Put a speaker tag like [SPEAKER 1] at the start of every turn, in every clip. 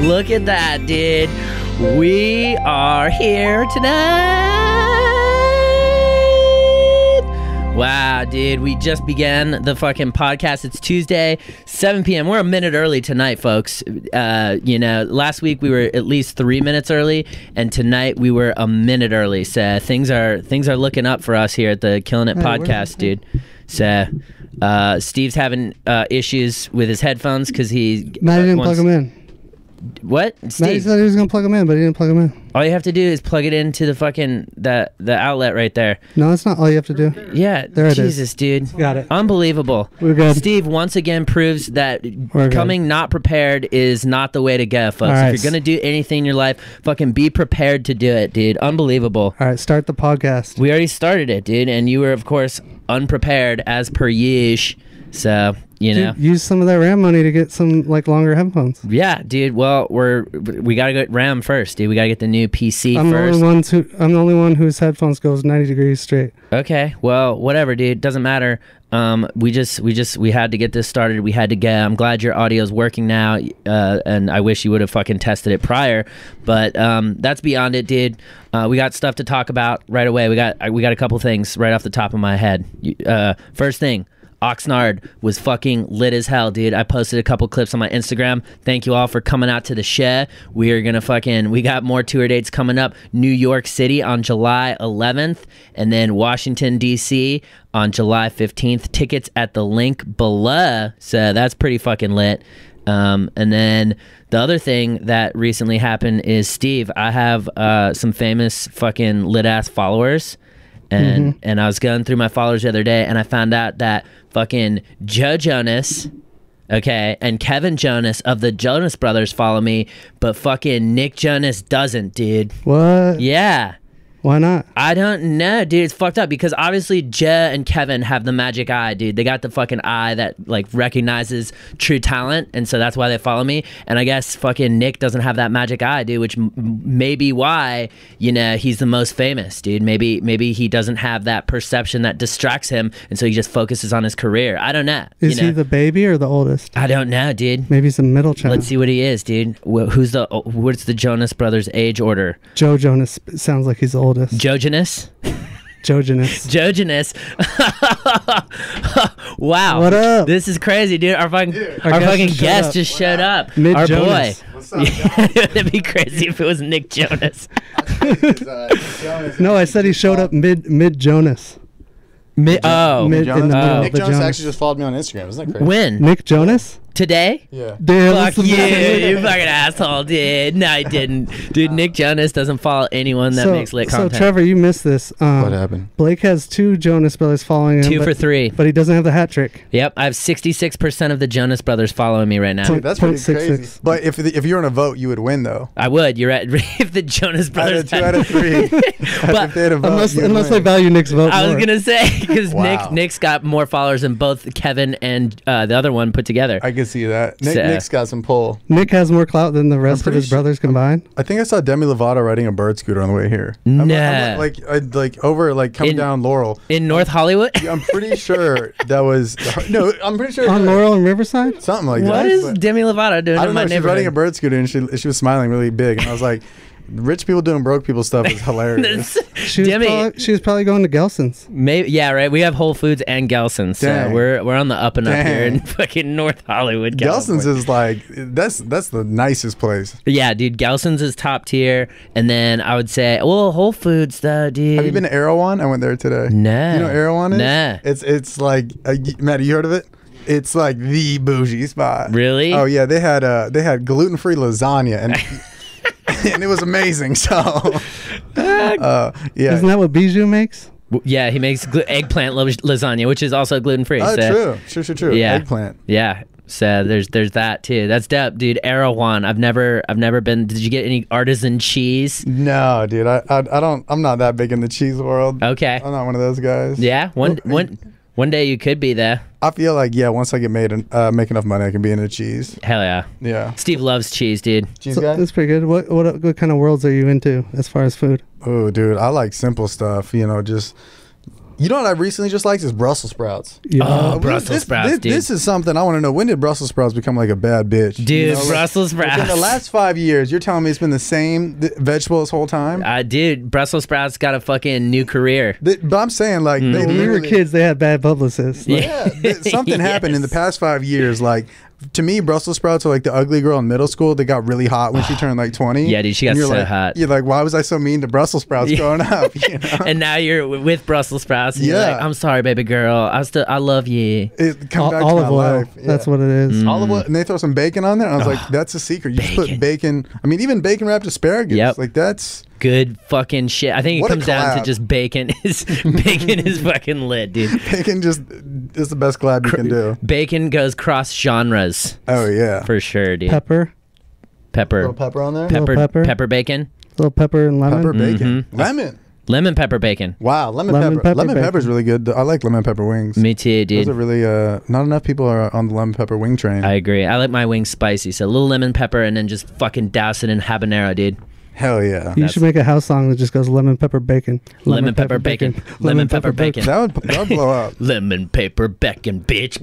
[SPEAKER 1] Look at that, dude. We are here tonight. Wow, dude. We just began the fucking podcast. It's Tuesday, 7 p.m. We're a minute early tonight, folks. Uh, you know, last week we were at least three minutes early, and tonight we were a minute early. So things are things are looking up for us here at the Killing It podcast, dude. So uh, Steve's having uh, issues with his headphones because he
[SPEAKER 2] Maddie
[SPEAKER 1] uh,
[SPEAKER 2] didn't
[SPEAKER 1] wants-
[SPEAKER 2] plug him in.
[SPEAKER 1] What?
[SPEAKER 2] Maddie
[SPEAKER 1] Steve,
[SPEAKER 2] said he was gonna plug him in, but he didn't plug him in.
[SPEAKER 1] all you have to do is plug it into the fucking the the outlet right there.
[SPEAKER 2] No, that's not all you have to do.
[SPEAKER 1] Yeah,
[SPEAKER 2] There it is.
[SPEAKER 1] Jesus, dude.
[SPEAKER 2] Got it.
[SPEAKER 1] Unbelievable.
[SPEAKER 2] We're good.
[SPEAKER 1] Steve once again proves that
[SPEAKER 2] We're good.
[SPEAKER 1] coming not prepared is not the way to go, folks.
[SPEAKER 2] All right.
[SPEAKER 1] If you're gonna do anything in your life, fucking be prepared to do it, dude. Unbelievable.
[SPEAKER 2] All right, start the podcast.
[SPEAKER 1] We already started it, dude, and you were of course unprepared as per yeesh. So you know.
[SPEAKER 2] Dude, Use some of that RAM money to get some like longer headphones.
[SPEAKER 1] yeah, dude. Well, we're we gotta get RAM first, dude. We gotta get the new PC
[SPEAKER 2] I'm the
[SPEAKER 1] first.
[SPEAKER 2] only one who I'm the only one whose headphones goes 90 degrees straight.
[SPEAKER 1] Okay. Well, whatever, dude. Doesn't matter. Um, we just, we just, we had to get this started. We had to get. I'm glad your audio's working now. Uh, and I wish you would have fucking tested it prior. But um, that's beyond it, dude. Uh, we got stuff to talk about right away. We got, I- we got a couple things right off the top of my head. You- Uh, first thing. Oxnard was fucking lit as hell, dude. I posted a couple clips on my Instagram. Thank you all for coming out to the show. We are gonna fucking we got more tour dates coming up. New York City on July 11th, and then Washington D.C. on July 15th. Tickets at the link below. So that's pretty fucking lit. Um, and then the other thing that recently happened is Steve. I have uh, some famous fucking lit ass followers and and I was going through my followers the other day, and I found out that fucking Joe Jonas, okay, and Kevin Jonas of the Jonas Brothers follow me, but fucking Nick Jonas doesn't, dude.
[SPEAKER 2] What?
[SPEAKER 1] Yeah.
[SPEAKER 2] Why not?
[SPEAKER 1] I don't know, dude. It's fucked up because obviously Jeh and Kevin have the magic eye, dude. They got the fucking eye that like recognizes true talent, and so that's why they follow me. And I guess fucking Nick doesn't have that magic eye, dude, which m- may be why you know he's the most famous, dude. Maybe maybe he doesn't have that perception that distracts him, and so he just focuses on his career. I don't know.
[SPEAKER 2] Is
[SPEAKER 1] you know?
[SPEAKER 2] he the baby or the oldest?
[SPEAKER 1] I don't know, dude.
[SPEAKER 2] Maybe he's the middle child.
[SPEAKER 1] Let's see what he is, dude. Wh- Who's the what's the Jonas Brothers age order?
[SPEAKER 2] Joe Jonas sounds like he's the oldest.
[SPEAKER 1] Jonas.
[SPEAKER 2] Joe Jonas.
[SPEAKER 1] Jojanus. wow.
[SPEAKER 2] What up?
[SPEAKER 1] This is crazy, dude. Our fucking our,
[SPEAKER 2] Our guest
[SPEAKER 1] fucking
[SPEAKER 2] just showed
[SPEAKER 1] guest
[SPEAKER 2] up.
[SPEAKER 1] just showed up.
[SPEAKER 2] Nick
[SPEAKER 1] our
[SPEAKER 2] Jonas.
[SPEAKER 1] boy. That'd be crazy if it was Nick Jonas.
[SPEAKER 3] uh,
[SPEAKER 2] No, I said he showed up mid mid Jonas.
[SPEAKER 1] Mi- oh.
[SPEAKER 2] Mid in
[SPEAKER 3] Jonas?
[SPEAKER 2] the middle
[SPEAKER 1] Oh.
[SPEAKER 2] of
[SPEAKER 3] Nick
[SPEAKER 2] the
[SPEAKER 3] Jonas,
[SPEAKER 2] Jonas.
[SPEAKER 3] actually just followed me on Instagram. Isn't that crazy?
[SPEAKER 1] when?
[SPEAKER 2] Nick Jonas.
[SPEAKER 1] Today?
[SPEAKER 3] Yeah.
[SPEAKER 2] Damn,
[SPEAKER 1] Fuck
[SPEAKER 2] that's
[SPEAKER 1] you,
[SPEAKER 2] amazing.
[SPEAKER 1] you fucking asshole, dude. No, I didn't. Dude, Nick Jonas doesn't follow anyone that
[SPEAKER 2] so,
[SPEAKER 1] makes lit
[SPEAKER 2] so
[SPEAKER 1] content.
[SPEAKER 2] Trevor, you missed this. Um,
[SPEAKER 3] What happened?
[SPEAKER 2] Blake has two Jonas Brothers following him.
[SPEAKER 1] Two
[SPEAKER 2] but,
[SPEAKER 1] for three.
[SPEAKER 2] But he doesn't have the hat trick.
[SPEAKER 1] Yep, I have 66% of the Jonas Brothers following me right now.
[SPEAKER 2] Point-
[SPEAKER 3] That's pretty
[SPEAKER 2] 0.66.
[SPEAKER 3] crazy. But if the, if you were in a vote, you would win though.
[SPEAKER 1] I would. You're at if the Jonas
[SPEAKER 3] Out
[SPEAKER 1] Brothers
[SPEAKER 3] of two out of three.
[SPEAKER 1] But
[SPEAKER 3] if they had a vote,
[SPEAKER 2] unless
[SPEAKER 3] you would
[SPEAKER 2] unless they
[SPEAKER 3] win.
[SPEAKER 2] value Nick's vote.
[SPEAKER 1] I was
[SPEAKER 2] more.
[SPEAKER 1] gonna say because Nick
[SPEAKER 3] Wow.
[SPEAKER 1] Nick's got more followers than both Kevin and uh, the other one put together.
[SPEAKER 3] I could see that. Nick,
[SPEAKER 1] So-
[SPEAKER 3] Nick's got some pull.
[SPEAKER 2] Nick has more clout than the rest of
[SPEAKER 3] pretty
[SPEAKER 2] his
[SPEAKER 3] sure-
[SPEAKER 2] brothers combined.
[SPEAKER 3] I think I saw Demi Lovato riding a bird scooter on the way here. I'm- I'm,
[SPEAKER 1] Nah.
[SPEAKER 3] like I, like over like coming
[SPEAKER 1] In-
[SPEAKER 3] down Laurel.
[SPEAKER 1] In North Hollywood,
[SPEAKER 3] I'm pretty sure that was no. I'm pretty sure
[SPEAKER 2] On Laurel and Riverside.
[SPEAKER 3] something like that.
[SPEAKER 1] what is
[SPEAKER 3] but-
[SPEAKER 1] Demi Lovato doing
[SPEAKER 3] I
[SPEAKER 1] in
[SPEAKER 3] don't
[SPEAKER 1] my
[SPEAKER 3] know. She's riding a
[SPEAKER 1] neighborhood?
[SPEAKER 3] bird scooter and she she was smiling really big, and I was like, "Rich people doing broke people stuff is hilarious."
[SPEAKER 1] This-
[SPEAKER 2] She was,
[SPEAKER 1] Demi,
[SPEAKER 2] probably, she was probably going to Gelson's.
[SPEAKER 1] maybe yeah, right. We have Whole Foods and Gelson's, so
[SPEAKER 3] Dang.
[SPEAKER 1] we're we're on the up and up here
[SPEAKER 3] Dang.
[SPEAKER 1] in fucking North Hollywood.
[SPEAKER 3] Gelson's
[SPEAKER 1] California.
[SPEAKER 3] is like that's that's the nicest place.
[SPEAKER 1] yeah, dude. Gelson's is top tier, and then I would say, well, Whole Foods though, dude.
[SPEAKER 3] Have you been to Erewhon? I went there today.
[SPEAKER 1] No.
[SPEAKER 3] You know what Erewhon is?
[SPEAKER 1] Nah.
[SPEAKER 3] It's it's like uh, y- Matt, you heard of it? It's like the bougie spot.
[SPEAKER 1] Really?
[SPEAKER 3] Oh yeah, they had uh they had gluten free lasagna and and it was amazing. So
[SPEAKER 1] Ah,
[SPEAKER 3] uh, yeah.
[SPEAKER 2] Isn't that what Bijou makes?
[SPEAKER 1] W- yeah, he makes glu- eggplant lo- lasagna, which is also gluten free.
[SPEAKER 3] Oh, true. True, true, true.
[SPEAKER 1] Yeah.
[SPEAKER 3] Eggplant.
[SPEAKER 1] Yeah. So there's there's that too. That's dope, dude. Erewhon. I've never I've never been. Did you get any artisan cheese?
[SPEAKER 3] No, dude. I, I I don't I'm not that big in the cheese world.
[SPEAKER 1] Okay.
[SPEAKER 3] I'm not one of those guys.
[SPEAKER 1] Yeah. One one one day you could be there.
[SPEAKER 3] I feel like yeah, once I get made an, uh, make enough money I can be into cheese.
[SPEAKER 1] Hell yeah.
[SPEAKER 3] Yeah.
[SPEAKER 1] Steve loves cheese, dude.
[SPEAKER 3] Cheese
[SPEAKER 2] So,
[SPEAKER 3] guy?
[SPEAKER 2] that's pretty good. What, what what kind of worlds are you into as far as food?
[SPEAKER 3] Oh, dude, I like simple stuff. You know, just You know what I recently just liked is Brussels sprouts.
[SPEAKER 2] Yeah.
[SPEAKER 1] Oh,
[SPEAKER 3] Uh,
[SPEAKER 1] Brussels
[SPEAKER 3] this,
[SPEAKER 1] sprouts,
[SPEAKER 3] this,
[SPEAKER 1] dude.
[SPEAKER 3] This is something I want to know. When did Brussels sprouts become like a bad bitch? You
[SPEAKER 1] Dude,
[SPEAKER 3] know, like,
[SPEAKER 1] Brussels
[SPEAKER 3] In
[SPEAKER 1] sprouts.
[SPEAKER 3] the last five years, you're telling me it's been the same th- vegetable this whole time.
[SPEAKER 1] I did. Uh, Brussels sprouts got a fucking new career.
[SPEAKER 3] Th- but I'm saying like
[SPEAKER 1] Mm-hmm.
[SPEAKER 3] they
[SPEAKER 2] when we were
[SPEAKER 3] literally-
[SPEAKER 2] kids, they had bad publicists. Like,
[SPEAKER 3] Yeah, th- something happened in the
[SPEAKER 1] Yes.
[SPEAKER 3] past five years. Like to me, Brussels sprouts are like the ugly girl in middle school that got really hot when she turned like twenty.
[SPEAKER 1] Yeah, dude, she got
[SPEAKER 3] And you're
[SPEAKER 1] so
[SPEAKER 3] like-
[SPEAKER 1] hot.
[SPEAKER 3] You're like, why was I so mean to Brussels sprouts growing up? You know?
[SPEAKER 1] And now you're w- with Brussels sprouts. And You're
[SPEAKER 3] Yeah.
[SPEAKER 1] like, I'm sorry, baby girl. I still I love you.
[SPEAKER 3] It come
[SPEAKER 2] Ol-
[SPEAKER 3] back
[SPEAKER 2] olive
[SPEAKER 3] to my
[SPEAKER 2] oil.
[SPEAKER 3] life.
[SPEAKER 2] That's
[SPEAKER 3] Yeah.
[SPEAKER 2] what it is.
[SPEAKER 1] Mm,
[SPEAKER 3] olive oil, and they throw some bacon on there. And I was like, that's a secret. You just put bacon. I mean, even bacon wrapped asparagus.
[SPEAKER 1] Yep.
[SPEAKER 3] Like that's
[SPEAKER 1] Good fucking shit. I think it
[SPEAKER 3] What a
[SPEAKER 1] comes down to
[SPEAKER 3] collab.
[SPEAKER 1] just bacon is bacon is fucking lit, dude.
[SPEAKER 3] bacon. Just is the best collab you can do.
[SPEAKER 1] Bacon goes cross genres
[SPEAKER 3] Oh yeah.
[SPEAKER 1] for sure, dude.
[SPEAKER 2] Pepper,
[SPEAKER 1] pepper,
[SPEAKER 3] pepper on there.
[SPEAKER 2] Pep-
[SPEAKER 1] pepper,
[SPEAKER 2] pepper.
[SPEAKER 1] pepper, bacon,
[SPEAKER 2] little pepper and lemon.
[SPEAKER 3] Pepper bacon.
[SPEAKER 1] Mm-hmm.
[SPEAKER 3] Lemon.
[SPEAKER 1] lemon pepper bacon.
[SPEAKER 3] Wow, lemon,
[SPEAKER 2] Lemon
[SPEAKER 3] pepper.
[SPEAKER 2] pepper
[SPEAKER 3] Lemon
[SPEAKER 2] bacon.
[SPEAKER 3] pepper is really good. I like lemon pepper wings.
[SPEAKER 1] Me too, dude.
[SPEAKER 3] Those are really uh, not enough people are on the lemon pepper wing train.
[SPEAKER 1] I agree. I like my wings spicy, so a little lemon pepper and then just fucking douse it in habanero, dude.
[SPEAKER 3] Hell yeah.
[SPEAKER 2] You should make a house song that just goes lemon pepper bacon.
[SPEAKER 1] Lemon, pepper, bacon. Lemon pepper bacon.
[SPEAKER 3] That would that would blow up.
[SPEAKER 1] Lemon paper bacon, bitch.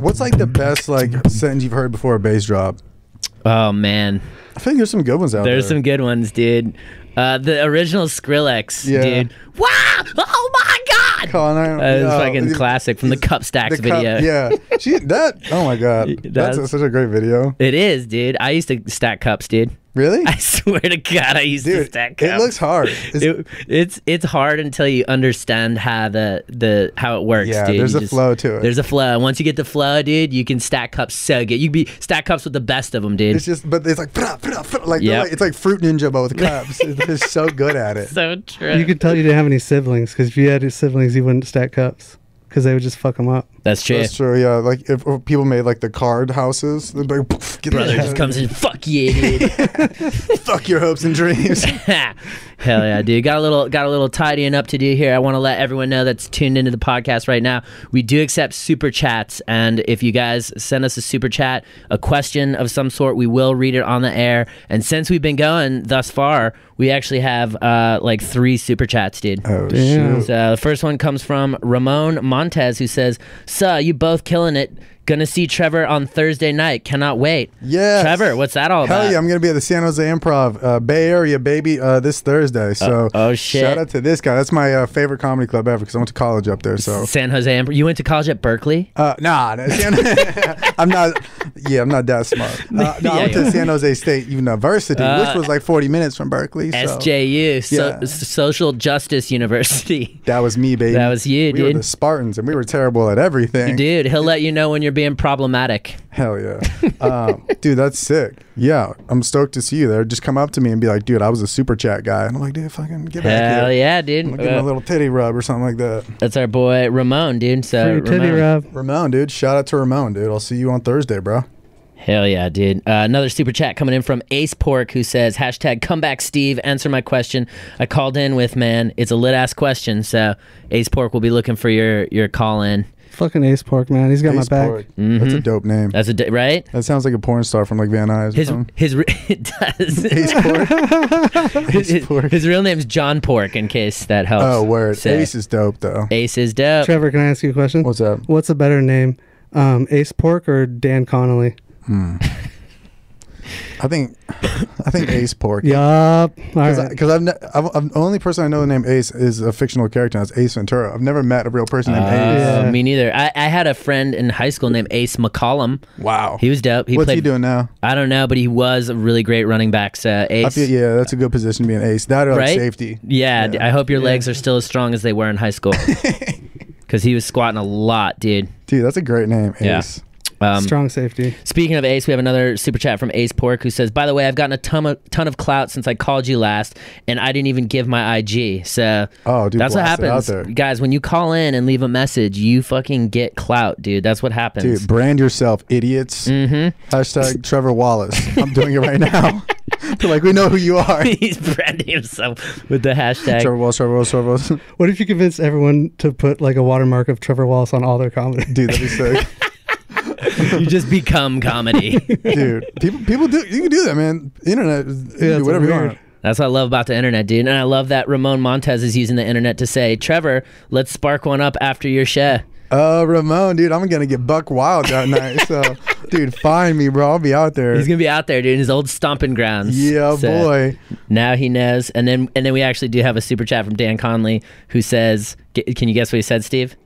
[SPEAKER 3] What's like the best like sentence you've heard before a bass drop?
[SPEAKER 1] Oh man,
[SPEAKER 3] I think there's some good ones out
[SPEAKER 1] there's
[SPEAKER 3] there.
[SPEAKER 1] some good ones, dude. Uh, the original Skrillex,
[SPEAKER 3] Yeah.
[SPEAKER 1] dude. Wow! Oh my god!
[SPEAKER 3] Calling out,
[SPEAKER 1] Uh, it's
[SPEAKER 3] yeah,
[SPEAKER 1] fucking
[SPEAKER 3] the-
[SPEAKER 1] classic from the Cup Stacks
[SPEAKER 3] the cup-
[SPEAKER 1] video.
[SPEAKER 3] Yeah, she that. Oh my god, that's,
[SPEAKER 1] That's-
[SPEAKER 3] such a great video.
[SPEAKER 1] It is, dude. I used to stack cups, dude.
[SPEAKER 3] Really,
[SPEAKER 1] I swear to God, I used to
[SPEAKER 3] dude,
[SPEAKER 1] stack
[SPEAKER 3] it
[SPEAKER 1] cups.
[SPEAKER 3] looks hard. It's-
[SPEAKER 1] It- it's it's hard until you understand how the the how it works.
[SPEAKER 3] Yeah,
[SPEAKER 1] dude.
[SPEAKER 3] there's
[SPEAKER 1] You
[SPEAKER 3] a flow to it.
[SPEAKER 1] There's a flow. And Once you get the flow, dude, you can stack cups so good. You can be stack cups with the best of them, dude.
[SPEAKER 3] it's just, but it's like, fra, fra, fra, like, they're
[SPEAKER 1] Yep.
[SPEAKER 3] like- it's like fruit ninja but with cups. They're so good at it.
[SPEAKER 1] so true.
[SPEAKER 2] You could tell you didn't have any siblings because if you had siblings, you wouldn't stack cups because they would just fuck them up.
[SPEAKER 1] That's true.
[SPEAKER 3] That's true. Yeah, like if, if people made like the card houses, they'd be like, "Pff, get
[SPEAKER 1] Brother
[SPEAKER 3] that
[SPEAKER 1] just
[SPEAKER 3] out of
[SPEAKER 1] comes in. Fuck yeah, dude.
[SPEAKER 3] here. Fuck your hopes and dreams.
[SPEAKER 1] Hell yeah, dude. Got a little got a little tidying up to do here. I want to let everyone know that's tuned into the podcast right now. We do accept super chats, and if you guys send us a super chat, a question of some sort, we will read it on the air. And since we've been going thus far, we actually have uh, like three super chats, dude.
[SPEAKER 3] Oh
[SPEAKER 2] Damn.
[SPEAKER 3] shoot.
[SPEAKER 1] So the first one comes from Ramon Montez, who says, "Suh, you both killing it. Gonna see Trevor on Thursday night. Cannot wait."
[SPEAKER 3] Yes.
[SPEAKER 1] Trevor, what's that all about?
[SPEAKER 3] Hell yeah, I'm gonna be at the San Jose Improv, uh, Bay Area, baby, uh, this Thursday. So,
[SPEAKER 1] oh, shit.
[SPEAKER 3] Shout out to this guy. That's my uh, favorite comedy club ever because I went to college up there. So,
[SPEAKER 1] San Jose. Imp- You went to college at Berkeley.
[SPEAKER 3] uh, nah, no, San- I'm not. Yeah, I'm not that smart. Uh, no,
[SPEAKER 1] Yeah,
[SPEAKER 3] I went
[SPEAKER 1] yeah.
[SPEAKER 3] to San Jose State University,
[SPEAKER 1] Uh,
[SPEAKER 3] which was like 40 minutes from Berkeley. So
[SPEAKER 1] SJU, so,
[SPEAKER 3] Yeah.
[SPEAKER 1] Social Justice University.
[SPEAKER 3] that was me, baby.
[SPEAKER 1] That was you,
[SPEAKER 3] we were
[SPEAKER 1] dude.
[SPEAKER 3] the Spartans, and we were terrible at everything.
[SPEAKER 1] Dude, he'll let you know when you're being problematic.
[SPEAKER 3] Hell yeah, um, dude, that's sick. Yeah, I'm stoked to see you there. Just come up to me and be like, dude, I was a super chat guy, and I'm like, dude, fucking get back
[SPEAKER 1] Hell
[SPEAKER 3] here.
[SPEAKER 1] yeah,
[SPEAKER 3] I'm
[SPEAKER 1] dude.
[SPEAKER 3] gonna give him
[SPEAKER 1] Uh,
[SPEAKER 3] a little titty rub or something like that.
[SPEAKER 1] that's our boy Ramon, dude. So
[SPEAKER 2] Free titty
[SPEAKER 1] Ramon.
[SPEAKER 2] rub.
[SPEAKER 3] Ramon, dude. Shout out to Ramon, dude. I'll see you on Thursday, bro.
[SPEAKER 1] Hell yeah, dude. Uh, another super chat coming in from Ace Pork who says, hashtag comeback Steve, answer my question. I called in with, man, it's a lit ass question. So Ace Pork will be looking for your, your call in.
[SPEAKER 2] Fucking Ace Pork, man. He's got my back.
[SPEAKER 3] That's
[SPEAKER 1] Mm-hmm.
[SPEAKER 3] a dope name.
[SPEAKER 1] That's a, d- right?
[SPEAKER 3] That sounds like a porn star from like Van Nuys. or
[SPEAKER 1] His,
[SPEAKER 3] something.
[SPEAKER 1] his, re- it does.
[SPEAKER 3] Ace Pork.
[SPEAKER 1] His,
[SPEAKER 3] Ace Pork.
[SPEAKER 1] his real name's John Pork, in case that helps.
[SPEAKER 3] Oh, word.
[SPEAKER 1] So,
[SPEAKER 3] Ace is dope though.
[SPEAKER 1] Ace is dope.
[SPEAKER 2] Trevor, can I ask you a question?
[SPEAKER 3] What's up?
[SPEAKER 2] What's a better name, um, Ace Pork or Dan Connolly?
[SPEAKER 3] I think, I think Ace Pork.
[SPEAKER 2] Yup. All right.
[SPEAKER 3] Because I've, ne- I've, I've the only person I know the name Ace is a fictional character. and That's Ace Ventura. I've never met a real person named Ace.
[SPEAKER 1] Uh,
[SPEAKER 2] Yeah.
[SPEAKER 1] Me neither. I, I had a friend in high school named Ace McCollum.
[SPEAKER 3] Wow.
[SPEAKER 1] He was dope. He
[SPEAKER 3] What's
[SPEAKER 1] played,
[SPEAKER 3] he doing now?
[SPEAKER 1] I don't know, but he was a really great running back. So
[SPEAKER 3] I
[SPEAKER 1] Ace,
[SPEAKER 3] feel, yeah, that's a good position to be an ace. That or like
[SPEAKER 1] Right?
[SPEAKER 3] safety.
[SPEAKER 1] yeah, d- I hope your legs are still as strong as they were in high school. Because he was squatting a lot, dude.
[SPEAKER 3] Dude, that's a great name,
[SPEAKER 1] Yeah.
[SPEAKER 3] Ace.
[SPEAKER 1] Um,
[SPEAKER 2] Strong safety.
[SPEAKER 1] Speaking of Ace, we have another super chat from Ace Pork who says, "By the way, I've gotten a ton of, ton of clout since I called you last, and I didn't even give my IG." So,
[SPEAKER 3] Oh, dude,
[SPEAKER 1] that's what
[SPEAKER 3] blast it out
[SPEAKER 1] happens,
[SPEAKER 3] there.
[SPEAKER 1] guys. When you call in and leave a message, you fucking get clout, dude. That's what happens.
[SPEAKER 3] Dude, brand yourself, idiots. Mm-hmm. Hashtag Trevor Wallace. I'm doing it right now. They're like, we know who you are.
[SPEAKER 1] He's branding himself with the hashtag.
[SPEAKER 3] Trevor Wallace, Trevor Wallace, Trevor Wallace.
[SPEAKER 2] What if you convinced everyone to put like a watermark of Trevor Wallace on all their comedy?
[SPEAKER 3] Dude, that'd be sick.
[SPEAKER 1] You just become comedy.
[SPEAKER 3] Dude, people, people do. You can do that, man. Internet, you can
[SPEAKER 2] Yeah,
[SPEAKER 3] do
[SPEAKER 2] it's
[SPEAKER 3] whatever you
[SPEAKER 2] weird.
[SPEAKER 3] want.
[SPEAKER 1] That's what I love about the internet, dude. And I love that Ramon Montez is using the internet to say, Trevor, let's spark one up after your show.
[SPEAKER 3] Uh, Ramon, dude, I'm gonna get buck wild that night. So, dude, find me, bro. I'll be out there.
[SPEAKER 1] He's gonna be out there, dude, in his old stomping grounds.
[SPEAKER 3] yeah,
[SPEAKER 1] So
[SPEAKER 3] boy.
[SPEAKER 1] Now he knows. And then and then we actually do have a super chat from Dan Conley who says, g- "Can you guess what he said, Steve?"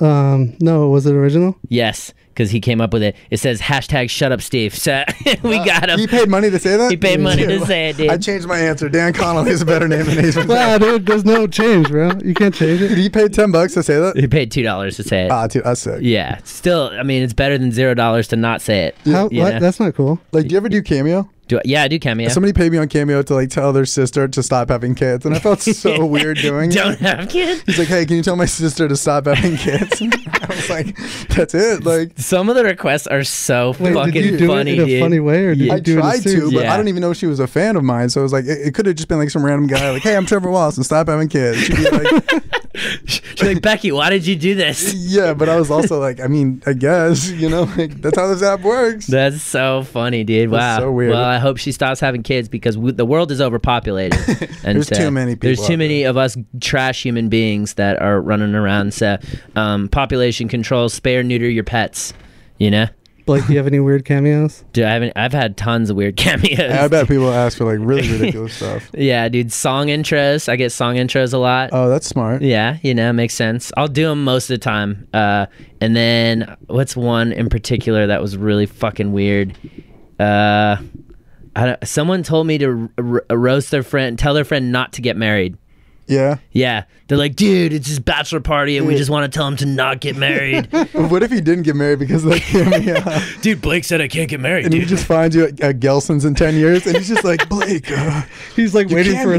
[SPEAKER 2] Um, no, was it original?
[SPEAKER 1] Yes, because he came up with it. It says hashtag Shut Up Steve. So we got him.
[SPEAKER 3] Uh, He paid money to say that.
[SPEAKER 1] He paid money to say it, dude.
[SPEAKER 3] I changed my answer. Dan Connolly is a better name than he's.
[SPEAKER 2] Wow, dude, there's no change, bro. You can't change it.
[SPEAKER 3] He paid ten bucks to say that.
[SPEAKER 1] He paid two dollars to say it.
[SPEAKER 3] Ah, dude, that's sick.
[SPEAKER 1] yeah, still, I mean, it's better than zero dollars to not say it.
[SPEAKER 2] How,
[SPEAKER 1] You know?
[SPEAKER 2] what? That's not cool.
[SPEAKER 3] Like, do you ever do cameo?
[SPEAKER 1] Do I, yeah, I do cameo.
[SPEAKER 3] Somebody paid me on cameo to like tell their sister to stop having kids, and I felt so weird doing. it.
[SPEAKER 1] Don't have kids.
[SPEAKER 3] He's like, "Hey, can you tell my sister to stop having kids?" I was like, "That's it." Like,
[SPEAKER 1] Some of the requests are so
[SPEAKER 2] Wait,
[SPEAKER 1] fucking
[SPEAKER 2] did you do
[SPEAKER 1] funny,
[SPEAKER 2] it in a
[SPEAKER 1] dude.
[SPEAKER 2] funny way, or did
[SPEAKER 1] Yeah.
[SPEAKER 3] I
[SPEAKER 2] you do it
[SPEAKER 3] tried
[SPEAKER 2] in a suit?
[SPEAKER 3] to, but
[SPEAKER 1] Yeah.
[SPEAKER 3] I don't even know if she was a fan of mine. So I was like, it, it could have just been like some random guy, like, "Hey, I'm Trevor Wallace, and stop having kids." She'd be like,
[SPEAKER 1] She's like, Becky, why did you do this?
[SPEAKER 3] "Yeah," but I was also like, "I mean, I guess you know, like, that's how this app works."
[SPEAKER 1] That's so funny, dude. Wow.
[SPEAKER 3] That's so weird.
[SPEAKER 1] Well, I hope she stops having kids because w the world is overpopulated. And uh,
[SPEAKER 3] There's too many
[SPEAKER 1] There's
[SPEAKER 3] people
[SPEAKER 1] too
[SPEAKER 3] out
[SPEAKER 1] many of us trash human beings that are running around. So, um, population control, spare, neuter your pets. You know,
[SPEAKER 2] Blake, do you have any weird cameos?
[SPEAKER 1] dude, I haven't. I've had tons of weird cameos.
[SPEAKER 3] And I bet people ask for like really ridiculous stuff.
[SPEAKER 1] Yeah, dude. Song intros. I get song intros a lot.
[SPEAKER 3] Oh, that's smart.
[SPEAKER 1] Yeah, you know, makes sense. I'll do them most of the time. Uh, and then what's one in particular that was really fucking weird? Uh, I don't, someone told me to r- r- roast their friend, tell their friend not to get married.
[SPEAKER 3] Yeah.
[SPEAKER 1] Yeah, they're like, dude, it's his bachelor party, and we just want to tell him to not get married.
[SPEAKER 3] What if he didn't get married because of that cameo?
[SPEAKER 1] dude, Blake said I can't get married,
[SPEAKER 3] and he
[SPEAKER 1] dude.
[SPEAKER 3] just finds you at, at Gelson's in ten years, and he's just like, "Blake, uh,
[SPEAKER 2] He's like
[SPEAKER 3] your
[SPEAKER 2] waiting for a
[SPEAKER 3] cameo."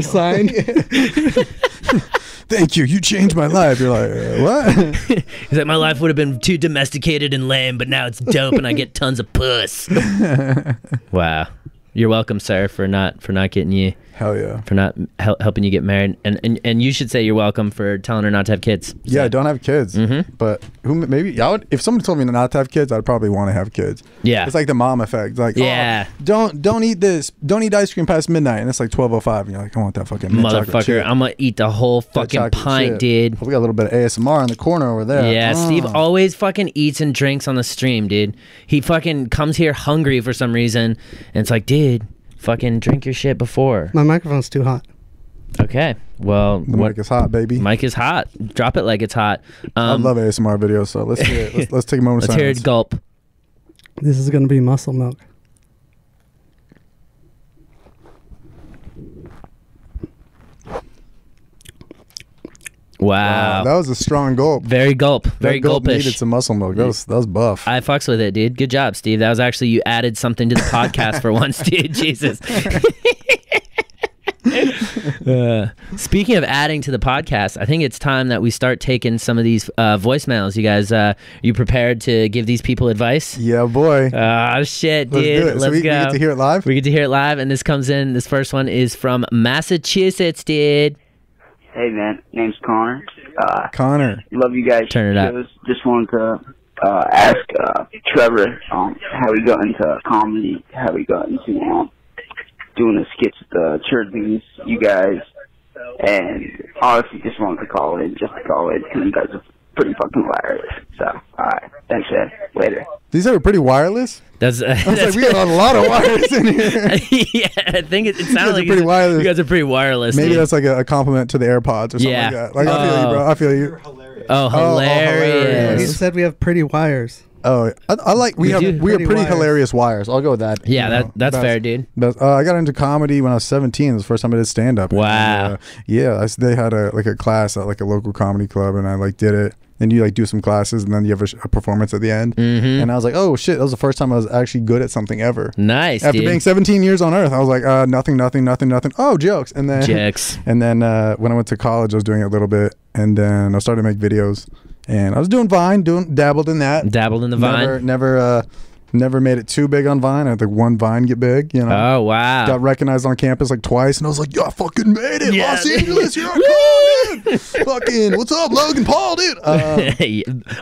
[SPEAKER 2] sign.
[SPEAKER 3] thank you, you changed my life." You're like, uh, "What?"
[SPEAKER 1] He's like, my life would have been too domesticated and lame, but now it's dope, and I get tons of puss. wow, you're welcome, sir, for not for not getting you.
[SPEAKER 3] Hell yeah.
[SPEAKER 1] for not hel- helping you get married, and, and and you should say you're welcome for telling her not to have kids.
[SPEAKER 3] Yeah, I don't have kids.
[SPEAKER 1] Mhm.
[SPEAKER 3] But who maybe I would if someone told me not to have kids, I'd probably want to have kids.
[SPEAKER 1] Yeah.
[SPEAKER 3] It's like the mom effect. Like, oh,
[SPEAKER 1] Yeah.
[SPEAKER 3] don't don't eat this. Don't eat ice cream past midnight. And it's like twelve oh five and you're like, I want that fucking mint chocolate
[SPEAKER 1] motherfucker,
[SPEAKER 3] chip.
[SPEAKER 1] I'm gonna eat the whole
[SPEAKER 3] That
[SPEAKER 1] fucking
[SPEAKER 3] chocolate
[SPEAKER 1] pint,
[SPEAKER 3] chip."
[SPEAKER 1] dude.
[SPEAKER 3] We got a little bit of ASMR in the corner over there.
[SPEAKER 1] Yeah,
[SPEAKER 3] Mm.
[SPEAKER 1] Steve always fucking eats and drinks on the stream, dude. He fucking comes here hungry for some reason, and it's like, dude, fucking drink your shit before.
[SPEAKER 2] My microphone's too hot.
[SPEAKER 1] Okay, well,
[SPEAKER 3] The
[SPEAKER 1] what,
[SPEAKER 3] mic is hot, baby.
[SPEAKER 1] Mike is hot. Drop it like it's hot.
[SPEAKER 3] I
[SPEAKER 1] Um,
[SPEAKER 3] love ASMR videos, so let's hear it. Let's, let's take a moment
[SPEAKER 1] let's
[SPEAKER 3] of
[SPEAKER 1] hear
[SPEAKER 3] silence.
[SPEAKER 1] it gulp.
[SPEAKER 2] This is gonna be muscle milk.
[SPEAKER 1] Wow,
[SPEAKER 3] That was a strong gulp.
[SPEAKER 1] very gulp, very
[SPEAKER 3] that gulp
[SPEAKER 1] gulpish.
[SPEAKER 3] needed some muscle milk. That was that was buff.
[SPEAKER 1] I fucks with it, dude. Good job, Steve. That was actually you added something to the podcast for once, dude. Jesus. Uh, speaking of adding to the podcast, I think it's time that we start taking some of these uh, voicemails. You guys, uh, you prepared to give these people advice?
[SPEAKER 3] yeah, boy.
[SPEAKER 1] Ah, shit,
[SPEAKER 3] let's
[SPEAKER 1] dude.
[SPEAKER 3] do it.
[SPEAKER 1] Let's
[SPEAKER 3] so we, we
[SPEAKER 1] go.
[SPEAKER 3] get to hear it live.
[SPEAKER 1] We get to hear it live, and this comes in. This first one is from Massachusetts, dude.
[SPEAKER 4] Hey man, name's Connor. Uh,
[SPEAKER 3] Connor.
[SPEAKER 4] love you guys.
[SPEAKER 1] Turn it up.
[SPEAKER 4] Just, just wanted to uh, ask uh, Trevor um, how he got into comedy, how he got into um, doing the skits with the Churdleys, you guys, and honestly, just wanted to call in, just to call in, 'cause you guys are pretty fucking hilarious. So, alright, thanks, man. Later.
[SPEAKER 3] These are pretty wireless.
[SPEAKER 1] That's, uh,
[SPEAKER 3] I was like, we got a lot of wires in here.
[SPEAKER 1] yeah, I think it, it
[SPEAKER 3] guys
[SPEAKER 1] sounded
[SPEAKER 3] are
[SPEAKER 1] like
[SPEAKER 3] pretty wireless.
[SPEAKER 1] you guys are pretty wireless.
[SPEAKER 3] Maybe
[SPEAKER 1] dude.
[SPEAKER 3] that's like a, a compliment to the AirPods or something
[SPEAKER 1] Yeah.
[SPEAKER 3] like that. Like I feel you, bro. I feel you.
[SPEAKER 1] Oh,
[SPEAKER 3] oh,
[SPEAKER 2] He
[SPEAKER 1] hilarious.
[SPEAKER 3] hilarious.
[SPEAKER 2] said we have pretty wires.
[SPEAKER 3] Oh, I, I like we,
[SPEAKER 1] We
[SPEAKER 3] have
[SPEAKER 1] do
[SPEAKER 3] we are
[SPEAKER 2] pretty
[SPEAKER 3] pretty
[SPEAKER 2] wires.
[SPEAKER 3] hilarious wires. I'll go with that.
[SPEAKER 1] Yeah,
[SPEAKER 3] You
[SPEAKER 1] that-
[SPEAKER 3] know,
[SPEAKER 1] that's fair, dude.
[SPEAKER 3] But, uh, I got into comedy when I was 17. It was the first time I did stand up.
[SPEAKER 1] Wow.
[SPEAKER 3] yeah, I s they had a like a class at like a local comedy club, and I like did it. And you like do some classes, and then you have a, sh- a performance at the end.
[SPEAKER 1] Mhm.
[SPEAKER 3] And I was like, oh shit, that was the first time I was actually good at something ever.
[SPEAKER 1] Nice,
[SPEAKER 3] After
[SPEAKER 1] dude.
[SPEAKER 3] being 17 years on Earth, I was like, uh, nothing, nothing, nothing, nothing. Oh, jokes, and then
[SPEAKER 1] Jokes.
[SPEAKER 3] And then uh, when I went to college, I was doing it a little bit, and then I started to make videos, and I was doing Vine, doing dabbled in that.
[SPEAKER 1] Dabbled in the vine.
[SPEAKER 3] Never, never, uh, never made it too big on Vine. I had like one Vine get big, you know.
[SPEAKER 1] Oh wow.
[SPEAKER 3] Got recognized on campus like twice, and I was like, "Yeah, I fucking made it,
[SPEAKER 1] Yeah.
[SPEAKER 3] Los Angeles, here I come, dude! fucking, what's up, Logan Paul, dude?" Uh,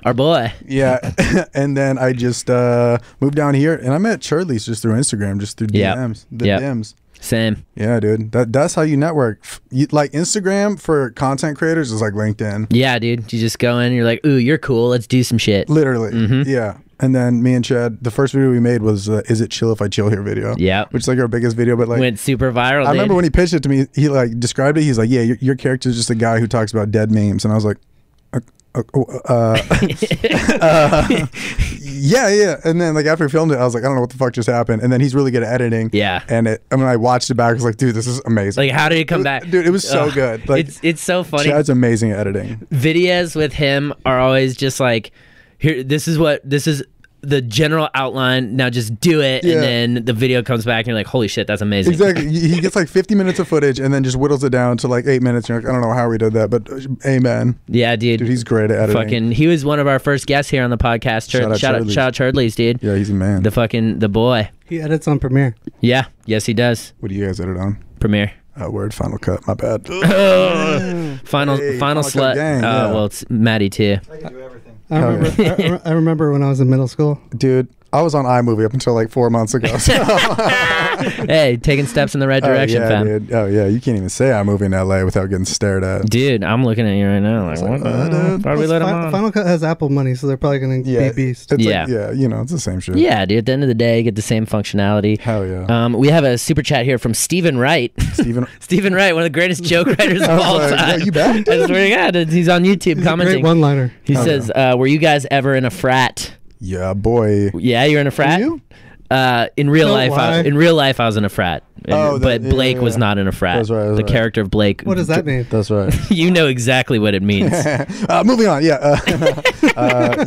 [SPEAKER 1] Our boy.
[SPEAKER 3] yeah, and then I just uh, moved down here, and I met Charlie's just through Instagram, just through
[SPEAKER 1] Yep.
[SPEAKER 3] DMs, the
[SPEAKER 1] Yep.
[SPEAKER 3] DMs.
[SPEAKER 1] Same.
[SPEAKER 3] Yeah, dude. That that's how you network. F- You, like Instagram for content creators is like LinkedIn,
[SPEAKER 1] Yeah, dude. You just go in. You're like, ooh, you're cool. Let's do some shit.
[SPEAKER 3] literally.
[SPEAKER 1] Mm-hmm.
[SPEAKER 3] Yeah. And then me and Chad, the first video we made was uh, "Is it chill if I chill here?" video.
[SPEAKER 1] Yeah.
[SPEAKER 3] which is like our biggest video, but like.
[SPEAKER 1] Went super viral.
[SPEAKER 3] I remember
[SPEAKER 1] dude.
[SPEAKER 3] when he pitched it to me, he like described it. He's like, "Yeah, your, your character is just a guy who talks about dead memes," and I was like, "Uh, uh, uh, uh, "Yeah, yeah." And then like after we filmed it, I was like, "I don't know what the fuck just happened." And then he's really good at editing.
[SPEAKER 1] Yeah.
[SPEAKER 3] And it, I mean, I watched it back. I was like, "Dude, this is amazing."
[SPEAKER 1] Like, how did it come back,
[SPEAKER 3] dude, it was so
[SPEAKER 1] Ugh.
[SPEAKER 3] good. Like-
[SPEAKER 1] it's it's so funny.
[SPEAKER 3] Chad's amazing at editing.
[SPEAKER 1] videos with him are always just like here this is what this is the general outline now just do it
[SPEAKER 3] Yeah.
[SPEAKER 1] and then the video comes back and you're like holy shit that's amazing
[SPEAKER 3] Exactly. he he gets like 50 minutes of footage and then just whittles it down to like eight minutes. You're like, I don't know how we did that, but uh, amen.
[SPEAKER 1] yeah dude,
[SPEAKER 3] Dude, he's great at editing.
[SPEAKER 1] fucking he was one of our first guests here on the podcast Chur-
[SPEAKER 3] Shout out
[SPEAKER 1] shout out
[SPEAKER 3] Churdley's.
[SPEAKER 1] shout out Churdley's dude
[SPEAKER 3] yeah, he's a man.
[SPEAKER 1] the fucking the boy
[SPEAKER 2] He edits on Premiere.
[SPEAKER 1] yeah yes he does
[SPEAKER 3] what do you guys edit on?
[SPEAKER 1] premiere
[SPEAKER 3] Uh, word, Final Cut. My bad.
[SPEAKER 1] final
[SPEAKER 3] Hey,
[SPEAKER 1] final
[SPEAKER 3] Final Cut
[SPEAKER 1] slut
[SPEAKER 3] gang,
[SPEAKER 1] oh
[SPEAKER 3] yeah.
[SPEAKER 1] well it's Maddie too
[SPEAKER 5] I can do everything.
[SPEAKER 2] I
[SPEAKER 3] Hell
[SPEAKER 2] remember, I- I, re- I remember when I was in middle school.
[SPEAKER 3] Dude, I was on iMovie up until like four months ago. so-
[SPEAKER 1] hey taking steps in the right
[SPEAKER 3] Oh,
[SPEAKER 1] direction
[SPEAKER 3] yeah,
[SPEAKER 1] fam dude.
[SPEAKER 3] dude. Oh, yeah. You can't even say iMovie in LA without getting stared at.
[SPEAKER 1] I'm looking at you right now like what the
[SPEAKER 3] uh,
[SPEAKER 1] hell?
[SPEAKER 3] dude,
[SPEAKER 1] why do we
[SPEAKER 2] Plus,
[SPEAKER 1] let him
[SPEAKER 2] Fi-
[SPEAKER 1] on
[SPEAKER 2] Final Cut has Apple money, so they're probably going to
[SPEAKER 3] Yeah.
[SPEAKER 2] be beast.
[SPEAKER 3] It's
[SPEAKER 1] Yeah.
[SPEAKER 3] Like, yeah. You know, it's the same shit.
[SPEAKER 1] yeah dude at the end of the day you get the same functionality
[SPEAKER 3] Hell yeah.
[SPEAKER 1] Um, we have a super chat here from Stephen Wright.
[SPEAKER 3] Steven.
[SPEAKER 1] Stephen Wright, one of the greatest joke writers
[SPEAKER 3] I
[SPEAKER 1] of
[SPEAKER 3] was
[SPEAKER 1] all
[SPEAKER 3] like,
[SPEAKER 1] time.
[SPEAKER 3] yo, you back,
[SPEAKER 1] I
[SPEAKER 3] dude?
[SPEAKER 1] swear to God, and he's on YouTube
[SPEAKER 2] He's a
[SPEAKER 1] commenting.
[SPEAKER 2] great one-liner.
[SPEAKER 1] He
[SPEAKER 3] Oh,
[SPEAKER 1] says, uh, "Were you guys ever in a frat?
[SPEAKER 3] Yeah, boy.
[SPEAKER 1] Yeah, you're in a frat.
[SPEAKER 2] you?
[SPEAKER 1] Uh, in real
[SPEAKER 2] Don't
[SPEAKER 1] life, I,
[SPEAKER 2] lie.
[SPEAKER 1] in real life, I was in a frat. And-
[SPEAKER 3] Oh, that-
[SPEAKER 1] but
[SPEAKER 3] yeah,
[SPEAKER 1] Blake
[SPEAKER 3] yeah,
[SPEAKER 1] was
[SPEAKER 3] yeah.
[SPEAKER 1] not in a frat.
[SPEAKER 3] That's right, that's
[SPEAKER 1] the
[SPEAKER 3] right.
[SPEAKER 1] character of Blake.
[SPEAKER 2] What does that mean?
[SPEAKER 3] That's right.
[SPEAKER 1] You know exactly what it means.
[SPEAKER 3] uh, moving on. Yeah. Uh, uh,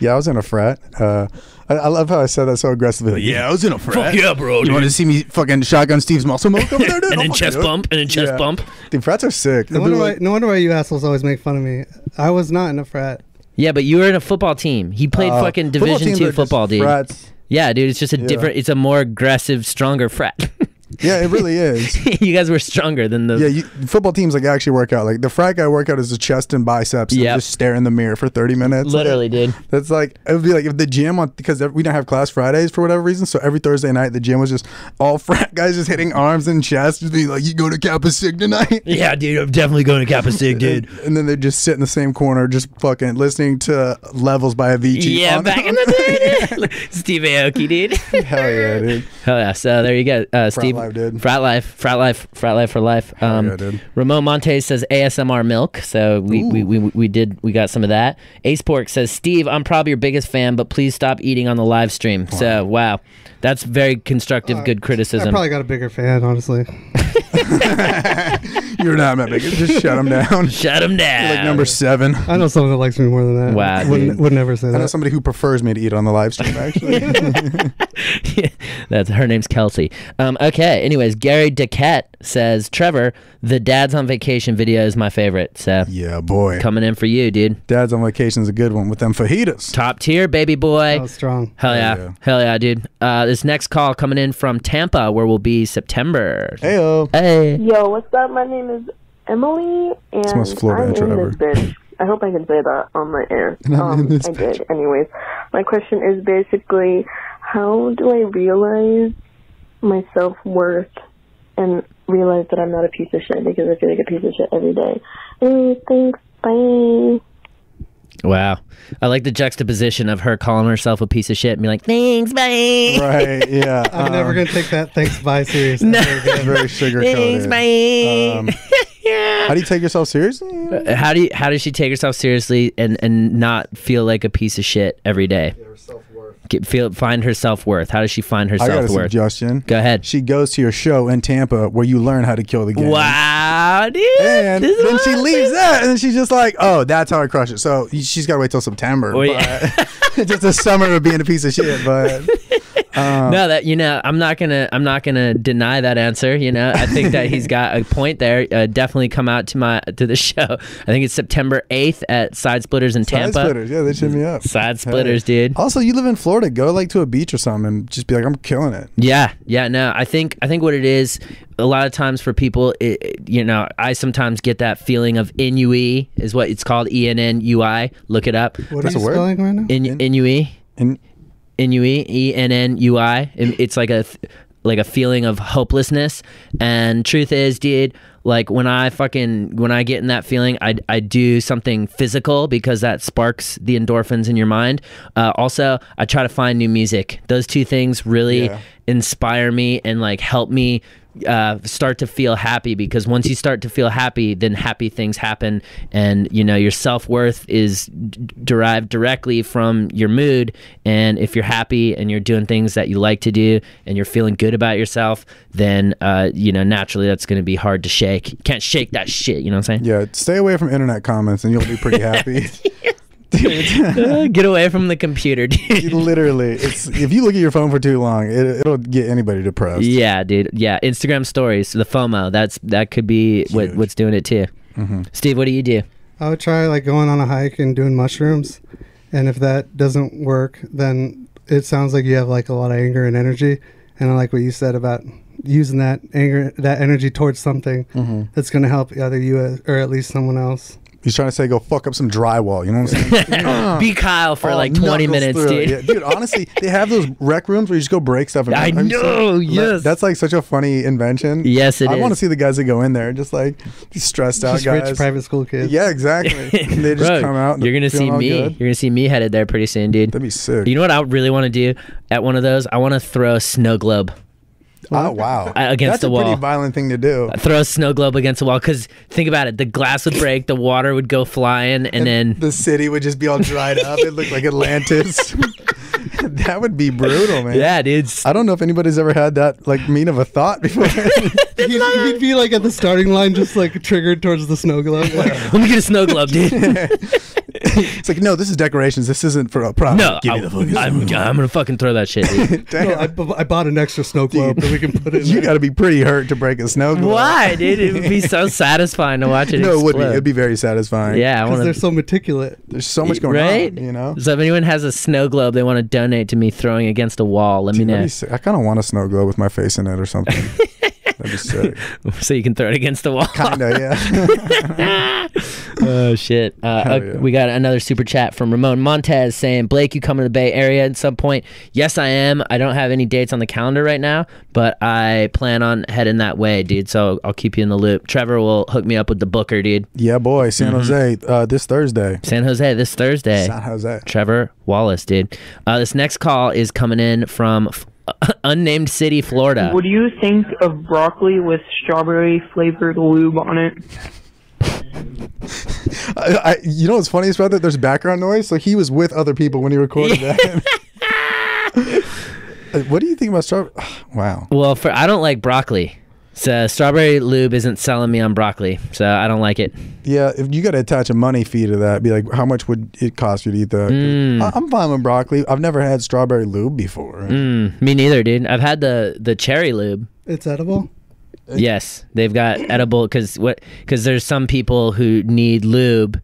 [SPEAKER 3] yeah. I was in a frat. Uh, I, I love how I said that so aggressively. Like, yeah, I was in a frat.
[SPEAKER 1] yeah, bro,
[SPEAKER 3] You
[SPEAKER 1] dude.
[SPEAKER 3] want to see me fucking shotgun Steve's muscle milk over there, dude? Oh
[SPEAKER 1] and then
[SPEAKER 3] I'll
[SPEAKER 1] chest
[SPEAKER 3] fucking do it.
[SPEAKER 1] bump, and then chest
[SPEAKER 3] Yeah.
[SPEAKER 1] bump.
[SPEAKER 3] Dude, frats are sick.
[SPEAKER 2] No
[SPEAKER 3] They're
[SPEAKER 2] wonder, why,
[SPEAKER 3] like-
[SPEAKER 2] no wonder why you assholes always make fun of me. I was not in a frat.
[SPEAKER 1] Yeah, but you were in a football team. He played
[SPEAKER 3] uh,
[SPEAKER 1] fucking
[SPEAKER 3] football
[SPEAKER 1] Division
[SPEAKER 3] teams are
[SPEAKER 1] two
[SPEAKER 3] just
[SPEAKER 1] football, dude.
[SPEAKER 3] Frats.
[SPEAKER 1] Yeah, dude, it's just a different. It's a more aggressive, stronger frat.
[SPEAKER 3] Yeah, it really is.
[SPEAKER 1] you guys were stronger than the.
[SPEAKER 3] Yeah, you, football teams like actually work out. Like the frat guy workout is the chest and biceps.
[SPEAKER 1] Yep.
[SPEAKER 3] Yeah, just stare in the mirror for thirty minutes.
[SPEAKER 1] literally, dude.
[SPEAKER 3] That's like it would be like if the gym on because we don't have class Fridays for whatever reason. So every Thursday night the gym was just all frat guys just hitting arms and chest, just being like, "You go to Kappa Sig tonight."
[SPEAKER 1] Yeah, dude, I'm definitely going to Kappa Sig, dude.
[SPEAKER 3] And then they just sit in the same corner, just fucking listening to levels by Avicii.
[SPEAKER 1] yeah,
[SPEAKER 3] on-
[SPEAKER 1] back in the day, Steve Aoki, dude.
[SPEAKER 3] Hell yeah, dude.
[SPEAKER 1] Hell yeah! So there you go, uh, Steve.
[SPEAKER 3] life, dude.
[SPEAKER 1] Frat life, frat life, frat life for life. Um,
[SPEAKER 3] yeah, dude.
[SPEAKER 1] Ramon Montes says ASMR milk. So we, we, we, we did we got some of that. Ace Pork says Steve, I'm probably your biggest fan, but please stop eating on the live stream. So wow, that's very constructive,
[SPEAKER 3] Uh,
[SPEAKER 1] good criticism.
[SPEAKER 2] I probably got a bigger fan, honestly.
[SPEAKER 3] You're not my biggest. Just shut them down.
[SPEAKER 1] Shut him down.
[SPEAKER 3] like number seven.
[SPEAKER 2] I know someone that likes me more than that.
[SPEAKER 1] Wow,
[SPEAKER 2] Would,
[SPEAKER 1] dude.
[SPEAKER 2] would never say
[SPEAKER 3] I know
[SPEAKER 2] that.
[SPEAKER 3] somebody who prefers me to eat on the live stream. Actually,
[SPEAKER 1] That's her name's Kelsey. Um, okay. Anyways, Gary Dequette says Trevor, the dad's on vacation video is my favorite. So
[SPEAKER 3] yeah, boy.
[SPEAKER 1] coming in for you, dude.
[SPEAKER 3] Dad's on vacation is a good one with them fajitas.
[SPEAKER 1] Top tier, baby boy.
[SPEAKER 2] That was strong.
[SPEAKER 1] Hell yeah.
[SPEAKER 3] yeah.
[SPEAKER 1] Hell yeah, dude. Uh, this next call coming in from Tampa, where we'll be September.
[SPEAKER 3] Heyo.
[SPEAKER 1] Hey.
[SPEAKER 6] Yo, what's up? My name is Emily, and
[SPEAKER 3] the most Florida
[SPEAKER 6] I'm
[SPEAKER 3] intro
[SPEAKER 6] in
[SPEAKER 3] ever.
[SPEAKER 6] this bitch. I hope I can say that on my air.
[SPEAKER 3] in
[SPEAKER 6] Um,
[SPEAKER 3] this
[SPEAKER 6] I did. Anyways, my question is basically, how do I realize my self worth and realize that I'm not a piece of shit because I feel like a piece of shit every day. Hey, thanks. Bye.
[SPEAKER 1] Wow. I like the juxtaposition of her calling herself a piece of shit and be like, thanks, bye.
[SPEAKER 3] Right. Yeah.
[SPEAKER 2] I'm
[SPEAKER 3] um,
[SPEAKER 2] never going to take that thanks bye seriously.
[SPEAKER 3] very sugar
[SPEAKER 1] Thanks,
[SPEAKER 3] coated.
[SPEAKER 1] bye.
[SPEAKER 3] Um, how do you take yourself seriously?
[SPEAKER 1] how do you, how does she take herself seriously and and not feel like a piece of shit every day? Get, feel find her self worth. How does she find her
[SPEAKER 3] I got a
[SPEAKER 1] self worth?
[SPEAKER 3] suggestion.
[SPEAKER 1] Go ahead.
[SPEAKER 3] She goes to your show in Tampa where you learn how to kill the game.
[SPEAKER 1] Wow, dude.
[SPEAKER 3] And
[SPEAKER 1] This is
[SPEAKER 3] then she
[SPEAKER 1] wild.
[SPEAKER 3] leaves that, and then she's just like, "Oh, that's how I crush it." So she's got to wait till September.
[SPEAKER 1] Oh, yeah.
[SPEAKER 3] but- just a summer of being a piece of shit. But
[SPEAKER 1] no, that you know, I'm not gonna, I'm not gonna deny that answer. You know, I think that he's got a point there. Uh, definitely come out to my to the show. I think it's September 8th at Side Splitters in
[SPEAKER 3] side
[SPEAKER 1] Tampa.
[SPEAKER 3] splitters, yeah, they shoot me up.
[SPEAKER 1] Side splitters, dude.
[SPEAKER 3] Also, you live in Florida. Go like to a beach or something, and just be like, "I'm killing it."
[SPEAKER 1] Yeah, yeah, no. I think I think what it is a lot of times for people, it, it- you know, I sometimes get that feeling of inui is what it's called, E N N U I. Look it up. E?
[SPEAKER 2] What
[SPEAKER 3] That's
[SPEAKER 2] are
[SPEAKER 3] a
[SPEAKER 2] you
[SPEAKER 3] word?
[SPEAKER 2] spelling right now?
[SPEAKER 1] In, inui,
[SPEAKER 3] And
[SPEAKER 1] inui, E N N U I. It's like a th- like a feeling of hopelessness. And truth is, dude, like when I fucking when I get in that feeling, I I do something physical because that sparks the endorphins in your mind. Uh, also, I try to find new music. Those two things really
[SPEAKER 3] Yeah.
[SPEAKER 1] inspire me and like help me uh, start to feel happy because once you start to feel happy, then happy things happen, and you know your self worth is d- derived directly from your mood. And if you're happy and you're doing things that you like to do and you're feeling good about yourself, then uh, you know naturally that's going to be hard to shake. You can't shake that shit. You know what I'm saying?
[SPEAKER 3] Yeah, stay away from internet comments and you'll be pretty happy.
[SPEAKER 1] Get away from the computer, dude.
[SPEAKER 3] Literally, it's if you look at your phone for too long, it, it'll get anybody depressed.
[SPEAKER 1] Yeah, dude. Yeah, Instagram stories, the FOMO. That's that could be what,
[SPEAKER 3] Huge.
[SPEAKER 1] what's doing it too. Steve, what do you do?
[SPEAKER 2] I would try like going on a hike and doing mushrooms, and if that doesn't work, then it sounds like you have like a lot of anger and energy, and I like what you said about using that anger, that energy towards something
[SPEAKER 3] Mm-hmm.
[SPEAKER 2] that's going to help either you uh, or at least someone else.
[SPEAKER 3] He's trying to say go fuck up some drywall. You know what I'm saying?
[SPEAKER 1] Be Kyle for
[SPEAKER 3] Oh,
[SPEAKER 1] like 20
[SPEAKER 3] knuckles
[SPEAKER 1] minutes,
[SPEAKER 3] through it.
[SPEAKER 1] dude.
[SPEAKER 3] Yeah, dude, honestly, they have those rec rooms where you just go break stuff. And
[SPEAKER 1] I
[SPEAKER 3] Have you seen-
[SPEAKER 1] know,
[SPEAKER 3] Like,
[SPEAKER 1] yes.
[SPEAKER 3] that's like such a funny invention.
[SPEAKER 1] Yes, it
[SPEAKER 3] I want to
[SPEAKER 1] is.
[SPEAKER 3] see the guys that go in there, just like these stressed out
[SPEAKER 2] Just
[SPEAKER 3] guys.
[SPEAKER 2] rich private school kids.
[SPEAKER 3] Yeah, exactly. And they just
[SPEAKER 1] Bro,
[SPEAKER 3] come out. and
[SPEAKER 1] you're
[SPEAKER 3] they're
[SPEAKER 1] gonna see
[SPEAKER 3] feeling all
[SPEAKER 1] me.
[SPEAKER 3] good.
[SPEAKER 1] You're gonna see me headed there pretty soon, dude.
[SPEAKER 3] That'd be sick.
[SPEAKER 1] You know what I really want to do at one of those? I want to throw a snow globe.
[SPEAKER 3] oh wow,
[SPEAKER 1] I- against
[SPEAKER 3] that's
[SPEAKER 1] the
[SPEAKER 3] a
[SPEAKER 1] wall.
[SPEAKER 3] pretty violent thing to do.
[SPEAKER 1] Throw a snow globe against the wall because think about it: the glass would break, the water would go flying, and then
[SPEAKER 3] the city would just be all dried up. It looked like Atlantis. that would be brutal, man.
[SPEAKER 1] yeah, dude. s-
[SPEAKER 3] I don't know if anybody's ever had that like mean of a thought before.
[SPEAKER 2] he'd, he'd be like at the starting line, just like triggered towards the snow globe. Like,
[SPEAKER 1] Let me get a snow globe, dude.
[SPEAKER 3] it's like, no, this is decorations. This isn't for a prop.
[SPEAKER 1] No,
[SPEAKER 3] give
[SPEAKER 1] I,
[SPEAKER 3] me the fucking
[SPEAKER 1] am I'm gonna fucking throw that shit. Dude.
[SPEAKER 3] Damn.
[SPEAKER 2] "No, I, bu- I bought an extra snow globe that we can put in.
[SPEAKER 3] you
[SPEAKER 2] there."
[SPEAKER 3] got to be pretty hurt to break a snow globe.
[SPEAKER 1] Why, dude? It would be so satisfying to watch it.
[SPEAKER 3] No, it would be.
[SPEAKER 1] explode.
[SPEAKER 3] It'd be very satisfying.
[SPEAKER 1] Yeah, I
[SPEAKER 2] 'Cause
[SPEAKER 1] want
[SPEAKER 2] they're
[SPEAKER 1] to.
[SPEAKER 2] so meticulous.
[SPEAKER 3] there's so much going
[SPEAKER 1] right?
[SPEAKER 3] on. You know,
[SPEAKER 1] So if anyone has a snow globe they want to donate to me throwing against a wall, let me
[SPEAKER 3] That'd
[SPEAKER 1] know
[SPEAKER 3] be sick. I kind of want a snow globe with my face in it or something. That'd be sick.
[SPEAKER 1] so you can throw it against the wall.
[SPEAKER 3] Kinda, yeah.
[SPEAKER 1] Oh shit! Uh,
[SPEAKER 3] Hell
[SPEAKER 1] uh,
[SPEAKER 3] yeah.
[SPEAKER 1] We got another super chat from Ramon Montez saying, "Blake, you come to the Bay Area at some point?" Yes, I am. I don't have any dates on the calendar right now, but I plan on heading that way, dude. So I'll keep you in the loop. Trevor will hook me up with the booker, dude.
[SPEAKER 3] yeah, boy,
[SPEAKER 1] Mm-hmm.
[SPEAKER 3] San Jose uh, this Thursday.
[SPEAKER 1] San Jose this Thursday.
[SPEAKER 3] San Jose.
[SPEAKER 1] Trevor Wallace, dude. Uh, this next call is coming in from f- unnamed city, Florida.
[SPEAKER 5] What do you think of broccoli with strawberry flavored lube on it?
[SPEAKER 3] I, I, you know what's funniest about that? There's background noise. So he was with other people when he recorded that. Uh, what do you think about strawberry? Wow.
[SPEAKER 1] Well, for I don't like broccoli. So strawberry lube isn't selling me on broccoli, so I don't like it.
[SPEAKER 3] Yeah, if you got to attach a money fee to that, be like, how much would it cost you to eat that? 'Cause
[SPEAKER 1] Mm.
[SPEAKER 3] I, am fine with broccoli. I've never had strawberry lube before.
[SPEAKER 1] Mm. Me neither, dude. I've had the the cherry lube.
[SPEAKER 2] It's edible.
[SPEAKER 3] Eh.
[SPEAKER 1] Yes, they've got edible because what because there's some people who need lube,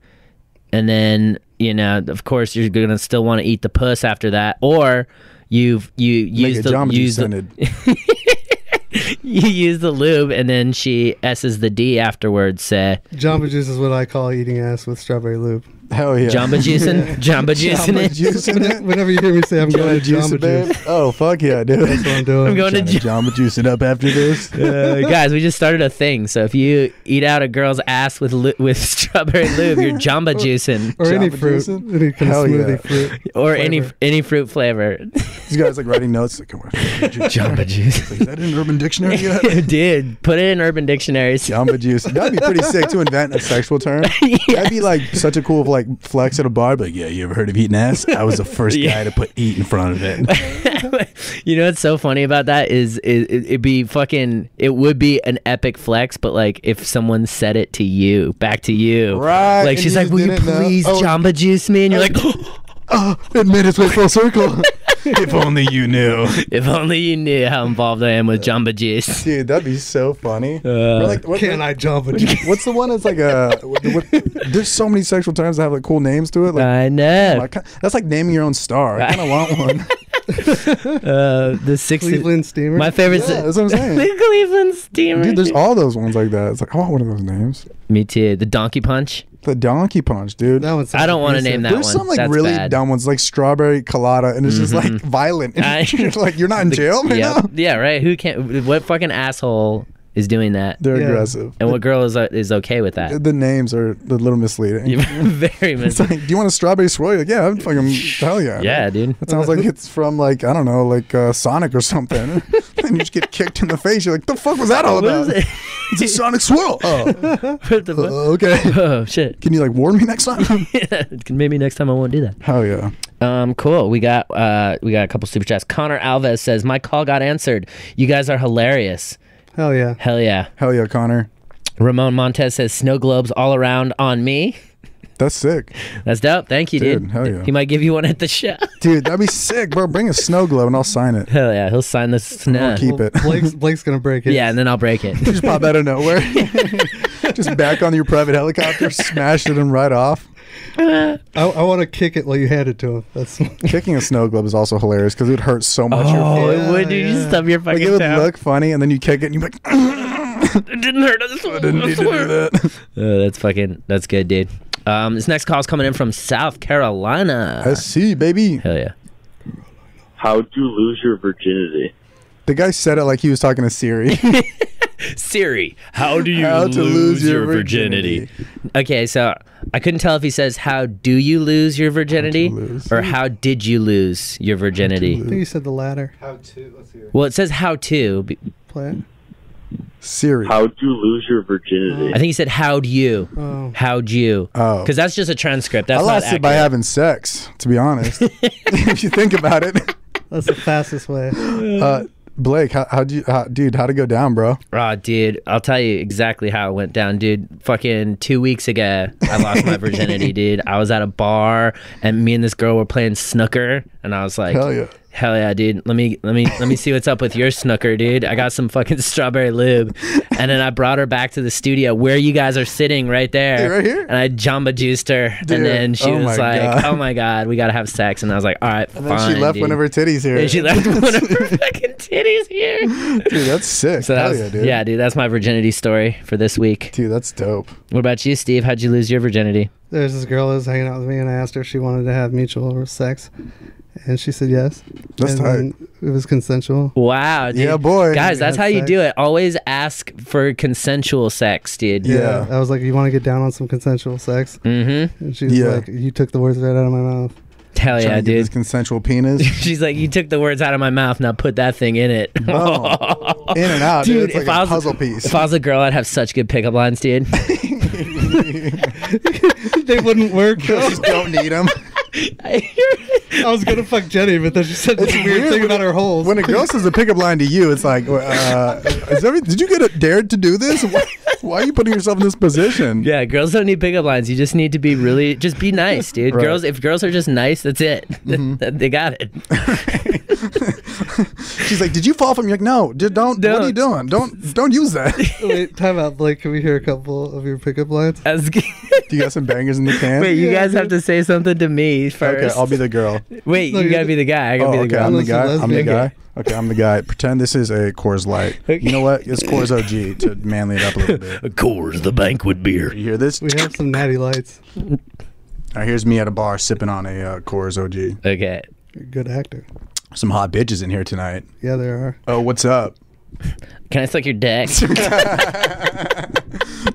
[SPEAKER 1] and then you know of course you're gonna still want to eat the puss after that, or you've you
[SPEAKER 3] Make
[SPEAKER 1] use
[SPEAKER 3] it
[SPEAKER 1] the
[SPEAKER 3] Jamba Juice
[SPEAKER 1] use the,
[SPEAKER 3] scented.
[SPEAKER 1] you use the lube and then she s's the d afterwards. Say
[SPEAKER 2] Jamba Juice is what I call eating ass with strawberry lube.
[SPEAKER 3] Hell yeah.
[SPEAKER 1] jamba juicing, jamba juicing
[SPEAKER 3] Jamba
[SPEAKER 1] it.
[SPEAKER 3] juice in it.
[SPEAKER 2] Whenever you hear me say I'm going
[SPEAKER 3] Jamba
[SPEAKER 2] to Jamba
[SPEAKER 3] juice, babe.
[SPEAKER 2] Juice,
[SPEAKER 3] Oh fuck yeah, dude.
[SPEAKER 2] that's what I'm doing.
[SPEAKER 1] I'm going to
[SPEAKER 3] Trying
[SPEAKER 1] ju-
[SPEAKER 3] to Jamba juice it up after this.
[SPEAKER 1] Uh, guys, we just started a thing. So if you eat out a girl's ass with lu- with strawberry lube, you're jamba juicing.
[SPEAKER 2] or any
[SPEAKER 3] Jamba
[SPEAKER 2] fruit,
[SPEAKER 3] Juice in?
[SPEAKER 2] any kind
[SPEAKER 3] Hell
[SPEAKER 2] of
[SPEAKER 3] yeah.
[SPEAKER 2] smoothie fruit.
[SPEAKER 1] or any
[SPEAKER 2] flavor.
[SPEAKER 1] any fruit flavor.
[SPEAKER 3] These guys like writing notes. Like, Jamba
[SPEAKER 1] Jamba juice.
[SPEAKER 3] Is that in Urban Dictionary yet?
[SPEAKER 1] Dude, put it in Urban Dictionaries.
[SPEAKER 3] Jamba juice. That'd be pretty sick to invent a sexual term. That'd be like such a cool like flex at a bar. But yeah, you ever heard of eating ass? I was the first
[SPEAKER 1] Yeah.
[SPEAKER 3] guy to put eat in front of it.
[SPEAKER 1] you know what's so funny about that is it, it, it'd be fucking, it would be an epic flex, but like if someone said it to you, back to you.
[SPEAKER 3] Right,
[SPEAKER 1] Like
[SPEAKER 3] and
[SPEAKER 1] she's
[SPEAKER 3] you
[SPEAKER 1] like,
[SPEAKER 3] just
[SPEAKER 1] will you
[SPEAKER 3] didn't know."
[SPEAKER 1] please
[SPEAKER 3] Oh.
[SPEAKER 1] Jamba juice me? And you're like,
[SPEAKER 3] oh, it made its way full circle. if only you knew.
[SPEAKER 1] if only you knew how involved I am with Jamba juice.
[SPEAKER 3] Dude, that'd be so funny.
[SPEAKER 1] Uh,
[SPEAKER 3] Or like, what-
[SPEAKER 2] Can I Jamba Juice?
[SPEAKER 3] What's the one that's like a? What, what- there's so many sexual terms that have like cool names to it. Like,
[SPEAKER 1] I know.
[SPEAKER 3] I kinda- that's like naming your own star. I kind of want one.
[SPEAKER 1] Uh, the sixth.
[SPEAKER 2] Cleveland Steamer.
[SPEAKER 1] My favorite.
[SPEAKER 3] Yeah, that's what I'm saying.
[SPEAKER 1] the Cleveland Steamer.
[SPEAKER 3] Dude, there's all those ones like that. It's like I want one of those names.
[SPEAKER 1] Me too. The Donkey Punch.
[SPEAKER 3] The donkey punch, dude.
[SPEAKER 2] That one's.
[SPEAKER 1] I don't want to name that
[SPEAKER 3] There's
[SPEAKER 1] one.
[SPEAKER 3] some like
[SPEAKER 1] That's
[SPEAKER 3] really
[SPEAKER 1] bad. Mm-hmm.
[SPEAKER 3] dumb ones, like strawberry colada, and it's just like violent.
[SPEAKER 1] I-
[SPEAKER 3] And you're like you're not in jail right
[SPEAKER 1] yeah,
[SPEAKER 3] now.
[SPEAKER 1] yeah, right. Who can't? What fucking asshole is doing that?
[SPEAKER 3] They're
[SPEAKER 2] Yeah.
[SPEAKER 3] aggressive.
[SPEAKER 1] And what girl is uh, is okay with that?
[SPEAKER 3] The names are a little misleading.
[SPEAKER 1] Very
[SPEAKER 3] It's like,
[SPEAKER 1] misleading.
[SPEAKER 3] do you want a strawberry swirl? Like, yeah, I'm fucking hell yeah.
[SPEAKER 1] Yeah, dude.
[SPEAKER 3] It sounds like it's from like I don't know, like uh, Sonic or something. and you just get kicked in the face. You're like, the fuck was that all
[SPEAKER 1] What
[SPEAKER 3] about?
[SPEAKER 1] is it?
[SPEAKER 3] It's a Sonic swirl. Oh,
[SPEAKER 1] What the fuck?
[SPEAKER 3] Uh, okay.
[SPEAKER 1] Oh shit!
[SPEAKER 3] Can you like warn me next time?
[SPEAKER 1] Maybe next time I won't do that.
[SPEAKER 3] hell yeah.
[SPEAKER 1] Um, cool. We got uh, we got a couple super chats. Connor Alves says, "My call got answered. You guys are hilarious.
[SPEAKER 2] Hell yeah.
[SPEAKER 1] Hell yeah."
[SPEAKER 3] Hell yeah, Connor.
[SPEAKER 1] Ramon Montez says, "Snow globes all around on me."
[SPEAKER 3] That's sick.
[SPEAKER 1] That's dope. Thank you, dude.
[SPEAKER 3] Dude, hell yeah.
[SPEAKER 1] He might give you one at the show.
[SPEAKER 3] Dude, that'd be sick, bro. Bring a snow globe and I'll sign it.
[SPEAKER 1] Hell yeah, he'll sign this. Snow.
[SPEAKER 3] keep it.
[SPEAKER 2] Blake's Blake's gonna break it.
[SPEAKER 1] Yeah, and then I'll break it.
[SPEAKER 3] just pop out of nowhere. just back on your private helicopter, smash it and right off.
[SPEAKER 2] I, I want to kick it while you hand it to him. That's
[SPEAKER 3] Kicking a snow globe is also hilarious because it would hurt so much. your
[SPEAKER 1] Oh,
[SPEAKER 2] Yeah,
[SPEAKER 1] it would. You just
[SPEAKER 2] yeah.
[SPEAKER 1] stub your
[SPEAKER 3] Like
[SPEAKER 1] fucking
[SPEAKER 3] it would
[SPEAKER 1] toe.
[SPEAKER 3] look funny, and then you kick it, and you're like,
[SPEAKER 1] It didn't hurt. I, just, I
[SPEAKER 3] didn't need to do
[SPEAKER 1] swear.
[SPEAKER 3] that.
[SPEAKER 1] Oh, that's fucking. That's good, dude. Um, this next call's coming in from South Carolina.
[SPEAKER 3] I see, baby.
[SPEAKER 1] Hell yeah.
[SPEAKER 7] How'd you lose your virginity?
[SPEAKER 3] The guy said it like he was talking to Siri.
[SPEAKER 1] Siri, how do you
[SPEAKER 3] How
[SPEAKER 1] lose,
[SPEAKER 3] to lose
[SPEAKER 1] your,
[SPEAKER 3] your
[SPEAKER 1] virginity? Okay, so I couldn't tell if he says how do you lose your virginity
[SPEAKER 3] lose?
[SPEAKER 1] or how did you lose your virginity.
[SPEAKER 2] I think you said the latter.
[SPEAKER 1] Well, it says how to. b-
[SPEAKER 2] Play it.
[SPEAKER 3] Siri.
[SPEAKER 7] How'd you lose your virginity?
[SPEAKER 1] I think he said how'd you.
[SPEAKER 2] Oh.
[SPEAKER 1] How'd you?
[SPEAKER 3] Oh.
[SPEAKER 1] Because that's just a transcript.
[SPEAKER 3] I
[SPEAKER 1] That's not
[SPEAKER 3] lost it by
[SPEAKER 1] accurate.
[SPEAKER 3] having sex, to be honest. if you think about it,
[SPEAKER 2] That's the fastest way.
[SPEAKER 3] uh, Blake, how how do you, how, dude? How to go down, bro?
[SPEAKER 1] Aw, dude, I'll tell you exactly how it went down, dude. Fucking two weeks ago, I lost my virginity, dude. I was at a bar, and me and this girl were playing snooker, and I was like,
[SPEAKER 3] Hell yeah.
[SPEAKER 1] hell yeah, dude. Let me let me let me see what's up with your snooker, dude. I got some fucking strawberry lube, and then I brought her back to the studio where you guys are sitting right there,
[SPEAKER 3] Hey, right here?
[SPEAKER 1] and I jamba juiced her,
[SPEAKER 3] Dude,
[SPEAKER 1] and then she
[SPEAKER 3] oh
[SPEAKER 1] was
[SPEAKER 3] my
[SPEAKER 1] like,
[SPEAKER 3] God.
[SPEAKER 1] oh my god, we gotta have sex, and I was like, all right,
[SPEAKER 3] And then
[SPEAKER 1] fine.
[SPEAKER 3] she left
[SPEAKER 1] dude.
[SPEAKER 3] one of her titties here.
[SPEAKER 1] And she left one of her fucking titties here.
[SPEAKER 3] dude, that's sick.
[SPEAKER 1] So that
[SPEAKER 3] Hell
[SPEAKER 1] was,
[SPEAKER 3] yeah,
[SPEAKER 1] yeah,
[SPEAKER 3] dude.
[SPEAKER 1] dude. that's my virginity story for this week.
[SPEAKER 3] Dude, that's dope.
[SPEAKER 1] What about you, Steve? How'd you lose your virginity?
[SPEAKER 2] There's this girl that was hanging out with me, and I asked her if she wanted to have mutual sex, and she said yes.
[SPEAKER 3] That's
[SPEAKER 2] and
[SPEAKER 3] tight.
[SPEAKER 2] then It was consensual.
[SPEAKER 1] Wow, dude.
[SPEAKER 3] Yeah, boy.
[SPEAKER 1] Guys, that's
[SPEAKER 2] had
[SPEAKER 1] how you
[SPEAKER 2] sex.
[SPEAKER 1] do it. Always ask for consensual sex, dude.
[SPEAKER 3] Yeah.
[SPEAKER 2] I was like, "You want to get down on some consensual sex?"
[SPEAKER 1] Mm-hmm.
[SPEAKER 2] And she's
[SPEAKER 3] Yeah.
[SPEAKER 2] like, "You took the words right out of my mouth."
[SPEAKER 1] Hell
[SPEAKER 3] Trying
[SPEAKER 1] yeah,
[SPEAKER 3] to get This
[SPEAKER 1] dude.
[SPEAKER 3] consensual penis
[SPEAKER 1] She's like, you took the words out of my mouth. Now put that thing in it.
[SPEAKER 3] Oh. in and out, dude.
[SPEAKER 1] Dude,
[SPEAKER 3] It's like
[SPEAKER 1] if I
[SPEAKER 3] a
[SPEAKER 1] was-
[SPEAKER 3] puzzle piece.
[SPEAKER 1] If I was a girl, I'd have such good pickup lines, dude.
[SPEAKER 2] they wouldn't work.
[SPEAKER 3] I just don't need them.
[SPEAKER 2] I was gonna fuck Jenny, but then she said this
[SPEAKER 3] It's
[SPEAKER 2] weird
[SPEAKER 3] weird
[SPEAKER 2] thing
[SPEAKER 3] when-
[SPEAKER 2] about her holes.
[SPEAKER 3] When a girl says a pickup line to you, it's like, uh, is every, did you get a, dared to do this? Why, why are you putting yourself in this position?
[SPEAKER 1] yeah, girls don't need pickup lines. You just need to be really, just be nice, dude.
[SPEAKER 3] Right. Mm-hmm.
[SPEAKER 1] Girls, if girls are just nice, that's it. they got it.
[SPEAKER 3] She's like, did you fall from? You're like, no, d- don't, What are you
[SPEAKER 1] Don't.
[SPEAKER 3] doing? Don't, don't use that.
[SPEAKER 2] Wait, time out, Blake. Can we hear a couple of your pickup lines?
[SPEAKER 1] As-
[SPEAKER 3] Do you got some bangers in the can?
[SPEAKER 1] Wait, you guys have to say something to me
[SPEAKER 3] okay,
[SPEAKER 1] first.
[SPEAKER 3] I'll be the girl.
[SPEAKER 1] Wait,
[SPEAKER 2] No,
[SPEAKER 1] you
[SPEAKER 2] you're
[SPEAKER 1] gotta
[SPEAKER 2] the-
[SPEAKER 1] be the guy. I gotta
[SPEAKER 3] Oh,
[SPEAKER 1] be the
[SPEAKER 3] okay,
[SPEAKER 1] guy.
[SPEAKER 3] I'm the
[SPEAKER 2] Unless
[SPEAKER 3] guy.
[SPEAKER 2] it's
[SPEAKER 3] I'm the
[SPEAKER 2] lesbian.
[SPEAKER 3] guy. Okay, I'm the guy. Pretend this is a Coors Light. You know what? It's Coors OG to manly it up a little bit.
[SPEAKER 1] Of course, the banquet beer.
[SPEAKER 3] You hear this?
[SPEAKER 2] We have some natty lights.
[SPEAKER 3] Now here's me at a bar sipping on a uh, Coors OG.
[SPEAKER 1] Okay.
[SPEAKER 2] You're a good actor.
[SPEAKER 3] Some hot bitches in here tonight.
[SPEAKER 2] Yeah, there are.
[SPEAKER 3] Oh, what's up?
[SPEAKER 1] Can I suck your dick?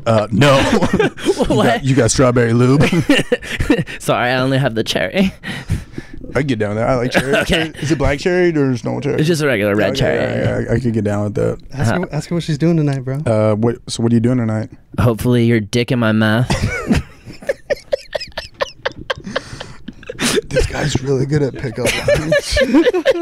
[SPEAKER 3] Uh, no. You, got,
[SPEAKER 1] what?
[SPEAKER 3] you got strawberry lube.
[SPEAKER 1] Sorry, I only have the cherry.
[SPEAKER 3] I get down with that. I like cherry.
[SPEAKER 1] Okay.
[SPEAKER 3] Is it black cherry or there's no cherry?
[SPEAKER 1] It's just a regular red
[SPEAKER 3] Okay,
[SPEAKER 1] cherry.
[SPEAKER 3] yeah, yeah, I, I could get down with that.
[SPEAKER 2] Ask her, ask her what she's doing tonight, bro.
[SPEAKER 3] Uh, what? So what are you doing tonight?
[SPEAKER 1] Hopefully, your dick in my mouth.
[SPEAKER 3] This guy's really good at pickup lines.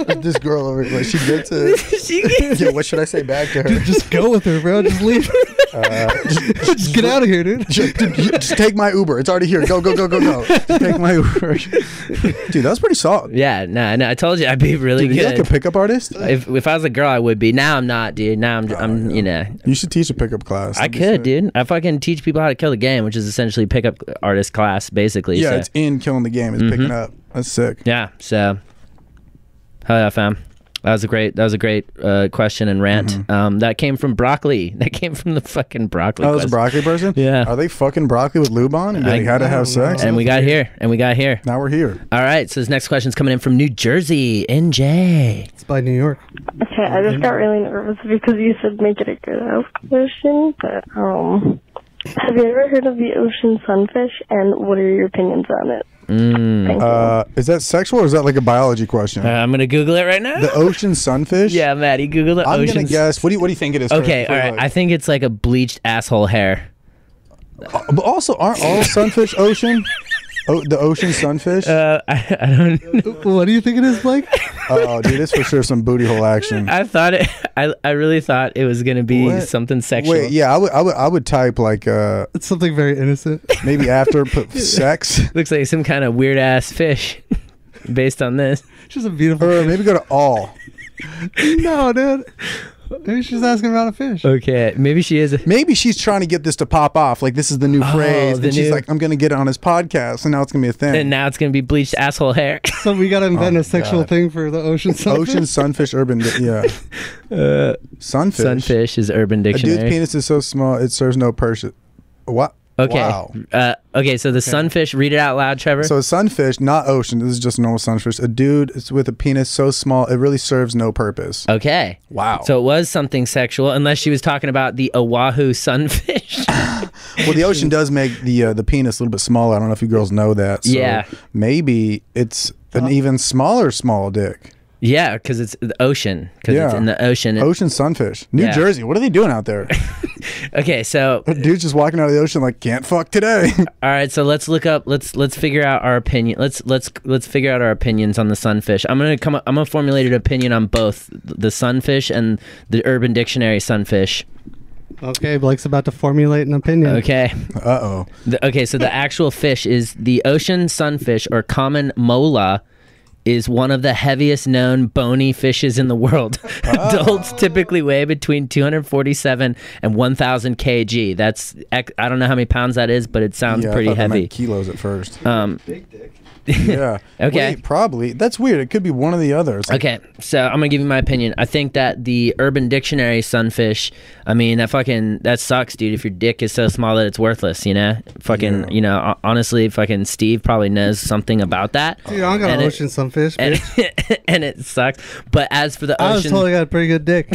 [SPEAKER 3] this girl over here, like, she gets it.
[SPEAKER 1] she gets
[SPEAKER 3] Yeah, what should I say back to her?
[SPEAKER 2] Just go with her, bro. Just leave. Just get out of here, dude.
[SPEAKER 3] Uh, Just, dude, you- just take my Uber. It's already here. Go, go, go, go, go. Just take my Uber. Dude, that was pretty solid.
[SPEAKER 1] Yeah, nah, nah. I told you I'd be really
[SPEAKER 3] Dude, you like a
[SPEAKER 1] good.
[SPEAKER 3] pickup artist?
[SPEAKER 1] if if I was a girl, I would be. Now I'm not, dude. Now I'm, I'm you know.
[SPEAKER 3] You should teach a pickup class.
[SPEAKER 1] I
[SPEAKER 3] That'd be
[SPEAKER 1] could,
[SPEAKER 3] sick.
[SPEAKER 1] dude. I fucking teach people how to kill the game, which is essentially pickup artist class, basically.
[SPEAKER 3] Yeah,
[SPEAKER 1] so. Mm-hmm.
[SPEAKER 3] it's in killing the game. It's picking up. That's sick.
[SPEAKER 1] Yeah, so hell yeah, fam. That was a great. That was a great uh, question and rant. Um, that came from broccoli. That came from the fucking broccoli.
[SPEAKER 3] Mm-hmm. Oh, it's a
[SPEAKER 1] question.
[SPEAKER 3] broccoli person.
[SPEAKER 1] Yeah.
[SPEAKER 3] Are they fucking broccoli with lube on and
[SPEAKER 1] I-
[SPEAKER 3] they had to have sex?
[SPEAKER 1] and we got here. And we got here.
[SPEAKER 3] now we're here.
[SPEAKER 1] All right. So this next question's coming in from New Jersey. NJ.
[SPEAKER 2] It's by New York.
[SPEAKER 6] Okay, I just got really nervous because you said make it a good health question, but um, have you ever heard of the ocean sunfish, and what are your opinions on it? Thank you.
[SPEAKER 3] Uh, is that sexual or is that like a biology question?
[SPEAKER 1] Uh, I'm gonna Google it right now.
[SPEAKER 3] the ocean sunfish.
[SPEAKER 1] yeah, Maddie. Google the
[SPEAKER 3] I'm gonna
[SPEAKER 1] oceans.
[SPEAKER 3] guess. What do you What do you think it is? for-
[SPEAKER 1] Okay.
[SPEAKER 3] for,
[SPEAKER 1] All right.
[SPEAKER 3] like-
[SPEAKER 1] I think it's like a bleached asshole hair.
[SPEAKER 3] Uh, but also, aren't all sunfish ocean? Oh, the ocean sunfish.
[SPEAKER 1] Uh, I, I don't.
[SPEAKER 2] What do you think it is, Blake?
[SPEAKER 3] oh, dude, it's for sure some booty hole action.
[SPEAKER 1] I thought it. I I really thought it was gonna be
[SPEAKER 3] What?
[SPEAKER 1] something sexual.
[SPEAKER 3] Wait, yeah, I would, I would, I would type like uh,
[SPEAKER 2] It's something very innocent.
[SPEAKER 3] maybe after put sex,
[SPEAKER 1] Looks like some kind of weird ass fish. Based on this,
[SPEAKER 2] She's a beautiful.
[SPEAKER 3] or maybe go to all.
[SPEAKER 2] no, dude. Maybe she's asking about a fish.
[SPEAKER 1] okay, maybe she is. A,
[SPEAKER 3] Maybe she's trying to get this to pop off. Like this is the new phrase,
[SPEAKER 1] Oh, the
[SPEAKER 3] and she's
[SPEAKER 1] new-
[SPEAKER 3] like, I'm gonna get it on his podcast, and now it's gonna be a thing.
[SPEAKER 1] and now it's gonna be bleached asshole hair.
[SPEAKER 2] So we gotta invent
[SPEAKER 1] Oh
[SPEAKER 2] a sexual
[SPEAKER 3] God.
[SPEAKER 2] thing for the ocean sunfish.
[SPEAKER 3] Ocean sunfish urban yeah. sunfish.
[SPEAKER 1] Uh, Sunfish is Urban
[SPEAKER 3] A dude's
[SPEAKER 1] Dictionary.
[SPEAKER 3] penis is so small it serves no purpose. What?
[SPEAKER 1] Okay.
[SPEAKER 3] Wow.
[SPEAKER 1] Uh, okay. So the sunfish. Read it out loud, Trevor.
[SPEAKER 3] So a sunfish, not ocean. This is just a normal sunfish. A dude is with a penis so small it really serves no purpose.
[SPEAKER 1] Uh, okay.
[SPEAKER 3] Wow.
[SPEAKER 1] So it was something sexual, unless she was talking about the Oahu sunfish.
[SPEAKER 3] well, the ocean does make the uh, the penis a little bit smaller. I don't know if you girls know that. So
[SPEAKER 1] Yeah.
[SPEAKER 3] Maybe it's an even smaller small dick.
[SPEAKER 1] yeah, because it's the ocean. Because it's
[SPEAKER 3] Yeah.
[SPEAKER 1] in the ocean.
[SPEAKER 3] Ocean sunfish. New
[SPEAKER 1] Yeah.
[SPEAKER 3] Jersey. What are they doing out there?
[SPEAKER 1] okay. So
[SPEAKER 3] Dude's just walking out of the ocean like can't fuck today.
[SPEAKER 1] All right, so let's look up. Let's let's figure out our opinion. Let's let's let's figure out our opinions on the sunfish. I'm gonna come. up- I'm gonna formulate an opinion on both the sunfish and the Urban Dictionary sunfish.
[SPEAKER 2] Okay, Blake's about to formulate an opinion.
[SPEAKER 1] Okay.
[SPEAKER 3] uh oh.
[SPEAKER 1] The- okay. So the actual fish is the ocean sunfish or common mola. Is one of the heaviest known bony fishes in the world.
[SPEAKER 3] Ah.
[SPEAKER 1] Adults typically weigh between 247 and 1,000 kg. That's ec- I don't know how many pounds that is, but it sounds
[SPEAKER 3] I
[SPEAKER 1] pretty
[SPEAKER 3] thought they meant
[SPEAKER 1] heavy.
[SPEAKER 3] Kilos at first.
[SPEAKER 1] Um,
[SPEAKER 3] yeah.
[SPEAKER 1] Okay.
[SPEAKER 3] Wait, probably. That's weird. It could be one of the others. Like,
[SPEAKER 1] Okay, so I'm gonna give you my opinion. I think that the Urban Dictionary sunfish. I mean, that fucking that sucks, dude. If your dick is so small that it's worthless, you know. Fucking, you know. ho- Honestly, fucking Steve probably knows something about that.
[SPEAKER 3] Oh,
[SPEAKER 2] Dude, I'm
[SPEAKER 1] And
[SPEAKER 2] gonna
[SPEAKER 1] it-
[SPEAKER 2] ocean sunfish.
[SPEAKER 1] and,
[SPEAKER 2] bitch.
[SPEAKER 1] and it sucks. But as for the
[SPEAKER 2] I was
[SPEAKER 1] ocean,
[SPEAKER 2] told I got a pretty good dick.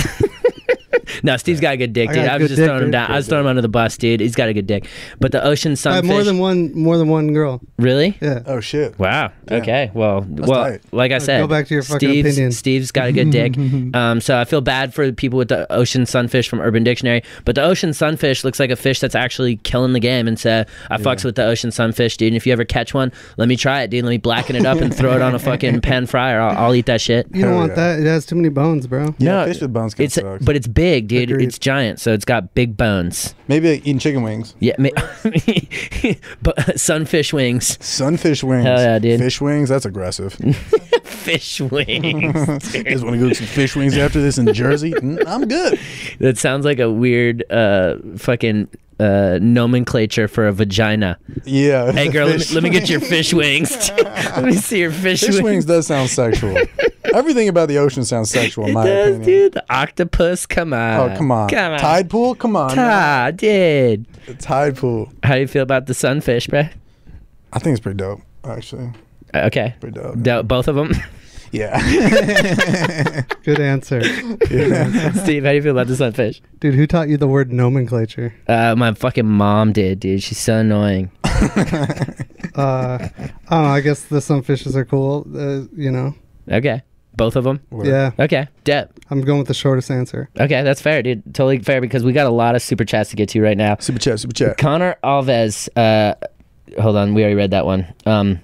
[SPEAKER 1] no, Steve's got a good dick,
[SPEAKER 2] I
[SPEAKER 1] dude.
[SPEAKER 2] got a
[SPEAKER 1] I
[SPEAKER 2] good
[SPEAKER 1] was just
[SPEAKER 2] dick,
[SPEAKER 1] throwing him
[SPEAKER 2] dude.
[SPEAKER 1] down. I was throwing him under the bus, dude. He's got a good dick. But the ocean
[SPEAKER 2] I have
[SPEAKER 1] sunfish,
[SPEAKER 2] more than one, more than one girl.
[SPEAKER 1] really?
[SPEAKER 2] Yeah.
[SPEAKER 3] Oh shit.
[SPEAKER 1] Wow. Okay. Well, well,
[SPEAKER 3] tight.
[SPEAKER 1] like I said,
[SPEAKER 2] back to your fucking
[SPEAKER 1] Steve's,
[SPEAKER 2] opinion.
[SPEAKER 1] Steve's got a good dick. Um, so I feel bad for the people with the ocean sunfish from Urban Dictionary, but the ocean sunfish looks like a fish that's actually killing the game. And so I fucks with the ocean sunfish, dude. And if you ever catch one, let me try it, dude. Let me blacken it up and throw it on a fucking pan fryer. I'll, I'll eat that shit.
[SPEAKER 2] You don't
[SPEAKER 3] Hell
[SPEAKER 2] want
[SPEAKER 3] yeah.
[SPEAKER 2] that. It has too many bones, bro.
[SPEAKER 3] Yeah,
[SPEAKER 1] No,
[SPEAKER 3] fish with bones kind
[SPEAKER 1] It's
[SPEAKER 3] of sucks.
[SPEAKER 1] but it's big, dude.
[SPEAKER 2] Agreed.
[SPEAKER 1] It's giant, so it's got big bones.
[SPEAKER 3] Maybe like eating chicken wings,
[SPEAKER 1] Yeah, ma- but uh, sunfish wings,
[SPEAKER 3] sunfish wings.
[SPEAKER 1] Hell yeah, dude.
[SPEAKER 3] Fish wings. That's aggressive.
[SPEAKER 1] fish wings.
[SPEAKER 3] just want to go get some fish wings after this in Jersey. Mm, I'm good.
[SPEAKER 1] That sounds like a weird uh, fucking uh, nomenclature for a vagina.
[SPEAKER 3] Yeah.
[SPEAKER 1] Hey, girl, let me,
[SPEAKER 3] Fish
[SPEAKER 1] let me get your fish wings. let me see your fish,
[SPEAKER 3] Fish wings
[SPEAKER 1] wings.
[SPEAKER 3] does sound sexual. Everything about the ocean sounds sexual, in
[SPEAKER 1] It
[SPEAKER 3] my
[SPEAKER 1] does,
[SPEAKER 3] opinion.
[SPEAKER 1] dude. The octopus, come on.
[SPEAKER 3] Oh, come on.
[SPEAKER 1] Come on.
[SPEAKER 3] Tide pool? Come on.
[SPEAKER 1] Ah, dude.
[SPEAKER 3] Tide pool.
[SPEAKER 1] How do you feel about the sunfish, bruh?
[SPEAKER 3] I think it's pretty dope, actually.
[SPEAKER 1] Uh, Okay.
[SPEAKER 3] Pretty dope.
[SPEAKER 1] Do- both of them.
[SPEAKER 3] yeah.
[SPEAKER 2] Good answer,
[SPEAKER 3] yeah.
[SPEAKER 1] Steve, how do you feel about the sunfish?
[SPEAKER 2] dude. Who taught you the word nomenclature?
[SPEAKER 1] Uh, my fucking mom did, dude. She's so annoying.
[SPEAKER 2] Uh, I don't know. I guess the sunfishes are cool. Uh, you know.
[SPEAKER 1] Okay. Both of them?
[SPEAKER 2] Yeah,
[SPEAKER 1] Okay. Deb.
[SPEAKER 2] I'm going with the shortest answer.
[SPEAKER 1] Okay, that's fair, dude. Totally fair because we got a lot of super chats to get to right now.
[SPEAKER 3] Super chat, super chat.
[SPEAKER 1] Connor Alves. Uh, hold on, we already read that one. Um,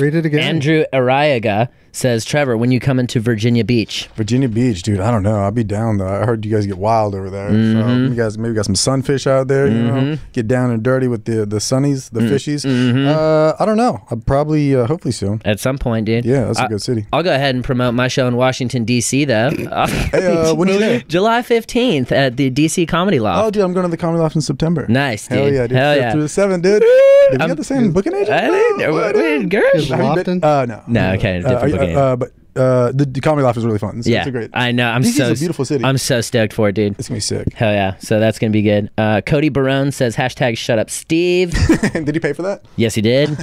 [SPEAKER 2] Read it again.
[SPEAKER 1] Andrew Arriaga says, Trevor, when you come into Virginia Beach,
[SPEAKER 3] Virginia Beach, dude. I don't know. I'd be down though. I heard you guys get wild over there.
[SPEAKER 1] Mm-hmm.
[SPEAKER 3] So you guys maybe got some sunfish out there. You know, get down and dirty with the the sunnies,
[SPEAKER 1] Mm-hmm.
[SPEAKER 3] the fishies. Uh, I don't know. I'd probably, uh, hopefully soon.
[SPEAKER 1] at some point, dude.
[SPEAKER 3] Yeah, that's a
[SPEAKER 1] I-
[SPEAKER 3] good city.
[SPEAKER 1] I'll go ahead and promote my show in Washington, D.C., though.
[SPEAKER 3] Hey, uh, when are you there?
[SPEAKER 1] July 15th at the D.C. Comedy
[SPEAKER 3] Oh,
[SPEAKER 1] Loft.
[SPEAKER 3] dude, I'm going to the Comedy Loft in September.
[SPEAKER 1] Nice,
[SPEAKER 3] Hell
[SPEAKER 1] dude.
[SPEAKER 3] yeah, dude.
[SPEAKER 1] Hell
[SPEAKER 3] Fifth
[SPEAKER 1] yeah.
[SPEAKER 3] Through the seven, dude. Oh, Did we
[SPEAKER 1] I'm-
[SPEAKER 3] get the same booking agent?
[SPEAKER 1] I didn't know.
[SPEAKER 3] What,
[SPEAKER 1] Wait,
[SPEAKER 3] dude?
[SPEAKER 1] Gersh.
[SPEAKER 2] Is
[SPEAKER 3] Have you been-
[SPEAKER 2] Lofton?
[SPEAKER 3] Uh, no.
[SPEAKER 1] No, okay,
[SPEAKER 3] Uh,
[SPEAKER 1] different
[SPEAKER 3] are you-
[SPEAKER 1] booking
[SPEAKER 3] uh, uh, but uh, the, the comedy life is really fun. It's,
[SPEAKER 1] yeah,
[SPEAKER 3] it's a great.
[SPEAKER 1] I know. I'm
[SPEAKER 3] DC is
[SPEAKER 1] so
[SPEAKER 3] a beautiful city.
[SPEAKER 1] I'm so stoked for it, dude.
[SPEAKER 3] it's gonna be sick.
[SPEAKER 1] Hell yeah! So that's gonna be good. Uh, Cody Barone says hashtag Shut Up Steve.
[SPEAKER 3] Did he pay for that?
[SPEAKER 1] yes, he did.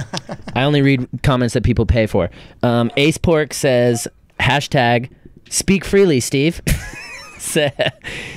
[SPEAKER 1] I only read comments that people pay for. Um, Ace Pork says hashtag Speak freely, Steve. so,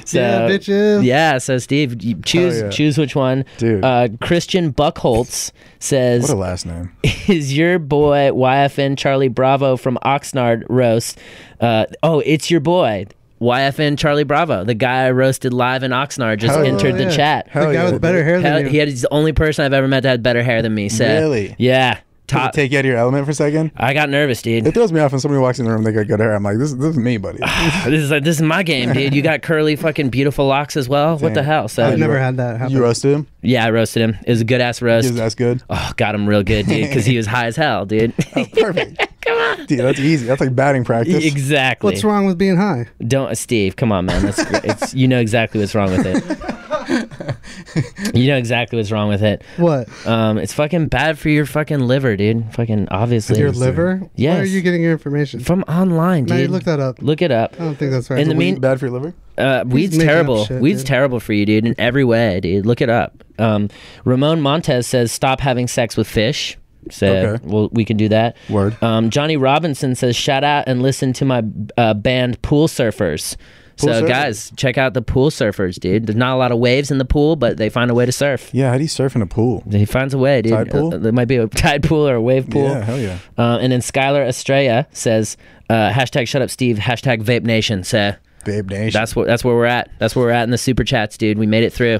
[SPEAKER 1] so-
[SPEAKER 2] Yeah, bitches.
[SPEAKER 1] Yeah, so Steve, you choose
[SPEAKER 3] Hell yeah.
[SPEAKER 1] choose which one.
[SPEAKER 3] Dude.
[SPEAKER 1] Uh, Christian Buckholtz
[SPEAKER 3] What
[SPEAKER 1] says
[SPEAKER 3] a last name.
[SPEAKER 1] is your boy YFN Charlie Bravo from Oxnard roast. Uh, oh, it's your boy YFN Charlie Bravo, the guy I roasted live in Oxnard, just
[SPEAKER 3] Hell yeah.
[SPEAKER 1] entered the
[SPEAKER 2] Oh, yeah.
[SPEAKER 1] chat.
[SPEAKER 3] Hell
[SPEAKER 2] the guy
[SPEAKER 3] yeah.
[SPEAKER 2] with better hair
[SPEAKER 1] Hell-
[SPEAKER 2] than you.
[SPEAKER 1] he had, he's the only person I've ever met that had better hair than me. So
[SPEAKER 3] Really?
[SPEAKER 1] yeah,
[SPEAKER 3] Does it
[SPEAKER 1] top.
[SPEAKER 3] take you out of your element for a second.
[SPEAKER 1] I got nervous,
[SPEAKER 3] It
[SPEAKER 1] dude.
[SPEAKER 3] throws me off when somebody walks in the room. They got good hair. I'm like, this, this is me, buddy.
[SPEAKER 1] this is like this is my game, dude. You got curly, fucking beautiful locks as well. What the
[SPEAKER 3] Damn.
[SPEAKER 1] hell? So
[SPEAKER 2] I've never had that happen.
[SPEAKER 3] you roasted him.
[SPEAKER 1] yeah, I roasted him. It was a good ass
[SPEAKER 3] Is
[SPEAKER 1] roast.
[SPEAKER 3] that's good?
[SPEAKER 1] Oh, got him real good, dude, because he was high as hell, dude.
[SPEAKER 3] Perfect. Come on, dude. That's easy. That's like batting practice.
[SPEAKER 1] exactly.
[SPEAKER 2] What's wrong with being high?
[SPEAKER 1] Don't, uh, Steve. Come on, man. That's great. It's, you know exactly what's wrong with it. you know exactly what's wrong with it.
[SPEAKER 2] What?
[SPEAKER 1] Um, it's fucking bad for your fucking liver, dude. Fucking obviously.
[SPEAKER 2] Your liver? Where are
[SPEAKER 1] Yes.
[SPEAKER 2] you getting your information?
[SPEAKER 1] From online,
[SPEAKER 2] No,
[SPEAKER 1] dude.
[SPEAKER 2] you look that up.
[SPEAKER 1] Look it up.
[SPEAKER 2] I don't think that's right.
[SPEAKER 1] In the mean-
[SPEAKER 3] bad for your liver.
[SPEAKER 1] Uh, weed's
[SPEAKER 2] making up
[SPEAKER 1] terrible.
[SPEAKER 2] shit,
[SPEAKER 1] weed's
[SPEAKER 2] dude.
[SPEAKER 1] terrible for you, dude, in every way, dude. Look it up. Um, Ramon Montez says stop having sex with fish. So
[SPEAKER 3] Okay.
[SPEAKER 1] we'll, we can do that.
[SPEAKER 3] Word.
[SPEAKER 1] Um, Johnny Robinson says shout out and listen to my uh, band Pool Surfers. so
[SPEAKER 3] Pool Surfers.
[SPEAKER 1] guys, check out the Pool Surfers, dude. There's not a lot of waves in the pool, but they find a way to surf.
[SPEAKER 3] Yeah. How do you surf in a pool?
[SPEAKER 1] He finds a way, dude.
[SPEAKER 3] Tide pool?
[SPEAKER 1] Uh, there might be a tide pool or a wave pool.
[SPEAKER 3] Yeah. Hell yeah.
[SPEAKER 1] Uh, and then Skylar Estrella says uh, hashtag Shut Up Steve hashtag Vape Nation. So
[SPEAKER 3] Babe Nation.
[SPEAKER 1] that's what that's where we're at. That's where we're at in the super chats, dude. We made it through.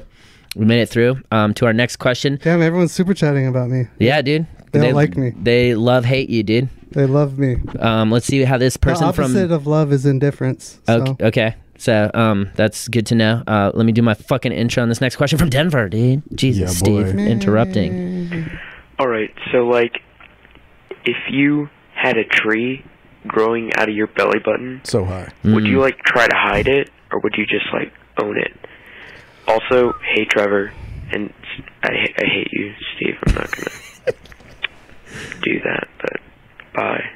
[SPEAKER 1] We made it through. Um, to our next question.
[SPEAKER 2] Damn, everyone's super chatting about me.
[SPEAKER 1] Yeah, dude.
[SPEAKER 2] They don't like me.
[SPEAKER 1] They love hate you, dude.
[SPEAKER 2] They love me.
[SPEAKER 1] Um, let's see how this
[SPEAKER 2] The
[SPEAKER 1] person from.
[SPEAKER 2] opposite of love is indifference. So.
[SPEAKER 1] okay, okay. So um, that's good to know. Uh, let me do my fucking intro on this next question from Denver, dude. Jesus,
[SPEAKER 3] Yeah, boy.
[SPEAKER 1] Steve, interrupting.
[SPEAKER 8] All right, so like, if you had a tree growing out of your belly button,
[SPEAKER 3] so high.
[SPEAKER 8] would you like try to hide it, or would you just like own it? Also, hey Trevor, and s- I, ha- I hate you, Steve. I'm not gonna do that, but bye.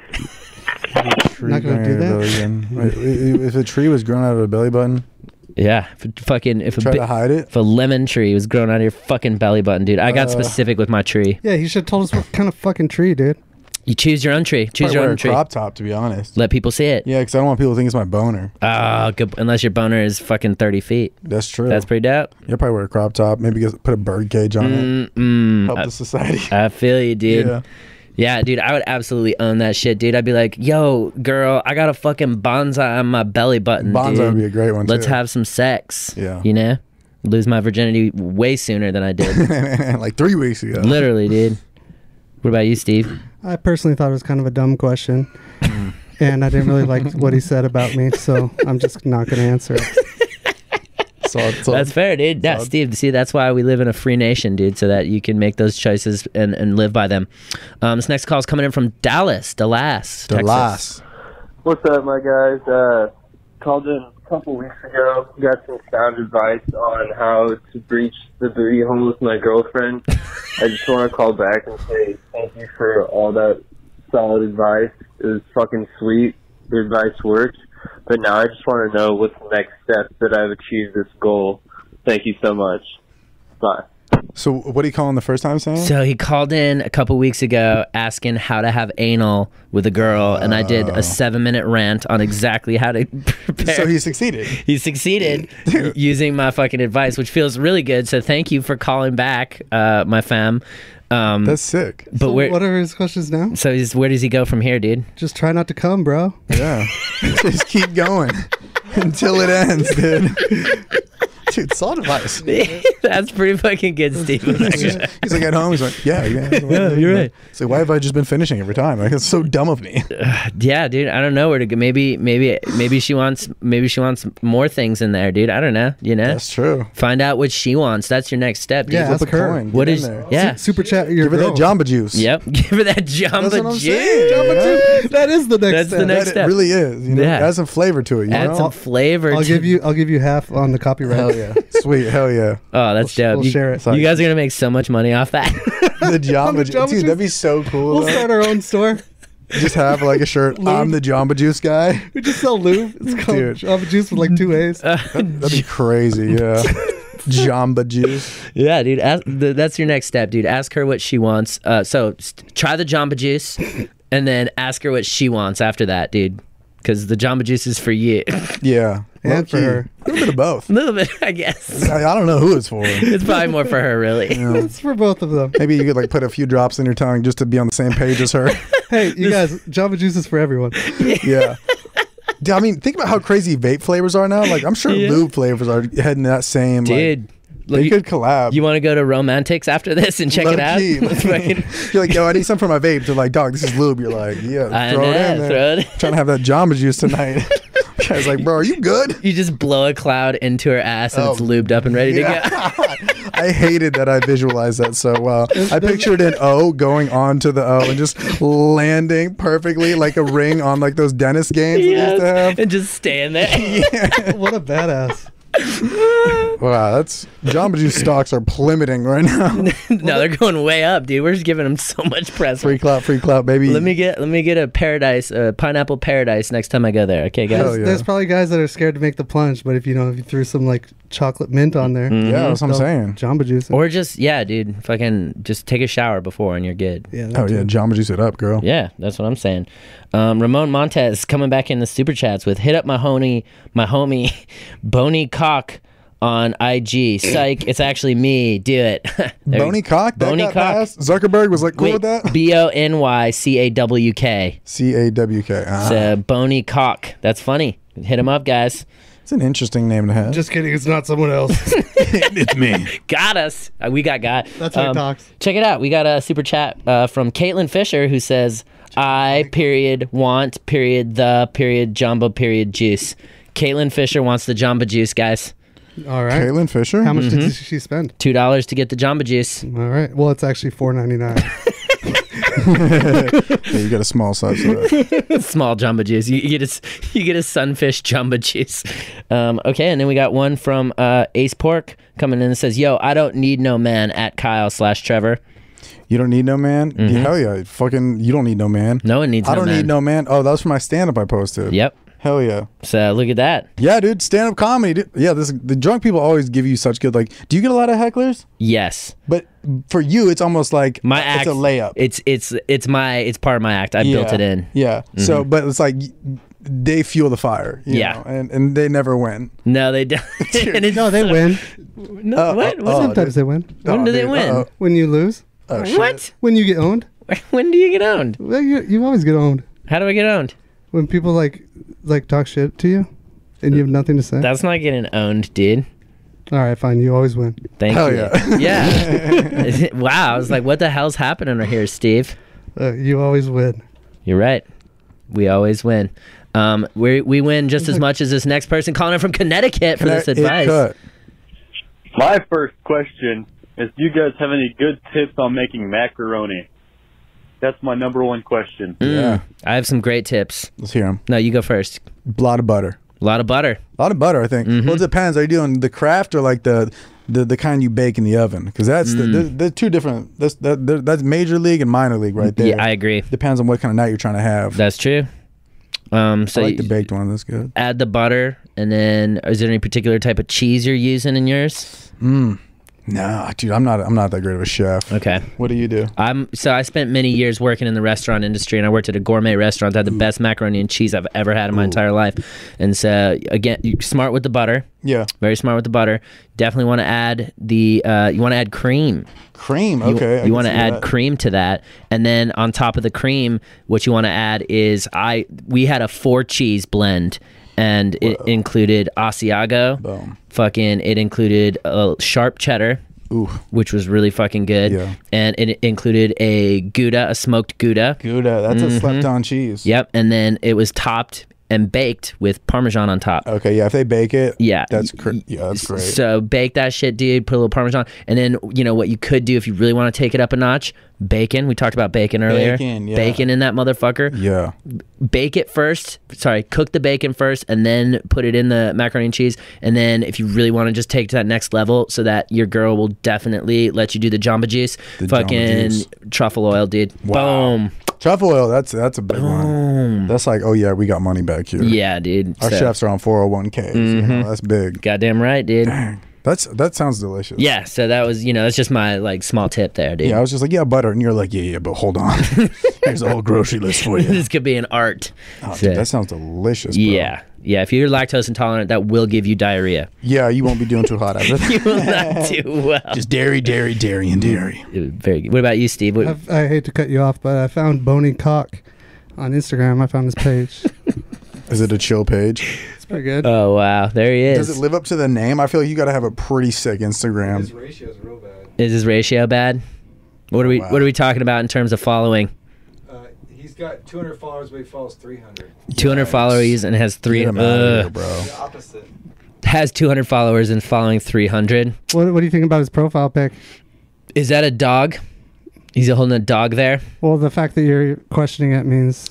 [SPEAKER 2] Not gonna do that?
[SPEAKER 3] if a tree was grown out of a belly button,
[SPEAKER 1] Yeah, if a fucking if a
[SPEAKER 3] try
[SPEAKER 1] bi-
[SPEAKER 3] to hide it.
[SPEAKER 1] if a lemon tree was growing out of your fucking belly button, dude. I got
[SPEAKER 3] Uh.
[SPEAKER 1] specific with my tree.
[SPEAKER 2] Yeah, you should have told us what kind of fucking tree, dude.
[SPEAKER 1] You choose your own tree. Choose
[SPEAKER 3] Probably
[SPEAKER 1] your
[SPEAKER 3] wear
[SPEAKER 1] own
[SPEAKER 3] a
[SPEAKER 1] tree.
[SPEAKER 3] crop top, to be honest.
[SPEAKER 1] Let people see it.
[SPEAKER 3] Yeah, because I don't want people to think it's my boner.
[SPEAKER 1] Ah, good, unless your boner is fucking thirty feet.
[SPEAKER 3] That's true.
[SPEAKER 1] That's pretty dope.
[SPEAKER 3] You'll probably wear a crop top. Maybe get- put a bird cage on it. Help the society.
[SPEAKER 1] I feel you, dude. Yeah.
[SPEAKER 3] Yeah.
[SPEAKER 1] dude, I would absolutely own that shit, dude. I'd be like, yo, girl, I got a fucking bonsai on my belly button.
[SPEAKER 3] Bonsai
[SPEAKER 1] dude.
[SPEAKER 3] would be a great one,
[SPEAKER 1] Let's
[SPEAKER 3] too.
[SPEAKER 1] have some sex.
[SPEAKER 3] Yeah.
[SPEAKER 1] You know? Lose my virginity way sooner than I did.
[SPEAKER 3] like three weeks ago.
[SPEAKER 1] Literally, dude. What about you, Steve?
[SPEAKER 2] I personally thought it was kind of a dumb question. and I didn't really like what he said about me, so I'm just not going to answer it.
[SPEAKER 3] Solid, solid.
[SPEAKER 1] That's fair, dude. Yeah,
[SPEAKER 3] Solid.
[SPEAKER 1] Steve. See, that's why we live in a free nation, dude, so that you can make those choices and, and live by them. Um, this next call is coming in from Dallas, Dallas, Texas.
[SPEAKER 3] Dallas.
[SPEAKER 9] What's up, my guys? Uh, called in a couple weeks ago. Got some sound advice on how to breach the booty hole with my girlfriend. I just want to call back and say thank you for all that solid advice. It was fucking sweet. The advice worked. But now I just want to know what's the next step that I've achieved this goal. Thank you so much. Bye.
[SPEAKER 3] So what do you call him the first time, Sam?
[SPEAKER 1] So he called in a couple weeks ago asking how to have anal with a girl, and I did a seven minute rant on exactly how to prepare.
[SPEAKER 3] So he succeeded.
[SPEAKER 1] he succeeded using my fucking advice, which feels really good. So thank you for calling back, uh, my fam. Um,
[SPEAKER 3] That's sick.
[SPEAKER 1] but where?
[SPEAKER 2] What are his questions now?
[SPEAKER 1] so he's, where does he go from here, dude?
[SPEAKER 2] Just try not to come, bro.
[SPEAKER 3] Yeah. Just keep going until it ends, dude. Dude, solid advice.
[SPEAKER 1] That's pretty fucking good, Steve.
[SPEAKER 3] He's just- he's like at home. He's like, yeah, yeah, yeah,
[SPEAKER 1] you're right.
[SPEAKER 3] So why have I just been finishing every time? Like that's so dumb of me.
[SPEAKER 1] yeah, dude. I don't know where to go. Maybe, maybe, maybe she wants, maybe she wants more things in there, dude. I don't know. You know,
[SPEAKER 3] That's true.
[SPEAKER 1] find out what she wants. That's your next step, dude.
[SPEAKER 2] Yeah,
[SPEAKER 3] Flip
[SPEAKER 2] ask
[SPEAKER 3] a
[SPEAKER 2] her.
[SPEAKER 3] coin.
[SPEAKER 1] What
[SPEAKER 3] Get
[SPEAKER 1] is
[SPEAKER 3] in there.
[SPEAKER 1] yeah?
[SPEAKER 2] Super chat your
[SPEAKER 3] Give her that
[SPEAKER 2] girl.
[SPEAKER 3] Jamba Juice.
[SPEAKER 1] Yep, give her that
[SPEAKER 3] That's what I'm
[SPEAKER 1] Jamba
[SPEAKER 3] saying. Jamba
[SPEAKER 1] Juice.
[SPEAKER 3] Juice.
[SPEAKER 2] That is the next
[SPEAKER 1] That's the
[SPEAKER 2] step.
[SPEAKER 1] next-
[SPEAKER 3] That
[SPEAKER 1] step.
[SPEAKER 3] it really is. You know,
[SPEAKER 1] Yeah.
[SPEAKER 3] add some flavor to it. You
[SPEAKER 1] Add
[SPEAKER 3] know?
[SPEAKER 1] some flavor.
[SPEAKER 2] I'll
[SPEAKER 1] to-
[SPEAKER 2] give you I'll give you half on the copyright.
[SPEAKER 3] Hell yeah. Sweet. Hell yeah.
[SPEAKER 1] Oh, that's dope.
[SPEAKER 2] we'll
[SPEAKER 1] you,
[SPEAKER 2] share it.
[SPEAKER 1] You guys are gonna make so much money off that.
[SPEAKER 3] The Jamba Juice.
[SPEAKER 2] Jamba
[SPEAKER 3] Dude, that'd be so cool.
[SPEAKER 2] We'll
[SPEAKER 3] though.
[SPEAKER 2] start our own store.
[SPEAKER 3] Just have like a shirt. I'm the Jamba Juice guy.
[SPEAKER 2] We just sell lube. It's called
[SPEAKER 3] Dude. Uh.
[SPEAKER 2] Jamba Juice with like two A's.
[SPEAKER 3] That'd be crazy. Yeah. Jamba Juice.
[SPEAKER 1] Yeah, dude. Ask, th- that's your next step, dude. Ask her what she wants. Uh, so st- try the Jamba Juice, and then ask her what she wants after that, dude. Because the Jamba Juice is for you. A
[SPEAKER 3] Yeah.
[SPEAKER 2] And
[SPEAKER 3] Low-key.
[SPEAKER 2] for her.
[SPEAKER 3] A little bit of both.
[SPEAKER 1] little bit, I guess.
[SPEAKER 3] I, I don't know who it's for.
[SPEAKER 1] It's probably more for her, really.
[SPEAKER 2] it's for both of them.
[SPEAKER 3] Maybe you could like put a few drops in your tongue just to be on the same page as her.
[SPEAKER 2] Hey, you guys, Jamba Juice is for everyone.
[SPEAKER 3] yeah. Dude, I mean, think about how crazy vape flavors are now. Like, I'm sure lube flavors are heading that same. like,
[SPEAKER 1] Dude, look,
[SPEAKER 3] they
[SPEAKER 1] you,
[SPEAKER 3] could collab.
[SPEAKER 1] want to go to Romantics after this and check it out?
[SPEAKER 3] Low-key.
[SPEAKER 1] Let's fucking-
[SPEAKER 3] You're like, yo, I need some for my vape. They're like, dog, this is lube. You're like, yeah,
[SPEAKER 1] I
[SPEAKER 3] throw it in
[SPEAKER 1] know,
[SPEAKER 3] there.
[SPEAKER 1] throw it in.
[SPEAKER 3] Trying to have that Jamba Juice tonight. Guy's like, bro, are you good?
[SPEAKER 1] you just blow a cloud into her ass and it's
[SPEAKER 3] Oh,
[SPEAKER 1] lubed up and ready to go.
[SPEAKER 3] I hated that I visualized that so well. I pictured an O going on to the O and just landing perfectly like a ring on like those dentist games we used to
[SPEAKER 1] Yes,
[SPEAKER 3] have.
[SPEAKER 1] and just stand there.
[SPEAKER 2] What a badass.
[SPEAKER 3] Wow, that's Jamba Juice stocks are plummeting right now.
[SPEAKER 1] no, they're going way up, dude. We're just giving them so much press.
[SPEAKER 3] free clout, free clout, baby.
[SPEAKER 1] Let me get let me get a paradise, a pineapple paradise next time I go there. Okay, guys.
[SPEAKER 3] Hell yeah.
[SPEAKER 2] There's probably guys that are scared to make the plunge, but if you know, if you threw some like chocolate mint on there,
[SPEAKER 3] Yeah, Mm-hmm. that's what I'm
[SPEAKER 2] they'll
[SPEAKER 3] saying. Oh.
[SPEAKER 2] Jamba Juice. it.
[SPEAKER 1] Or just yeah, dude. Fucking just take a shower before and you're good.
[SPEAKER 2] yeah, that
[SPEAKER 3] Oh yeah, Jamba Juice it up, girl.
[SPEAKER 1] Yeah, that's what I'm saying. Um, Ramon Montez coming back in the super chats with hit up my homie, my homie, Boney Cock on IG. Psych, it's actually me. Do it. There
[SPEAKER 3] Boney
[SPEAKER 1] you-
[SPEAKER 3] cock, that
[SPEAKER 1] Boney
[SPEAKER 3] got
[SPEAKER 1] cock.
[SPEAKER 3] passed. Zuckerberg was like cool
[SPEAKER 1] Wait,
[SPEAKER 3] with that.
[SPEAKER 1] B O N Y C A W K.
[SPEAKER 3] C A W K. Ah,
[SPEAKER 1] So Boney Cock. That's funny. Hit him up, guys.
[SPEAKER 3] it's an interesting name to have.
[SPEAKER 2] Just kidding, it's not someone else.
[SPEAKER 3] it's me.
[SPEAKER 1] got us. Uh, We got got. Um,
[SPEAKER 2] That's
[SPEAKER 3] Um,
[SPEAKER 2] how it talks.
[SPEAKER 1] Check it out. We got a super chat uh, from Caitlin Fisher who says, "I period want period the period jumbo period juice." Caitlin Fisher wants the Jamba Juice, guys.
[SPEAKER 2] All right.
[SPEAKER 3] Caitlin Fisher.
[SPEAKER 2] How much did she spend?
[SPEAKER 1] Two dollars to get the Jamba Juice.
[SPEAKER 2] All right. Well, it's actually four ninety nine.
[SPEAKER 3] Yeah, you got a small size. For that.
[SPEAKER 1] Small Jamba Juice. You, you get a s- you get a sunfish Jamba Juice. Um, okay, and then we got one from uh, Ace Pork coming in and says, "Yo, I don't need no man at Kyle slash Trevor.
[SPEAKER 3] You don't need no man. Yeah, hell yeah, fucking. You don't need no man.
[SPEAKER 1] Mm-hmm. No one needs
[SPEAKER 3] I
[SPEAKER 1] no
[SPEAKER 3] don't
[SPEAKER 1] man.
[SPEAKER 3] need no man. Oh, that was for my stand up I posted.
[SPEAKER 1] Yep.
[SPEAKER 3] Hell yeah.
[SPEAKER 1] So look at that.
[SPEAKER 3] Yeah, dude, stand up comedy. Dude. Yeah, this the drunk people always give you such good like. Do you get a lot of hecklers?
[SPEAKER 1] Yes.
[SPEAKER 3] But for you, it's almost like
[SPEAKER 1] my
[SPEAKER 3] it's
[SPEAKER 1] act
[SPEAKER 3] a layup.
[SPEAKER 1] It's it's it's my it's part of my act. I built
[SPEAKER 3] Yeah.
[SPEAKER 1] it in. Mm-hmm.
[SPEAKER 3] Yeah. So, but it's like they fuel the fire. you
[SPEAKER 1] Yeah.
[SPEAKER 3] know, and and they never win.
[SPEAKER 1] No, they don't. And it's
[SPEAKER 2] no, they
[SPEAKER 1] so-
[SPEAKER 2] win.
[SPEAKER 1] No,
[SPEAKER 3] Uh,
[SPEAKER 1] what?
[SPEAKER 3] uh,
[SPEAKER 1] What?
[SPEAKER 3] uh,
[SPEAKER 2] Sometimes they win.
[SPEAKER 1] When do they win?
[SPEAKER 3] uh-oh.
[SPEAKER 2] When you lose,
[SPEAKER 3] Oh, shit.
[SPEAKER 1] what?
[SPEAKER 2] when you get owned,
[SPEAKER 1] When do you get owned?
[SPEAKER 2] well, you, you always get owned.
[SPEAKER 1] How do I get owned?
[SPEAKER 2] When people like like talk shit to you, and you have nothing to say.
[SPEAKER 1] That's not getting owned, dude.
[SPEAKER 2] All right, fine. You always win.
[SPEAKER 1] Thank
[SPEAKER 3] Hell
[SPEAKER 1] you.
[SPEAKER 3] yeah.
[SPEAKER 1] Yeah. wow. I was like, what the hell's happening over here, Steve?
[SPEAKER 2] Uh, you always win.
[SPEAKER 1] You're right. We always win. Um, we we win just as much as this next person calling in from Connecticut for this
[SPEAKER 3] It
[SPEAKER 1] advice.
[SPEAKER 3] cut.
[SPEAKER 7] My first question is do you guys have any good tips on making macaroni? That's my number one question.
[SPEAKER 1] Mm.
[SPEAKER 3] Yeah.
[SPEAKER 1] I have some great tips.
[SPEAKER 3] Let's hear them.
[SPEAKER 1] No, you go first.
[SPEAKER 3] A lot of butter.
[SPEAKER 1] A lot of butter.
[SPEAKER 3] A lot of butter, I think.
[SPEAKER 1] Mm-hmm.
[SPEAKER 3] Well, it depends. Are you doing the craft or like the the, the kind you bake in the oven? Because that's
[SPEAKER 1] Mm.
[SPEAKER 3] the, they're, they're two different. That's that, they're- that's major league and minor league right there.
[SPEAKER 1] Yeah, I agree.
[SPEAKER 3] depends on what kind of night you're trying to have.
[SPEAKER 1] That's true. Um,
[SPEAKER 3] I
[SPEAKER 1] so
[SPEAKER 3] like
[SPEAKER 1] you-
[SPEAKER 3] the baked one. That's good.
[SPEAKER 1] add the butter and then is there any particular type of cheese you're using in yours
[SPEAKER 3] Nah, dude, I'm not I'm not that great of a chef.
[SPEAKER 1] okay
[SPEAKER 3] What do you do?
[SPEAKER 1] i'm so i spent many years working in the restaurant industry and i worked at a gourmet restaurant that had the best macaroni and cheese i've ever had in my entire life and so again you smart with the butter
[SPEAKER 3] Yeah,
[SPEAKER 1] very smart with the butter definitely want to add the uh, you want to add cream
[SPEAKER 3] cream.
[SPEAKER 1] You-
[SPEAKER 3] Okay, I
[SPEAKER 1] You
[SPEAKER 3] can
[SPEAKER 1] want to
[SPEAKER 3] see
[SPEAKER 1] add
[SPEAKER 3] that.
[SPEAKER 1] cream to that, and then on top of the cream, what you want to add is I we had a four cheese blend, and it included Asiago.
[SPEAKER 3] Boom.
[SPEAKER 1] Fucking, it included a sharp cheddar.
[SPEAKER 3] Ooh.
[SPEAKER 1] Which was really fucking good,
[SPEAKER 3] Yeah.
[SPEAKER 1] and it included a gouda, a smoked gouda.
[SPEAKER 3] Gouda. uh, That's
[SPEAKER 1] Mm-hmm.
[SPEAKER 3] a slept on cheese.
[SPEAKER 1] Yep, and then it was topped and baked with parmesan on top.
[SPEAKER 3] Okay. Yeah. If they bake it.
[SPEAKER 1] Yeah.
[SPEAKER 3] That's cr- yeah. That's great.
[SPEAKER 1] So bake that shit, dude. Put a little parmesan, and then you know what you could do if you really want to take it up a notch. Bacon. We talked about bacon earlier.
[SPEAKER 3] Bacon, yeah.
[SPEAKER 1] Bacon in that motherfucker.
[SPEAKER 3] yeah.
[SPEAKER 1] Bake it first. Sorry, cook the bacon first, and then put it in the macaroni and cheese. And then if you really want to just take it to that next level, so that your girl will definitely let you do the Jamba Juice,
[SPEAKER 3] The Jamba
[SPEAKER 1] fucking
[SPEAKER 3] Juice.
[SPEAKER 1] truffle oil, dude.
[SPEAKER 3] Wow.
[SPEAKER 1] Boom.
[SPEAKER 3] Truffle oil. That's that's a big one. That's like, oh yeah, we got money back here.
[SPEAKER 1] Yeah, dude.
[SPEAKER 3] Our
[SPEAKER 1] So-
[SPEAKER 3] chefs are on 401k. You know,
[SPEAKER 1] Mhm.
[SPEAKER 3] that's big.
[SPEAKER 1] Goddamn right, dude.
[SPEAKER 3] That's that sounds delicious.
[SPEAKER 1] Yeah, so that was you know that's just my like small tip there, dude.
[SPEAKER 3] Yeah, I was just like, yeah, butter, and you're like, yeah, yeah, but hold on. Here's a whole grocery list for you.
[SPEAKER 1] this could be an art.
[SPEAKER 3] Oh,
[SPEAKER 1] So-
[SPEAKER 3] dude, that sounds delicious. Bro.
[SPEAKER 1] yeah, yeah. If you're lactose intolerant, that will give you diarrhea.
[SPEAKER 3] Yeah, you won't be doing too hot after
[SPEAKER 1] You
[SPEAKER 3] that.
[SPEAKER 1] will not do well.
[SPEAKER 3] Just dairy, dairy, dairy, and dairy.
[SPEAKER 1] It was Very good. What about you, Steve? What,
[SPEAKER 2] I've, I hate to cut you off, but I found Bony Cock on Instagram. I found his page.
[SPEAKER 3] Is it a chill page?
[SPEAKER 2] it's pretty good.
[SPEAKER 1] oh wow, there he is.
[SPEAKER 3] Does it live up to the name? I feel like you got to have a pretty sick Instagram.
[SPEAKER 2] ratio's real bad.
[SPEAKER 1] Is his ratio bad? What are we
[SPEAKER 2] Oh,
[SPEAKER 3] wow.
[SPEAKER 1] What are we talking about in terms of following?
[SPEAKER 10] Uh, he's got 200 followers, but he follows 300.
[SPEAKER 1] 200 followers and has three.
[SPEAKER 3] Get 'em outta here,
[SPEAKER 1] Ugh.
[SPEAKER 3] bro.
[SPEAKER 10] The opposite.
[SPEAKER 1] has 200 followers and following 300.
[SPEAKER 2] What, what do you think about his profile pic?
[SPEAKER 1] Is that a dog? He's holding a dog there.
[SPEAKER 2] Well, the fact that you're questioning it means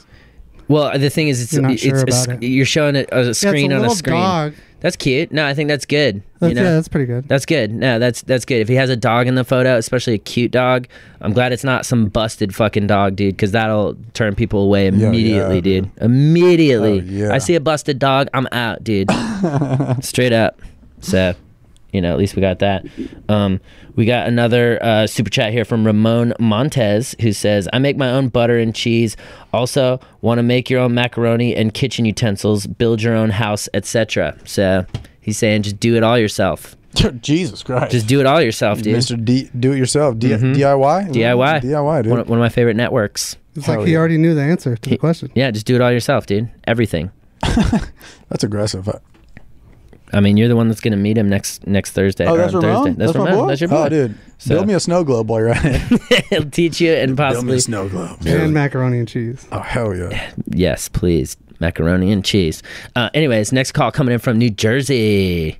[SPEAKER 1] Well, the thing is, it's
[SPEAKER 2] You're not
[SPEAKER 1] it's
[SPEAKER 2] sure
[SPEAKER 1] a
[SPEAKER 2] about
[SPEAKER 1] sc-
[SPEAKER 2] it.
[SPEAKER 1] you're showing a, a
[SPEAKER 2] Yeah, it's
[SPEAKER 1] screen on a
[SPEAKER 2] little
[SPEAKER 1] screen.
[SPEAKER 2] Dog.
[SPEAKER 1] That's cute. No, I think that's good.
[SPEAKER 2] That's,
[SPEAKER 1] you know,
[SPEAKER 2] Yeah, that's pretty good.
[SPEAKER 1] that's good. No, that's that's good. If he has a dog in the photo, especially a cute dog, I'm glad it's not some busted fucking dog, dude, because that'll turn people away immediately,
[SPEAKER 3] yeah.
[SPEAKER 1] dude. Immediately.
[SPEAKER 3] Oh, yeah.
[SPEAKER 1] I see a busted dog, I'm out, dude. Straight up. So, you know, at least we got that. Um, we got another uh, super chat here from Ramon Montez who says, I make my own butter and cheese. Also, want to make your own macaroni and kitchen utensils, build your own house, etc. So, he's saying just do it all yourself.
[SPEAKER 3] Jesus Christ.
[SPEAKER 1] Just do it all yourself, dude. Mm-hmm.
[SPEAKER 3] Mr. D, do it yourself. D, DIY?
[SPEAKER 1] DIY.
[SPEAKER 3] DIY, dude.
[SPEAKER 1] One, of- one of my favorite networks.
[SPEAKER 2] It's
[SPEAKER 3] Hell
[SPEAKER 2] like he
[SPEAKER 3] yeah.
[SPEAKER 2] already knew the answer to the question.
[SPEAKER 1] Yeah, just do it all yourself, dude. Everything.
[SPEAKER 3] That's aggressive. I-
[SPEAKER 1] I mean, you're the one that's gonna meet him next next Thursday.
[SPEAKER 3] Oh,
[SPEAKER 1] or
[SPEAKER 3] that's
[SPEAKER 1] on
[SPEAKER 3] Ramon?
[SPEAKER 1] Thursday. That's,
[SPEAKER 3] my
[SPEAKER 1] Ramon.
[SPEAKER 3] boy?
[SPEAKER 1] That's your boy.
[SPEAKER 3] Oh, dude.
[SPEAKER 1] So-
[SPEAKER 3] Build me a snow globe while you're at it.
[SPEAKER 1] He'll teach you and
[SPEAKER 3] Build me
[SPEAKER 1] possibly
[SPEAKER 3] a snow globe.
[SPEAKER 2] And macaroni and cheese.
[SPEAKER 3] Oh, hell yeah.
[SPEAKER 1] yes, please macaroni and cheese. Uh, anyways, next call coming in from New Jersey.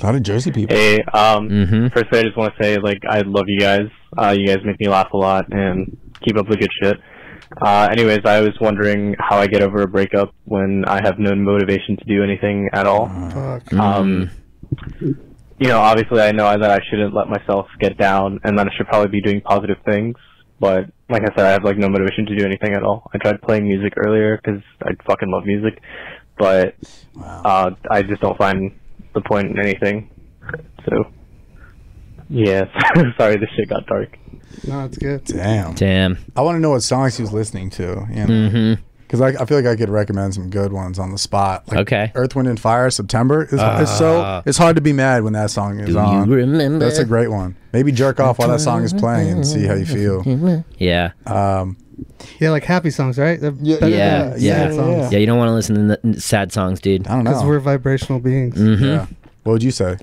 [SPEAKER 3] A lot of Jersey people.
[SPEAKER 9] Hey, um,
[SPEAKER 1] Mhm.
[SPEAKER 9] first I just want to say, like, I love you guys. Uh, you guys make me laugh a lot and keep up the good shit. Uh, anyways, I was wondering how I get over a breakup when I have no motivation to do anything at all.
[SPEAKER 2] Fuck.
[SPEAKER 1] Mm,
[SPEAKER 9] Um, you know, obviously I know that I shouldn't let myself get down and that I should probably be doing positive things, but like I said, I have like no motivation to do anything at all. I tried playing music earlier because I fucking love music, but uh, I just don't find the point in anything. So, yeah, sorry this shit got dark.
[SPEAKER 2] No, it's good.
[SPEAKER 3] Damn.
[SPEAKER 1] Damn.
[SPEAKER 3] I want to know what songs he was listening to. You know?
[SPEAKER 1] Mm-hmm.
[SPEAKER 3] Because I, I feel like I could recommend some good ones on the spot. Like
[SPEAKER 1] Okay. Ah.
[SPEAKER 3] Earth, Wind, and Fire, September. It's, it's so it's hard to be mad when that song is
[SPEAKER 1] Do you
[SPEAKER 3] on.
[SPEAKER 1] remember?
[SPEAKER 3] That's a great one. Maybe jerk off while that song is playing and see how you
[SPEAKER 1] Mm-hmm.
[SPEAKER 3] feel.
[SPEAKER 1] yeah.
[SPEAKER 3] Um,
[SPEAKER 2] Yeah, like happy songs, right? They're
[SPEAKER 3] Yeah,
[SPEAKER 2] better
[SPEAKER 1] yeah,
[SPEAKER 2] than
[SPEAKER 1] yeah,
[SPEAKER 2] sad songs.
[SPEAKER 1] Yeah. You don't want to listen to n- n- sad songs, dude.
[SPEAKER 3] I don't
[SPEAKER 2] Because
[SPEAKER 3] know.
[SPEAKER 2] we're vibrational beings.
[SPEAKER 3] yeah. What would you say?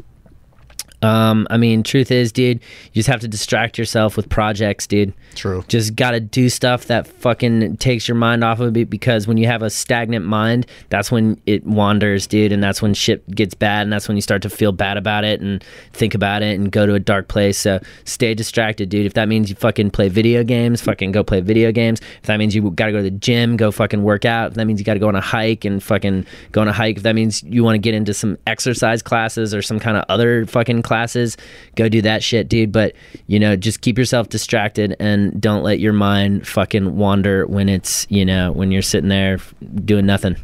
[SPEAKER 1] Um, I mean, truth is, dude, you just have to distract yourself with projects, dude.
[SPEAKER 3] True.
[SPEAKER 1] Just gotta do stuff that fucking takes your mind off of it because when you have a stagnant mind, that's when it wanders, dude, and that's when shit gets bad, and that's when you start to feel bad about it and think about it and go to a dark place. So stay distracted, dude. If that means you fucking play video games, fucking go play video games. If that means you gotta go to the gym, go fucking work out. If that means you gotta go on a hike and fucking go on a hike. If that means you wanna get into some exercise classes or some kind of other fucking classes, go do that shit, dude. But, you know, just keep yourself distracted and don't let your mind fucking wander when it's, you know, when you're sitting there f- doing nothing.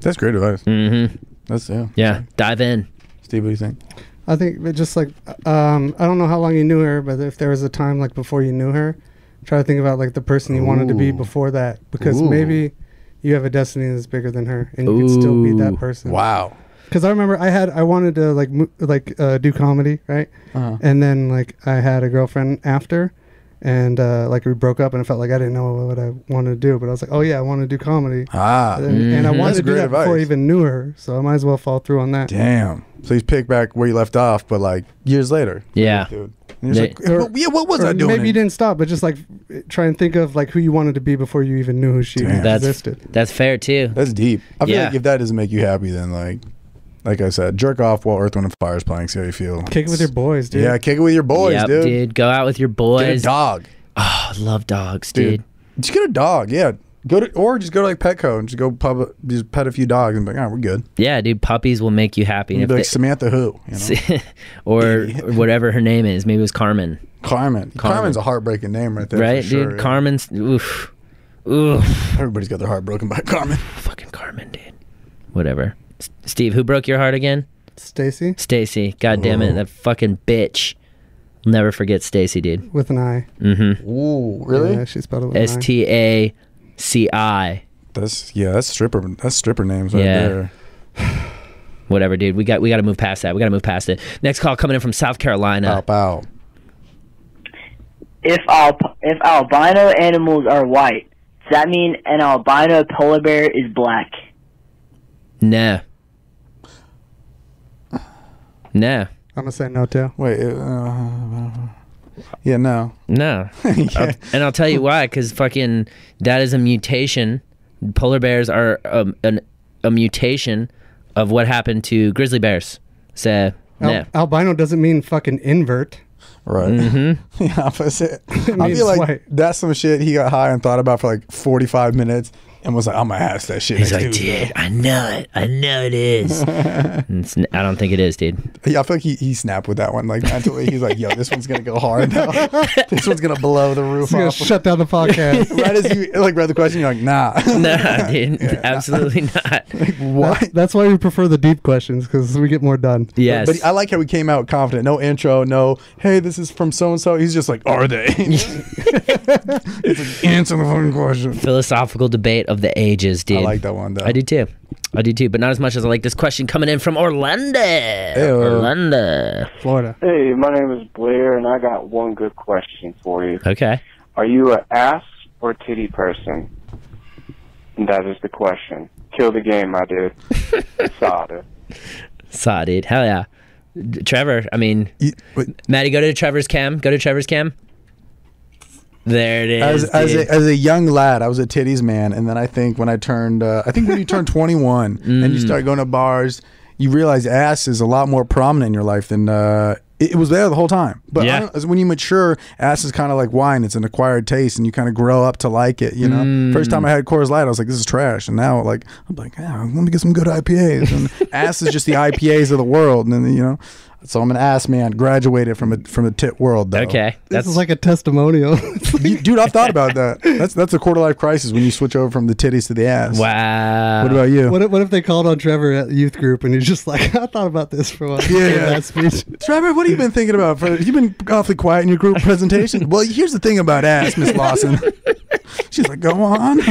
[SPEAKER 3] That's great advice.
[SPEAKER 1] Mm hmm.
[SPEAKER 3] That's yeah.
[SPEAKER 1] Yeah. Dive in.
[SPEAKER 3] Steve, what do you think?
[SPEAKER 2] I think that just like um, I don't know how long you knew her, but if there was a time like before you knew her, try to think about like the person you wanted to be
[SPEAKER 3] Ooh.
[SPEAKER 2] before that, because
[SPEAKER 3] Ooh.
[SPEAKER 2] maybe you have a destiny that's bigger than her, and you can still be
[SPEAKER 1] Ooh.
[SPEAKER 2] that person.
[SPEAKER 3] Wow.
[SPEAKER 2] Because I remember I had I wanted to like mo- like uh, do comedy, right?
[SPEAKER 3] Uh-huh.
[SPEAKER 2] And then like I had a girlfriend after, and uh, like we broke up, and I felt like I didn't know what I wanted to do, but I was like, oh yeah, I want to do comedy,
[SPEAKER 3] Ah.
[SPEAKER 2] and, and I
[SPEAKER 1] Mhm.
[SPEAKER 2] wanted
[SPEAKER 3] That's
[SPEAKER 2] to do
[SPEAKER 3] great
[SPEAKER 2] that before I
[SPEAKER 3] advice.
[SPEAKER 2] even knew her, so I might as well fall through on that.
[SPEAKER 3] Damn. So he's picked back where you left off, but like years later.
[SPEAKER 1] Yeah.
[SPEAKER 3] Dude. And you're just
[SPEAKER 1] They-
[SPEAKER 3] like, yeah, what was
[SPEAKER 2] Or
[SPEAKER 3] I doing?
[SPEAKER 2] Maybe you didn't stop, but just like try and think of like who you wanted to be before you even knew who she
[SPEAKER 3] Damn.
[SPEAKER 1] That's
[SPEAKER 2] existed.
[SPEAKER 1] that's fair too.
[SPEAKER 3] That's deep. I feel
[SPEAKER 1] Yeah.
[SPEAKER 3] like if that doesn't make you happy, then like, like I said, jerk off while Earth, Wind, and Fire is playing. See how you feel.
[SPEAKER 2] Kick it with your boys, dude.
[SPEAKER 3] Yeah, kick it with your boys,
[SPEAKER 1] Yep,
[SPEAKER 3] dude.
[SPEAKER 1] Go out with your
[SPEAKER 3] Get a
[SPEAKER 1] boys.
[SPEAKER 3] dog,
[SPEAKER 1] Oh, I love dogs,
[SPEAKER 3] dude.
[SPEAKER 1] dude.
[SPEAKER 3] Just get a dog. Yeah. Go to or just go to like Petco and just go pub, just pet a few dogs and be like, all right, we're good.
[SPEAKER 1] Yeah, dude. Puppies will make you happy.
[SPEAKER 3] Be
[SPEAKER 1] And
[SPEAKER 3] like
[SPEAKER 1] if they-
[SPEAKER 3] Samantha who, you know,
[SPEAKER 1] or whatever her name is. Maybe it was Carmen,
[SPEAKER 3] Carmen. Carmen's a heartbreaking name right there. for
[SPEAKER 1] right,
[SPEAKER 3] sure,
[SPEAKER 1] dude?
[SPEAKER 3] yeah.
[SPEAKER 1] Carmen's oof.
[SPEAKER 3] Everybody's got their heart broken by Carmen.
[SPEAKER 1] Fucking Carmen, dude. Whatever. S- Steve, who broke your heart again?
[SPEAKER 2] Stacy.
[SPEAKER 1] Stacy. God damn
[SPEAKER 3] Mm-hmm.
[SPEAKER 1] it,
[SPEAKER 2] Ooh.
[SPEAKER 1] that fucking bitch. I'll never forget Stacy, dude.
[SPEAKER 2] with an I.
[SPEAKER 1] Mm-hmm.
[SPEAKER 3] Ooh, really?
[SPEAKER 2] Yeah, she spelled it with an I.
[SPEAKER 1] S T A C I.
[SPEAKER 3] That's yeah. That's stripper. That's stripper names right
[SPEAKER 1] Yeah.
[SPEAKER 3] there.
[SPEAKER 1] Whatever, dude. We got we got to move past that. We got to move past it. Next call coming in from South Carolina.
[SPEAKER 3] Bow,
[SPEAKER 11] If al- if albino animals are white, does that mean an albino polar bear is black?
[SPEAKER 1] Nah. Nah.
[SPEAKER 2] I'm gonna say no too.
[SPEAKER 3] Wait. Uh, yeah, no.
[SPEAKER 1] No. I'll- and I'll tell you why cuz fucking that is a mutation. Polar bears are um, an, a mutation of what happened to grizzly bears. So,
[SPEAKER 2] Al-
[SPEAKER 1] nah.
[SPEAKER 2] Albino doesn't mean fucking invert.
[SPEAKER 3] Right.
[SPEAKER 1] Mhm.
[SPEAKER 3] the opposite. I
[SPEAKER 2] Mm-hmm. means
[SPEAKER 3] feel like
[SPEAKER 2] white.
[SPEAKER 3] that's some shit he got high and thought about for like 45 minutes and was like, I'm gonna ask that shit.
[SPEAKER 1] He's
[SPEAKER 3] next
[SPEAKER 1] like,
[SPEAKER 3] Tuesday."
[SPEAKER 1] dude, I know it. I know it is. And it's, I don't think it is, dude.
[SPEAKER 3] Yeah, I feel like he, he snapped with that one. Like mentally, he's like, "Yo, this one's gonna go hard. now. this one's gonna blow the roof
[SPEAKER 2] It's gonna
[SPEAKER 3] off."
[SPEAKER 2] shut down the podcast.
[SPEAKER 3] right as you like read the question, you're like, "Nah,
[SPEAKER 1] nah, dude, absolutely not.
[SPEAKER 3] what?"
[SPEAKER 2] That- that's why we prefer the deep questions because we get more done.
[SPEAKER 3] But, but I like how we came out confident. No intro. No, hey, this is from so and so. He's just like, "Are they?" it's like, answer the fucking question.
[SPEAKER 1] Philosophical debate of the ages, dude. I like
[SPEAKER 3] that one, though.
[SPEAKER 1] I do too. I do too, but not as much as I like this question coming in from Orlando. Orlando.
[SPEAKER 2] Florida.
[SPEAKER 12] Hey, my name is Blair, and I got one good question for you.
[SPEAKER 1] Okay.
[SPEAKER 12] Are you a ass or titty person? And that is the question. Kill the game, my dude. Sada.
[SPEAKER 1] Saw, dude. Hell yeah. D- Trevor, I mean, Maddie, go to Trevor's cam. Go to Trevor's cam. There it
[SPEAKER 3] As,
[SPEAKER 1] is.
[SPEAKER 3] as,
[SPEAKER 1] dude.
[SPEAKER 3] a, as a young lad, I was a titties man, and then I think when I turned, uh, I think when you turn 21 and you
[SPEAKER 1] Mm.
[SPEAKER 3] start going to bars, you realize ass is a lot more prominent in your life than uh, it, it was there the whole time. But I
[SPEAKER 1] Yeah.
[SPEAKER 3] don't- as when you mature, ass is kind of like wine; it's an acquired taste, and you kind of grow up to like it. You know,
[SPEAKER 1] Mm.
[SPEAKER 3] first time I had Coors Light, I was like, "This is trash," and now like I'm like, yeah, "Let me get some good IPAs." And ass is just the IPAs of the world, and then, you know. So I'm an ass man, graduated from a from a tit world. Though.
[SPEAKER 1] Okay,
[SPEAKER 2] This is like a testimonial.
[SPEAKER 3] You- dude, I've thought about that. That's that's a quarter life crisis when you switch over from the titties to the ass.
[SPEAKER 1] Wow.
[SPEAKER 3] What about you?
[SPEAKER 2] What if, what if they called on Trevor at youth group and he's just like, I thought about this for a while. That speech.
[SPEAKER 3] Trevor, what have you been thinking about? For, you've been awfully quiet in your group presentation. Well, here's the thing about ass, Miss Lawson. She's like, go on.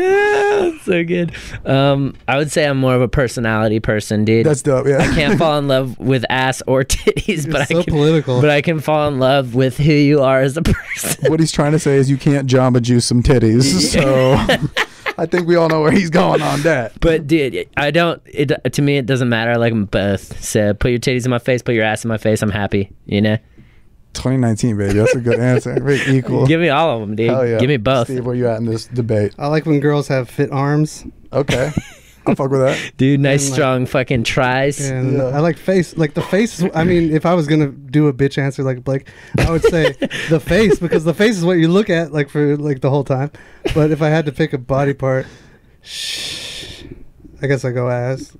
[SPEAKER 1] Yeah, so good. Um, I would say I'm more of a personality person, dude.
[SPEAKER 3] That's dope. Yeah,
[SPEAKER 1] I can't fall in love with ass or titties, but I
[SPEAKER 3] so
[SPEAKER 1] can,
[SPEAKER 3] political.
[SPEAKER 1] But I can fall in love with who you are as a person.
[SPEAKER 3] What he's trying to say is you can't Jamba Juice some titties. So I think we all know where he's going on that.
[SPEAKER 1] But dude, I don't. It to me, it doesn't matter. I like them both. So put your titties in my face, put your ass in my face. I'm happy. You know.
[SPEAKER 3] 2019, baby. That's a good answer. Very equal.
[SPEAKER 1] Give me all of them, dude.
[SPEAKER 3] Hell yeah.
[SPEAKER 1] Give me both.
[SPEAKER 3] Steve, where you at in this debate?
[SPEAKER 2] I like when girls have fit arms.
[SPEAKER 3] Okay. I'll fuck with that.
[SPEAKER 1] Dude, nice
[SPEAKER 2] And, like-
[SPEAKER 1] strong fucking tries.
[SPEAKER 2] And I like face, like the face. I mean, if I was gonna do a bitch answer like Blake, I would say the face because the face is what you look at like for like the whole time. But if I had to pick a body part, shh, I guess I go ass.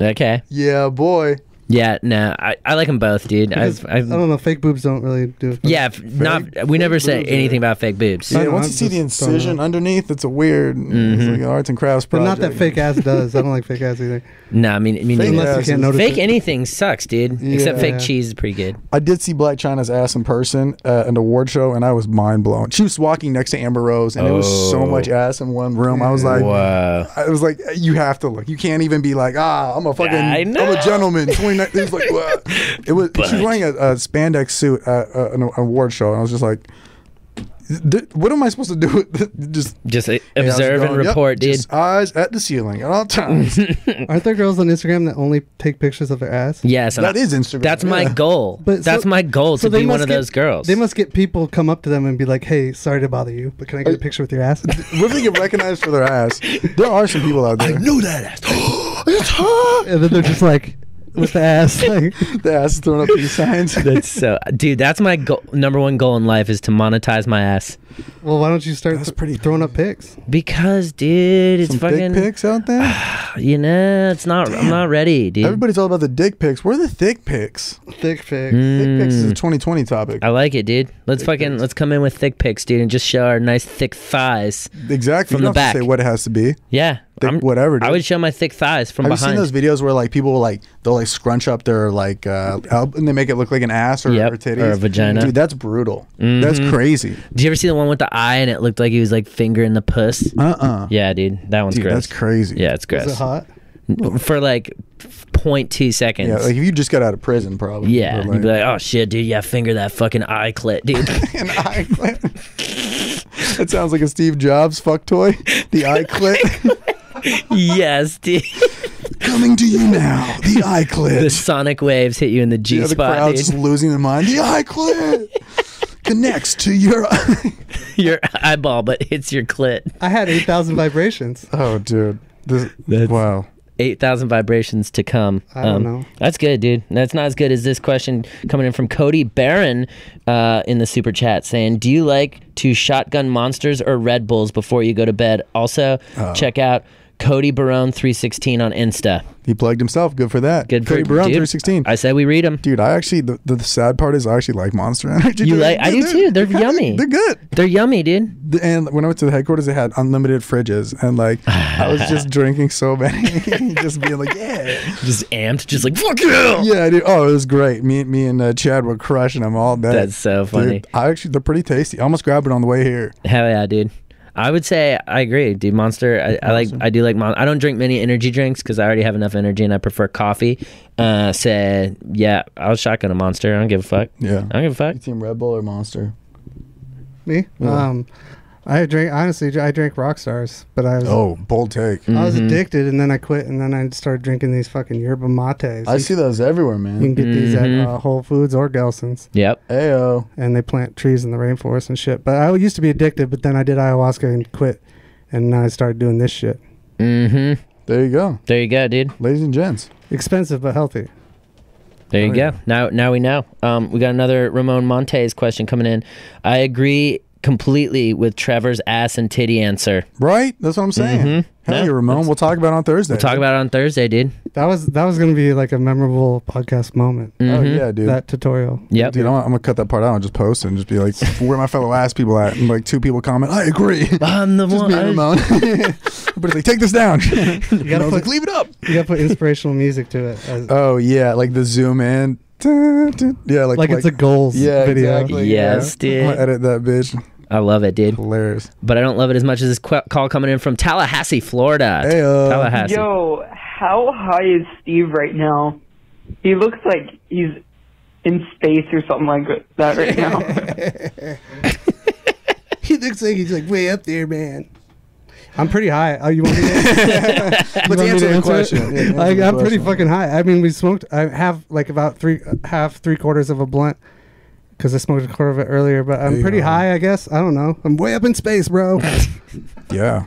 [SPEAKER 1] Okay.
[SPEAKER 3] Yeah, boy.
[SPEAKER 1] Yeah, no, I, I like them both, dude. I've,
[SPEAKER 2] Because, oh, I
[SPEAKER 1] I've,
[SPEAKER 2] don't know, fake boobs don't really do. It for me.
[SPEAKER 1] yeah, if not. We never say anything about fake boobs.
[SPEAKER 3] Yeah, once you see the incision underneath, it's a weird
[SPEAKER 1] Mm-hmm.
[SPEAKER 3] it's like an arts and crafts
[SPEAKER 2] But
[SPEAKER 3] project.
[SPEAKER 2] not that fake ass does. I don't like fake ass either.
[SPEAKER 1] No, I mean, I mean,
[SPEAKER 3] Fake
[SPEAKER 1] neither.
[SPEAKER 3] ass is- notice
[SPEAKER 1] fake
[SPEAKER 3] it.
[SPEAKER 1] anything sucks, dude. Except
[SPEAKER 3] Yeah.
[SPEAKER 1] fake cheese is pretty good.
[SPEAKER 3] I did see Black China's ass in person at an award show, and I was mind blown. She was walking next to Amber Rose, and it was so
[SPEAKER 1] Oh.
[SPEAKER 3] much ass in one room. I was like,
[SPEAKER 1] Wow.
[SPEAKER 3] I was like, you have to look. You can't even be like, ah, I'm a fucking,
[SPEAKER 1] I
[SPEAKER 3] I'm
[SPEAKER 1] know.
[SPEAKER 3] a gentleman. 29. It was like, what? It was. She was wearing a, a spandex suit at uh, an award show, and I was just like. "Th- What am I supposed to do? with- just,
[SPEAKER 1] just uh,
[SPEAKER 3] I was
[SPEAKER 1] observe and
[SPEAKER 3] "Yep,
[SPEAKER 1] report, dude."
[SPEAKER 3] Just eyes at the ceiling at all times.
[SPEAKER 2] Aren't there girls on Instagram that only take pictures of their ass?
[SPEAKER 1] Yes, and
[SPEAKER 3] That
[SPEAKER 1] I-
[SPEAKER 3] is Instagram,
[SPEAKER 1] That's my
[SPEAKER 3] yeah.
[SPEAKER 1] goal.
[SPEAKER 2] But
[SPEAKER 1] that's
[SPEAKER 2] so-
[SPEAKER 1] my goal
[SPEAKER 2] so
[SPEAKER 1] to
[SPEAKER 2] they
[SPEAKER 1] be one
[SPEAKER 2] must
[SPEAKER 1] of
[SPEAKER 2] get-
[SPEAKER 1] those girls.
[SPEAKER 2] They must get people come up to them and be like, "Hey, sorry to bother you, but can I
[SPEAKER 3] Uh,
[SPEAKER 2] get a picture with your ass?"
[SPEAKER 3] Women get recognized for their ass. There are some people out there. I know that ass. it's hot.
[SPEAKER 2] And then they're just like, with the ass, like
[SPEAKER 3] the ass is throwing up peace signs.
[SPEAKER 1] that's so, dude. That's my goal, number one goal in life is to monetize my ass.
[SPEAKER 2] Well, why don't you start th- throwing up pics?
[SPEAKER 1] Because, dude, it's
[SPEAKER 2] Some dick
[SPEAKER 1] fucking
[SPEAKER 2] pics
[SPEAKER 3] out there.
[SPEAKER 1] you know, it's not. I'm not ready, dude.
[SPEAKER 3] Everybody's all about the dick pics. Where are the thick pics?
[SPEAKER 2] Thick pics.
[SPEAKER 3] Thick pics is a
[SPEAKER 1] Mm.
[SPEAKER 3] 2020 topic.
[SPEAKER 1] I like it, dude. Let's fucking let's come in with thick pics, dude, and just show our nice thick thighs.
[SPEAKER 3] Exactly.
[SPEAKER 1] From
[SPEAKER 3] you
[SPEAKER 1] the
[SPEAKER 3] don't have
[SPEAKER 1] back.
[SPEAKER 3] to say what it has to be.
[SPEAKER 1] Yeah.
[SPEAKER 3] Thick, whatever. Dude.
[SPEAKER 1] I would show my thick thighs from
[SPEAKER 3] Have
[SPEAKER 1] behind.
[SPEAKER 3] you seen those videos where like people will like they'll like scrunch up their like uh elb- and they make it look like an ass or, or titties
[SPEAKER 1] or a vagina.
[SPEAKER 3] Dude, that's brutal. That's
[SPEAKER 1] Mhm.
[SPEAKER 3] crazy.
[SPEAKER 1] Did you ever see the one with the eye and it looked like he was like fingering the puss?
[SPEAKER 3] Uh uh
[SPEAKER 1] Yeah, dude, that one's
[SPEAKER 3] Dude,
[SPEAKER 1] gross.
[SPEAKER 3] that's crazy.
[SPEAKER 1] Yeah, it's gross.
[SPEAKER 2] Is it hot?
[SPEAKER 1] For like 0.2 seconds.
[SPEAKER 3] Yeah, like if you just got out of prison, probably.
[SPEAKER 1] Yeah,
[SPEAKER 3] Or,
[SPEAKER 1] you'd be like, oh shit, dude, yeah, finger that fucking eye clit, dude.
[SPEAKER 3] That sounds like a Steve Jobs fuck toy. The eye clit.
[SPEAKER 1] yes, dude.
[SPEAKER 3] Coming to you now, the eye clit.
[SPEAKER 1] The sonic waves hit you in the G
[SPEAKER 3] Yeah, the
[SPEAKER 1] spot,
[SPEAKER 3] crowd's
[SPEAKER 1] dude.
[SPEAKER 3] just losing their mind. The eye clit connects to your.
[SPEAKER 1] your eyeball, but hits your clit.
[SPEAKER 2] I had 8,000 vibrations.
[SPEAKER 3] Oh, dude. This, wow.
[SPEAKER 1] 8,000 vibrations to come. Um,
[SPEAKER 2] I don't know.
[SPEAKER 1] That's good, dude. That's not as good as this question coming in from Cody Barron uh, in the super chat saying, Do you like to shotgun monsters or Red Bulls before you go to bed? Also,
[SPEAKER 2] Uh-huh.
[SPEAKER 3] Oh.
[SPEAKER 1] check out Cody Barone316 on Insta.
[SPEAKER 3] He plugged himself. Good for that.
[SPEAKER 1] Good
[SPEAKER 3] Cody
[SPEAKER 1] for
[SPEAKER 3] Brown,
[SPEAKER 1] dude.
[SPEAKER 3] 316.
[SPEAKER 1] I said we read him.
[SPEAKER 3] Dude, I actually, the, the, sad part is I actually like Monster Energy.
[SPEAKER 1] You
[SPEAKER 3] Dude,
[SPEAKER 1] like, I do
[SPEAKER 3] they're-
[SPEAKER 1] too. They're yummy.
[SPEAKER 3] They're good.
[SPEAKER 1] They're yummy, dude.
[SPEAKER 3] The- And when I went to the headquarters, they had unlimited fridges. And like, I was just drinking so many. just being like, yeah.
[SPEAKER 1] Just amped, just like, fuck you.
[SPEAKER 3] Yeah, dude. Oh, it was great. Me, me and uh, Chad were crushing them all day.
[SPEAKER 1] That's so
[SPEAKER 3] Dude,
[SPEAKER 1] funny.
[SPEAKER 3] I actually, they're pretty tasty. I almost grabbed it on the way here.
[SPEAKER 1] Hell yeah, dude. I would say I agree, dude. Monster. I, I like. I do like. Mon- I don't drink many energy drinks because I already have enough energy, and I prefer coffee. Uh, so yeah, I'll shotgun a monster. I don't give a fuck. I
[SPEAKER 3] Yeah.
[SPEAKER 1] don't give a fuck.
[SPEAKER 3] Team Red Bull or Monster?
[SPEAKER 2] Me?
[SPEAKER 3] Yeah.
[SPEAKER 2] Um, I drank, honestly, I drank rock stars, but I was.
[SPEAKER 3] Oh, mm-hmm. bold take.
[SPEAKER 1] Mm.
[SPEAKER 2] I was addicted, and then I quit, and then I started drinking these fucking yerba mates.
[SPEAKER 3] I see those everywhere, man.
[SPEAKER 2] You can get these at
[SPEAKER 3] Mhm.
[SPEAKER 2] uh, Whole Foods or Gelson's.
[SPEAKER 1] Yep.
[SPEAKER 3] Ayo.
[SPEAKER 2] And they plant trees in the rainforest and shit. But I used to be addicted, but then I did ayahuasca and quit, and now I started doing this shit.
[SPEAKER 1] Mm-hmm.
[SPEAKER 3] There you go.
[SPEAKER 1] There you go, dude.
[SPEAKER 3] Ladies and gents.
[SPEAKER 2] Expensive but healthy.
[SPEAKER 1] There
[SPEAKER 3] Oh,
[SPEAKER 1] you go. Now, now we know. Um, we got another Ramon Montes question coming in. I agree completely with Trevor's ass and titty answer.
[SPEAKER 3] Right? That's what I'm saying.
[SPEAKER 1] Mhm.
[SPEAKER 3] Hell
[SPEAKER 1] Yeah,
[SPEAKER 3] yeah, Ramon. We'll talk about it on Thursday.
[SPEAKER 1] We'll talk about it on Thursday, dude.
[SPEAKER 2] That was that was gonna be like a memorable podcast moment.
[SPEAKER 3] Oh, Mhm. yeah, dude.
[SPEAKER 2] That tutorial.
[SPEAKER 1] Yep.
[SPEAKER 3] Dude, I'm, I'm gonna cut that part out and just post it and just be like, "Where are my fellow ass people at?" And like two people comment, "I agree."
[SPEAKER 1] I'm the
[SPEAKER 3] just
[SPEAKER 1] one-
[SPEAKER 3] Me and
[SPEAKER 1] I-
[SPEAKER 3] Ramon. Everybody's like, "Take this down."
[SPEAKER 2] You gotta
[SPEAKER 3] Ramon's
[SPEAKER 2] put,
[SPEAKER 3] like, "Leave it up.
[SPEAKER 2] You gotta put inspirational music to it. As,
[SPEAKER 3] Oh yeah, like the zoom in. Dun, dun. Yeah, like
[SPEAKER 2] Like it's a goals
[SPEAKER 3] yeah,
[SPEAKER 2] video.
[SPEAKER 3] Exactly,
[SPEAKER 1] Yes,
[SPEAKER 3] yeah.
[SPEAKER 1] dude.
[SPEAKER 3] I'm gonna edit that bitch.
[SPEAKER 1] I love it, dude.
[SPEAKER 3] Hilarious.
[SPEAKER 1] But I don't love it as much as this qu- call coming in from Tallahassee, Florida.
[SPEAKER 3] Heyo.
[SPEAKER 1] Tallahassee.
[SPEAKER 5] Yo, how high is Steve right now? He looks like he's in space or something like that right now.
[SPEAKER 2] he looks like he's like way up there, man. I'm pretty high. Oh, you want me to, You want me
[SPEAKER 3] answer
[SPEAKER 2] to
[SPEAKER 3] the
[SPEAKER 2] it?
[SPEAKER 3] question. Yeah, answer
[SPEAKER 2] like,
[SPEAKER 3] the
[SPEAKER 2] I'm pretty
[SPEAKER 3] question.
[SPEAKER 2] fucking high. I mean, we smoked. I have like about three, half, three quarters of a blunt because I smoked a quarter of it earlier. But I'm
[SPEAKER 3] Yeah.
[SPEAKER 2] pretty high, I guess. I don't know. I'm way up in space, bro.
[SPEAKER 3] Yeah.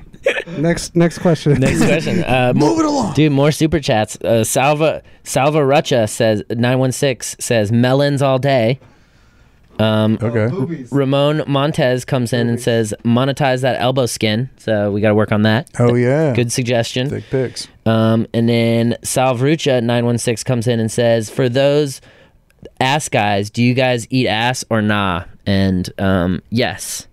[SPEAKER 2] next, next question.
[SPEAKER 1] Next question. Uh, Move it along, dude. More super chats. Uh, Salva Salva Rucha says nine one six says melons all day. Um,
[SPEAKER 3] okay.
[SPEAKER 2] Oh,
[SPEAKER 1] Ramon Montez comes in and says monetize that elbow skin. So we got to work on that.
[SPEAKER 3] Oh yeah.
[SPEAKER 1] Good suggestion.
[SPEAKER 3] Thick pics.
[SPEAKER 1] Um, and then Salvrucha nine one six comes in and says, "For those ass guys, do you guys eat ass or nah?" And um, yes,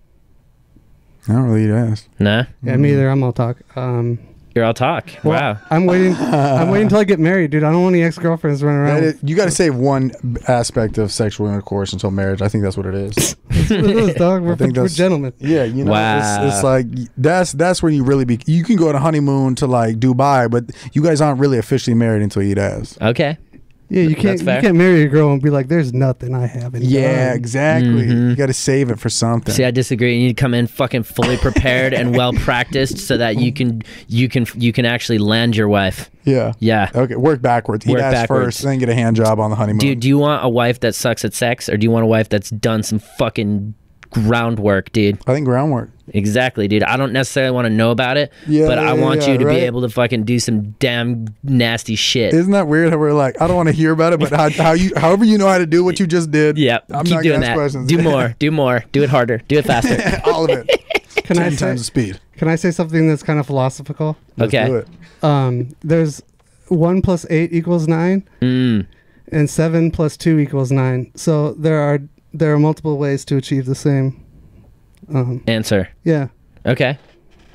[SPEAKER 3] I don't really eat ass.
[SPEAKER 1] nah.
[SPEAKER 2] Yeah, me either. I'm all talk. Um,
[SPEAKER 1] You're all talk. wow.
[SPEAKER 2] I'm waiting. I'm waiting until I get married, dude. I don't want any ex girlfriends running
[SPEAKER 3] That
[SPEAKER 2] around.
[SPEAKER 3] is- you got to save one b- aspect of sexual intercourse until marriage. I think that's what it is.
[SPEAKER 2] That's what it is, dog. We're,
[SPEAKER 3] I think
[SPEAKER 2] we're
[SPEAKER 3] that's-
[SPEAKER 2] gentlemen.
[SPEAKER 3] Yeah, you know, it's, it's
[SPEAKER 1] Wow.
[SPEAKER 3] like that's that's where you really be. You can go on a honeymoon to like Dubai, but you guys aren't really officially married until you eat ass.
[SPEAKER 1] Okay.
[SPEAKER 2] Yeah, you can't.
[SPEAKER 1] That's
[SPEAKER 2] You
[SPEAKER 1] fair.
[SPEAKER 2] can't marry a girl and be like, "There's nothing I haven't."
[SPEAKER 3] Yeah,
[SPEAKER 2] done."
[SPEAKER 3] exactly. You got to save it for something.
[SPEAKER 1] Mm-hmm. See, I disagree. You need to come in fucking fully prepared and well practiced, so that you can you can you can actually land your wife.
[SPEAKER 3] yeah.
[SPEAKER 1] Yeah.
[SPEAKER 3] Okay, work backwards. Eat
[SPEAKER 1] Work
[SPEAKER 3] ass
[SPEAKER 1] backwards.
[SPEAKER 3] first, then get a hand job on the honeymoon.
[SPEAKER 1] Dude, do you want a wife that sucks at sex, or do you want a wife that's done some fucking groundwork, dude.
[SPEAKER 3] I think groundwork.
[SPEAKER 1] Exactly, dude. I don't necessarily want to know about it,
[SPEAKER 3] Yeah,
[SPEAKER 1] but I
[SPEAKER 3] yeah,
[SPEAKER 1] want
[SPEAKER 3] yeah,
[SPEAKER 1] you to
[SPEAKER 3] right.
[SPEAKER 1] be able to fucking do some damn nasty shit.
[SPEAKER 3] Isn't that weird how we're like, I don't want to hear about it, but how, how you, however you know how to do what you just did. Yeah, I'm
[SPEAKER 1] Keep
[SPEAKER 3] not
[SPEAKER 1] doing
[SPEAKER 3] gonna ask
[SPEAKER 1] that.
[SPEAKER 3] questions.
[SPEAKER 1] Do more. Do more. Do it harder. Do it faster.
[SPEAKER 3] All of it.
[SPEAKER 2] Can I
[SPEAKER 3] Ten
[SPEAKER 2] say-
[SPEAKER 3] times the speed.
[SPEAKER 2] Can I say something that's kind of philosophical?
[SPEAKER 1] Let's Okay. do it.
[SPEAKER 2] Um, there's one plus eight equals nine,
[SPEAKER 1] Mm.
[SPEAKER 2] and seven plus two equals nine. So there are there are multiple ways to achieve the same. Um,
[SPEAKER 1] Answer.
[SPEAKER 2] yeah.
[SPEAKER 1] Okay.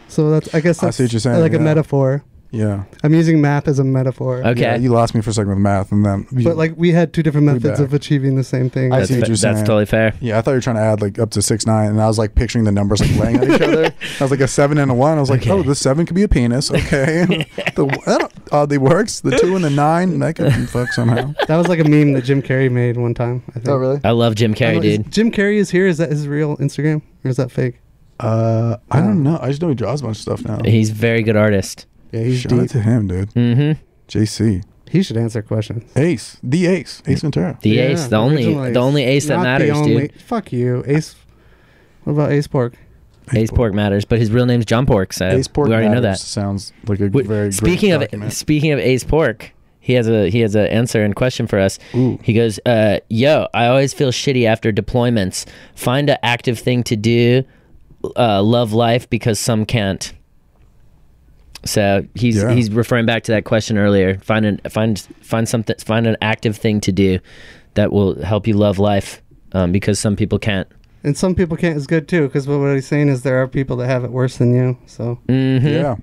[SPEAKER 2] So that's I guess
[SPEAKER 3] I
[SPEAKER 2] that's
[SPEAKER 3] see what you're saying,
[SPEAKER 2] like
[SPEAKER 3] yeah.
[SPEAKER 2] a metaphor.
[SPEAKER 3] Yeah.
[SPEAKER 2] I'm using math as a metaphor.
[SPEAKER 3] Yeah, you lost me for a second with math, and then.
[SPEAKER 2] But like we had two different
[SPEAKER 3] We
[SPEAKER 2] methods
[SPEAKER 3] back.
[SPEAKER 2] of achieving the same thing.
[SPEAKER 3] I see what you're saying.
[SPEAKER 1] fair.
[SPEAKER 3] Yeah, I thought you were trying to add like up to six nine, and I was like picturing the numbers like laying on each other. I was like a seven and a one. I was like, oh, the seven could be a penis. Okay, the that oddly works. The two and the nine, that could fuck somehow.
[SPEAKER 2] That was like a meme that Jim Carrey made one time. I think.
[SPEAKER 3] Oh, really?
[SPEAKER 1] I love Jim
[SPEAKER 2] I
[SPEAKER 1] Carrey,
[SPEAKER 2] don't know, is
[SPEAKER 1] dude.
[SPEAKER 2] Jim Carrey is here. Is that his real Instagram or is that fake?
[SPEAKER 3] Uh, I don't know. I just know he draws a bunch of stuff now.
[SPEAKER 1] He's a very good artist.
[SPEAKER 2] Yeah, he's
[SPEAKER 3] Shout out
[SPEAKER 2] deep.
[SPEAKER 3] to him, dude.
[SPEAKER 1] Mm-hmm.
[SPEAKER 3] JC.
[SPEAKER 2] He should answer questions.
[SPEAKER 3] Ace, the Ace, Ace Ventura.
[SPEAKER 1] The Ace, the only- the only Ace that
[SPEAKER 2] Not the
[SPEAKER 1] matters,
[SPEAKER 2] only-
[SPEAKER 1] dude.
[SPEAKER 2] Fuck you, Ace. What about Ace Pork?
[SPEAKER 1] Ace Pork matters, but his real name's John Pork. So
[SPEAKER 3] Ace Pork
[SPEAKER 1] we already know that.
[SPEAKER 3] Matters sounds like a very great
[SPEAKER 1] speaking of
[SPEAKER 3] document.
[SPEAKER 1] speaking of Ace Pork, he has a he has an answer and question for us. He goes, uh, "Yo, I always feel shitty after deployments. Find an active thing to do. Uh, love life because some can't." So he's
[SPEAKER 3] Yeah.
[SPEAKER 1] he's referring back to that question earlier. Find an find find something find an active thing to do that will help you love life um, because some people can't.
[SPEAKER 2] And some people can't is good too, because what what he's saying is there are people that have it worse than you. So
[SPEAKER 1] Mm-hmm.
[SPEAKER 3] Yeah.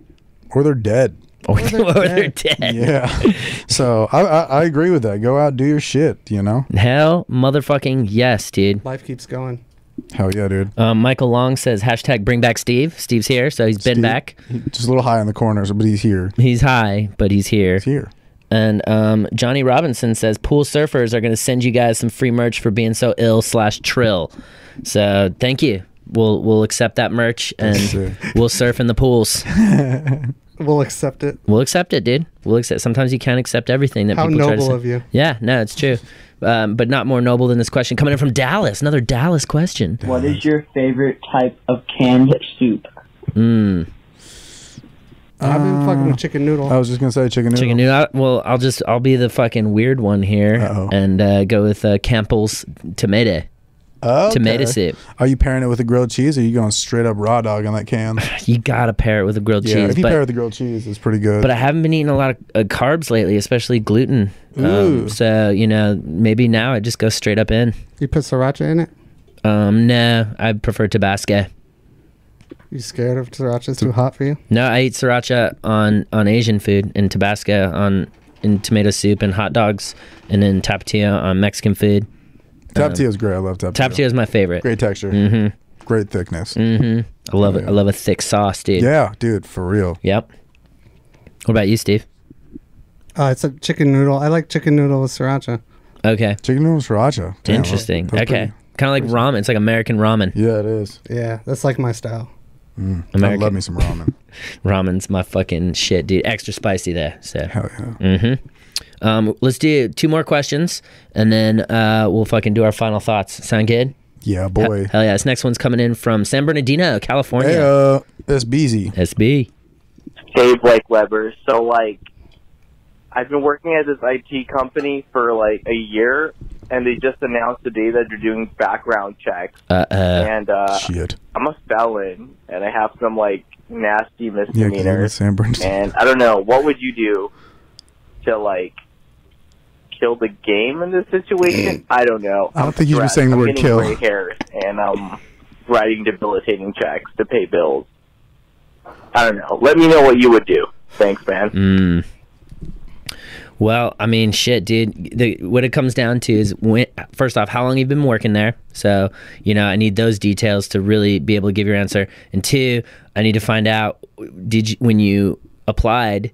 [SPEAKER 3] Or they're dead.
[SPEAKER 1] Or they're, dead.
[SPEAKER 3] Yeah. so I, I, I agree with that. Go out, do your shit, you know?
[SPEAKER 1] Hell, motherfucking yes, dude.
[SPEAKER 2] life keeps going.
[SPEAKER 3] Hell yeah, dude.
[SPEAKER 1] Um, Michael Long says hashtag bring back Steve. Steve's here, so he's been back.
[SPEAKER 3] Just a little high in the corners, but he's here.
[SPEAKER 1] He's high, but he's here. He's
[SPEAKER 3] here.
[SPEAKER 1] And um, Johnny Robinson says pool surfers are going to send you guys some free merch for being so ill slash trill. So thank you. We'll we'll accept that merch and we'll surf in the pools.
[SPEAKER 2] We'll accept it.
[SPEAKER 1] We'll accept it, dude. We'll accept. Sometimes you can't accept everything that
[SPEAKER 2] How
[SPEAKER 1] people try to
[SPEAKER 2] noble
[SPEAKER 1] say.
[SPEAKER 2] of you.
[SPEAKER 1] Yeah, no, it's true. Um, but not more noble than this question coming in from Dallas. Another Dallas question.
[SPEAKER 11] What is your favorite type of canned soup?
[SPEAKER 1] Mm.
[SPEAKER 2] I've been fucking with chicken noodle.
[SPEAKER 3] I was just going to say chicken noodle.
[SPEAKER 1] Chicken noodle. I- Well, I'll just I'll be the fucking weird one here and uh, go with uh, Campbell's tomato.
[SPEAKER 3] Okay.
[SPEAKER 1] Tomato soup.
[SPEAKER 3] Are you pairing it with a grilled cheese or are you going straight up raw dog on that can?
[SPEAKER 1] You gotta pair it with a grilled
[SPEAKER 3] yeah,
[SPEAKER 1] cheese.
[SPEAKER 3] if you
[SPEAKER 1] but,
[SPEAKER 3] pair it with the grilled cheese, it's pretty good.
[SPEAKER 1] but I haven't been eating a lot of uh, carbs lately, especially gluten. Um,
[SPEAKER 3] Ooh.
[SPEAKER 1] so you know, maybe now I just go straight up in.
[SPEAKER 2] You put sriracha in it.
[SPEAKER 1] Um, no, I prefer Tabasco.
[SPEAKER 2] You scared of sriracha? It's too hot for you.
[SPEAKER 1] No, I eat sriracha on on Asian food and Tabasco on in tomato soup and hot dogs, and then tapatio on Mexican food.
[SPEAKER 3] Tapatio is great. I love tapatio.
[SPEAKER 1] Tapatio is my favorite.
[SPEAKER 3] Great texture.
[SPEAKER 1] um, Mm-hmm.
[SPEAKER 3] Great thickness.
[SPEAKER 1] Mm-hmm. I love it. I love a thick sauce, dude.
[SPEAKER 3] Yeah, dude, for real.
[SPEAKER 1] Yep. What about you, Steve?
[SPEAKER 2] Uh, it's a chicken noodle. I like chicken noodle with sriracha.
[SPEAKER 1] Okay.
[SPEAKER 3] Chicken noodle sriracha. Damn,
[SPEAKER 1] Interesting.
[SPEAKER 3] that's
[SPEAKER 1] okay. Kind of like ramen. It's like American ramen.
[SPEAKER 3] Yeah, it is.
[SPEAKER 2] Yeah, that's like my style.
[SPEAKER 1] American.
[SPEAKER 3] I love me some ramen.
[SPEAKER 1] Ramen's my fucking shit, dude. Extra spicy there. So. Hell yeah. Mm-hmm. Um, let's do two more questions, and then uh, we'll fucking do our final thoughts. Sound good?
[SPEAKER 3] Yeah, boy.
[SPEAKER 1] Hell, hell yeah. This next one's coming in from San Bernardino, California.
[SPEAKER 3] Hey, uh, SBZ.
[SPEAKER 1] SB.
[SPEAKER 13] Hey, Blake Weber. So, like, I've been working at this IT company for like a year, and they just announced today that they're doing background checks.
[SPEAKER 1] Uh, uh,
[SPEAKER 13] and uh,
[SPEAKER 3] shit.
[SPEAKER 13] I'm a felon, and I have some like nasty
[SPEAKER 3] Yeah, 'cause you're in
[SPEAKER 13] misdemeanors.
[SPEAKER 3] San Bernardino.
[SPEAKER 13] and I don't know what would you do to like kill the game in this situation. I don't know.
[SPEAKER 3] I don't
[SPEAKER 13] I'm
[SPEAKER 3] think you were
[SPEAKER 13] stressed.
[SPEAKER 3] saying the
[SPEAKER 13] I'm
[SPEAKER 3] word
[SPEAKER 13] getting
[SPEAKER 3] kill.
[SPEAKER 13] Gray hairs, and I'm writing debilitating checks to pay bills. I don't know. Let me know what you would do. Thanks, man.
[SPEAKER 1] Mm. Well, I mean, shit, dude. The, what it comes down to is when, first off, how long you've been working there. So, you know, I need those details to really be able to give your answer. And two, I need to find out did you, when you applied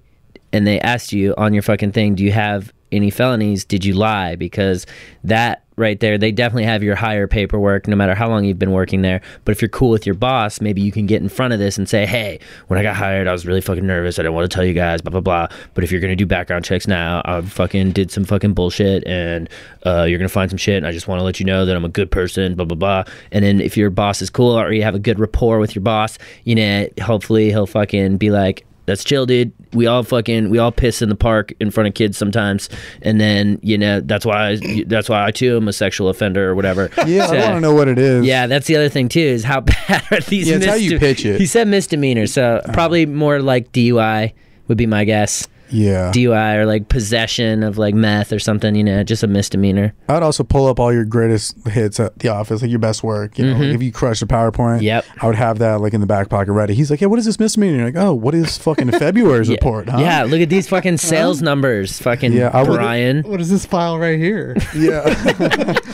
[SPEAKER 1] and they asked you on your fucking thing, do you have any felonies? Did you lie? Because that right there, they definitely have your hire paperwork no matter how long you've been working there. But if you're cool with your boss, maybe you can get in front of this and say, hey, when I got hired, I was really fucking nervous. I didn't want to tell you guys, blah, blah, blah. But if you're going to do background checks now, I fucking did some fucking bullshit and uh, you're going to find some shit. And I just want to let you know that I'm a good person, blah, blah, blah. And then if your boss is cool or you have a good rapport with your boss, you know, hopefully he'll fucking be like, that's chill, dude. We all fucking we all piss in the park in front of kids sometimes, and then you know that's why I, that's why I too am a sexual offender or whatever.
[SPEAKER 3] Yeah, I
[SPEAKER 1] So-
[SPEAKER 3] want to know what it is.
[SPEAKER 1] Yeah, that's the other thing too is how bad are these?
[SPEAKER 3] Yeah, it's how you
[SPEAKER 1] misde-
[SPEAKER 3] pitch it. Uh-huh.
[SPEAKER 1] He said misdemeanor, so probably more like DUI would be my guess.
[SPEAKER 3] Yeah.
[SPEAKER 1] DUI or like possession of like meth or something. You know, just a misdemeanor.
[SPEAKER 3] I'd also pull up all your greatest hits at the office, like your best work. You know,
[SPEAKER 1] Mhm.
[SPEAKER 3] like if you crush a PowerPoint,
[SPEAKER 1] Yep.
[SPEAKER 3] I would have that like in the back pocket ready. He's like, "Yeah, what is this misdemeanor?" You're like, "Oh, what is fucking February's report?" Huh?
[SPEAKER 1] Yeah, look at these fucking sales numbers, fucking
[SPEAKER 3] Yeah, I would-
[SPEAKER 1] Brian.
[SPEAKER 2] What is this file right here?
[SPEAKER 3] Yeah.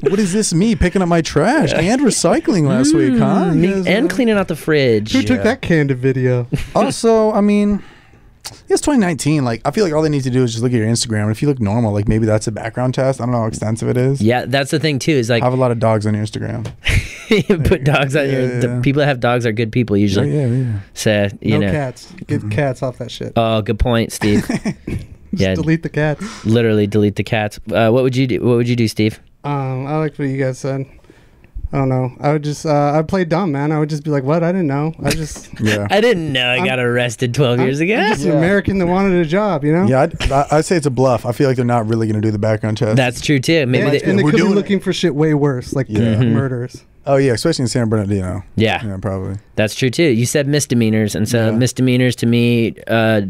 [SPEAKER 3] what is this? Me picking up my trash and recycling last week, huh?
[SPEAKER 1] Mm,
[SPEAKER 3] You guys-
[SPEAKER 1] and cleaning out the fridge.
[SPEAKER 3] Who took Yeah. that
[SPEAKER 2] candid video?
[SPEAKER 3] also, I mean, it's 2019. Like, I feel like all they need to do is just look at your Instagram. And if you look normal, like maybe that's a background test. I don't know how extensive it is.
[SPEAKER 1] Yeah, that's the thing too. Is like
[SPEAKER 3] I have a lot of dogs on your Instagram.
[SPEAKER 1] put dogs on your. The people that have dogs are good people usually.
[SPEAKER 3] Yeah, yeah, yeah.
[SPEAKER 1] So you
[SPEAKER 2] no
[SPEAKER 1] know.
[SPEAKER 2] cats. Get cats off that shit.
[SPEAKER 1] Oh, good point, Steve. yeah,
[SPEAKER 2] delete the cats.
[SPEAKER 1] literally delete the cats. Uh, what would you do? What would you do, Steve?
[SPEAKER 2] Um, I liked what you guys said. I don't know. I would just, uh, I play dumb, man. I would just be like, "What? I didn't know. I just,
[SPEAKER 3] Yeah.
[SPEAKER 1] I didn't know I got arrested 12
[SPEAKER 2] I'm-
[SPEAKER 1] years ago.
[SPEAKER 2] I'm just an American that wanted a job, you know.
[SPEAKER 3] Yeah, I'd, I- I'd say it's a bluff. I feel like they're not really going to do the background test.
[SPEAKER 1] That's true too. Maybe
[SPEAKER 2] and,
[SPEAKER 1] they, Mm-hmm.
[SPEAKER 2] and they could be looking for shit way worse, like
[SPEAKER 3] Yeah. Mhm.
[SPEAKER 2] murders.
[SPEAKER 3] Oh yeah, especially in San Bernardino.
[SPEAKER 1] Yeah.
[SPEAKER 3] yeah, probably.
[SPEAKER 1] That's true too. You said misdemeanors, and so misdemeanors to me uh,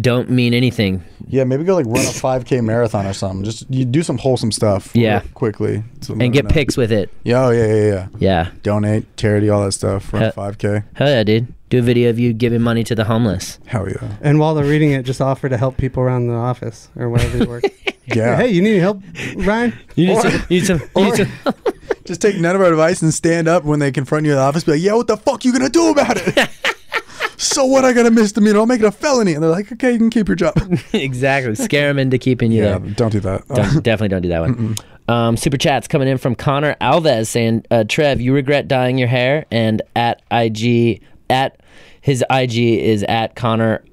[SPEAKER 1] don't mean anything.
[SPEAKER 3] Yeah, maybe go like run a 5K marathon or something. Just you do some wholesome stuff.
[SPEAKER 1] Yeah.
[SPEAKER 3] real quickly So let
[SPEAKER 1] and get
[SPEAKER 3] them know.
[SPEAKER 1] pics with it.
[SPEAKER 3] Yeah, oh, yeah, yeah, yeah.
[SPEAKER 1] Yeah.
[SPEAKER 3] Donate, charity, all that stuff. Run
[SPEAKER 1] Hell-
[SPEAKER 3] 5K.
[SPEAKER 1] Hell yeah, dude. Do a video of you giving money to the homeless.
[SPEAKER 3] Hell yeah.
[SPEAKER 2] And while they're reading it, just offer to help people around the office or wherever you work.
[SPEAKER 3] Yeah.
[SPEAKER 2] Hey, you need help, Ryan?
[SPEAKER 1] You
[SPEAKER 3] need some-
[SPEAKER 1] you need some.
[SPEAKER 3] Just take none of our advice and stand up when they confront you in the office. Be like, "Yeah, what the fuck you gonna do about it?" so what? I got a misdemeanor. I'll make it a felony. And they're like, "Okay, you can keep your job."
[SPEAKER 1] exactly. Scare them into keeping you
[SPEAKER 3] yeah,
[SPEAKER 1] there.
[SPEAKER 3] don't do that.
[SPEAKER 1] Don't- definitely don't do that one. Um, super chats coming in from Connor Alves saying, uh, "Trev, you regret dyeing your hair." And at IG at his IG is at Connor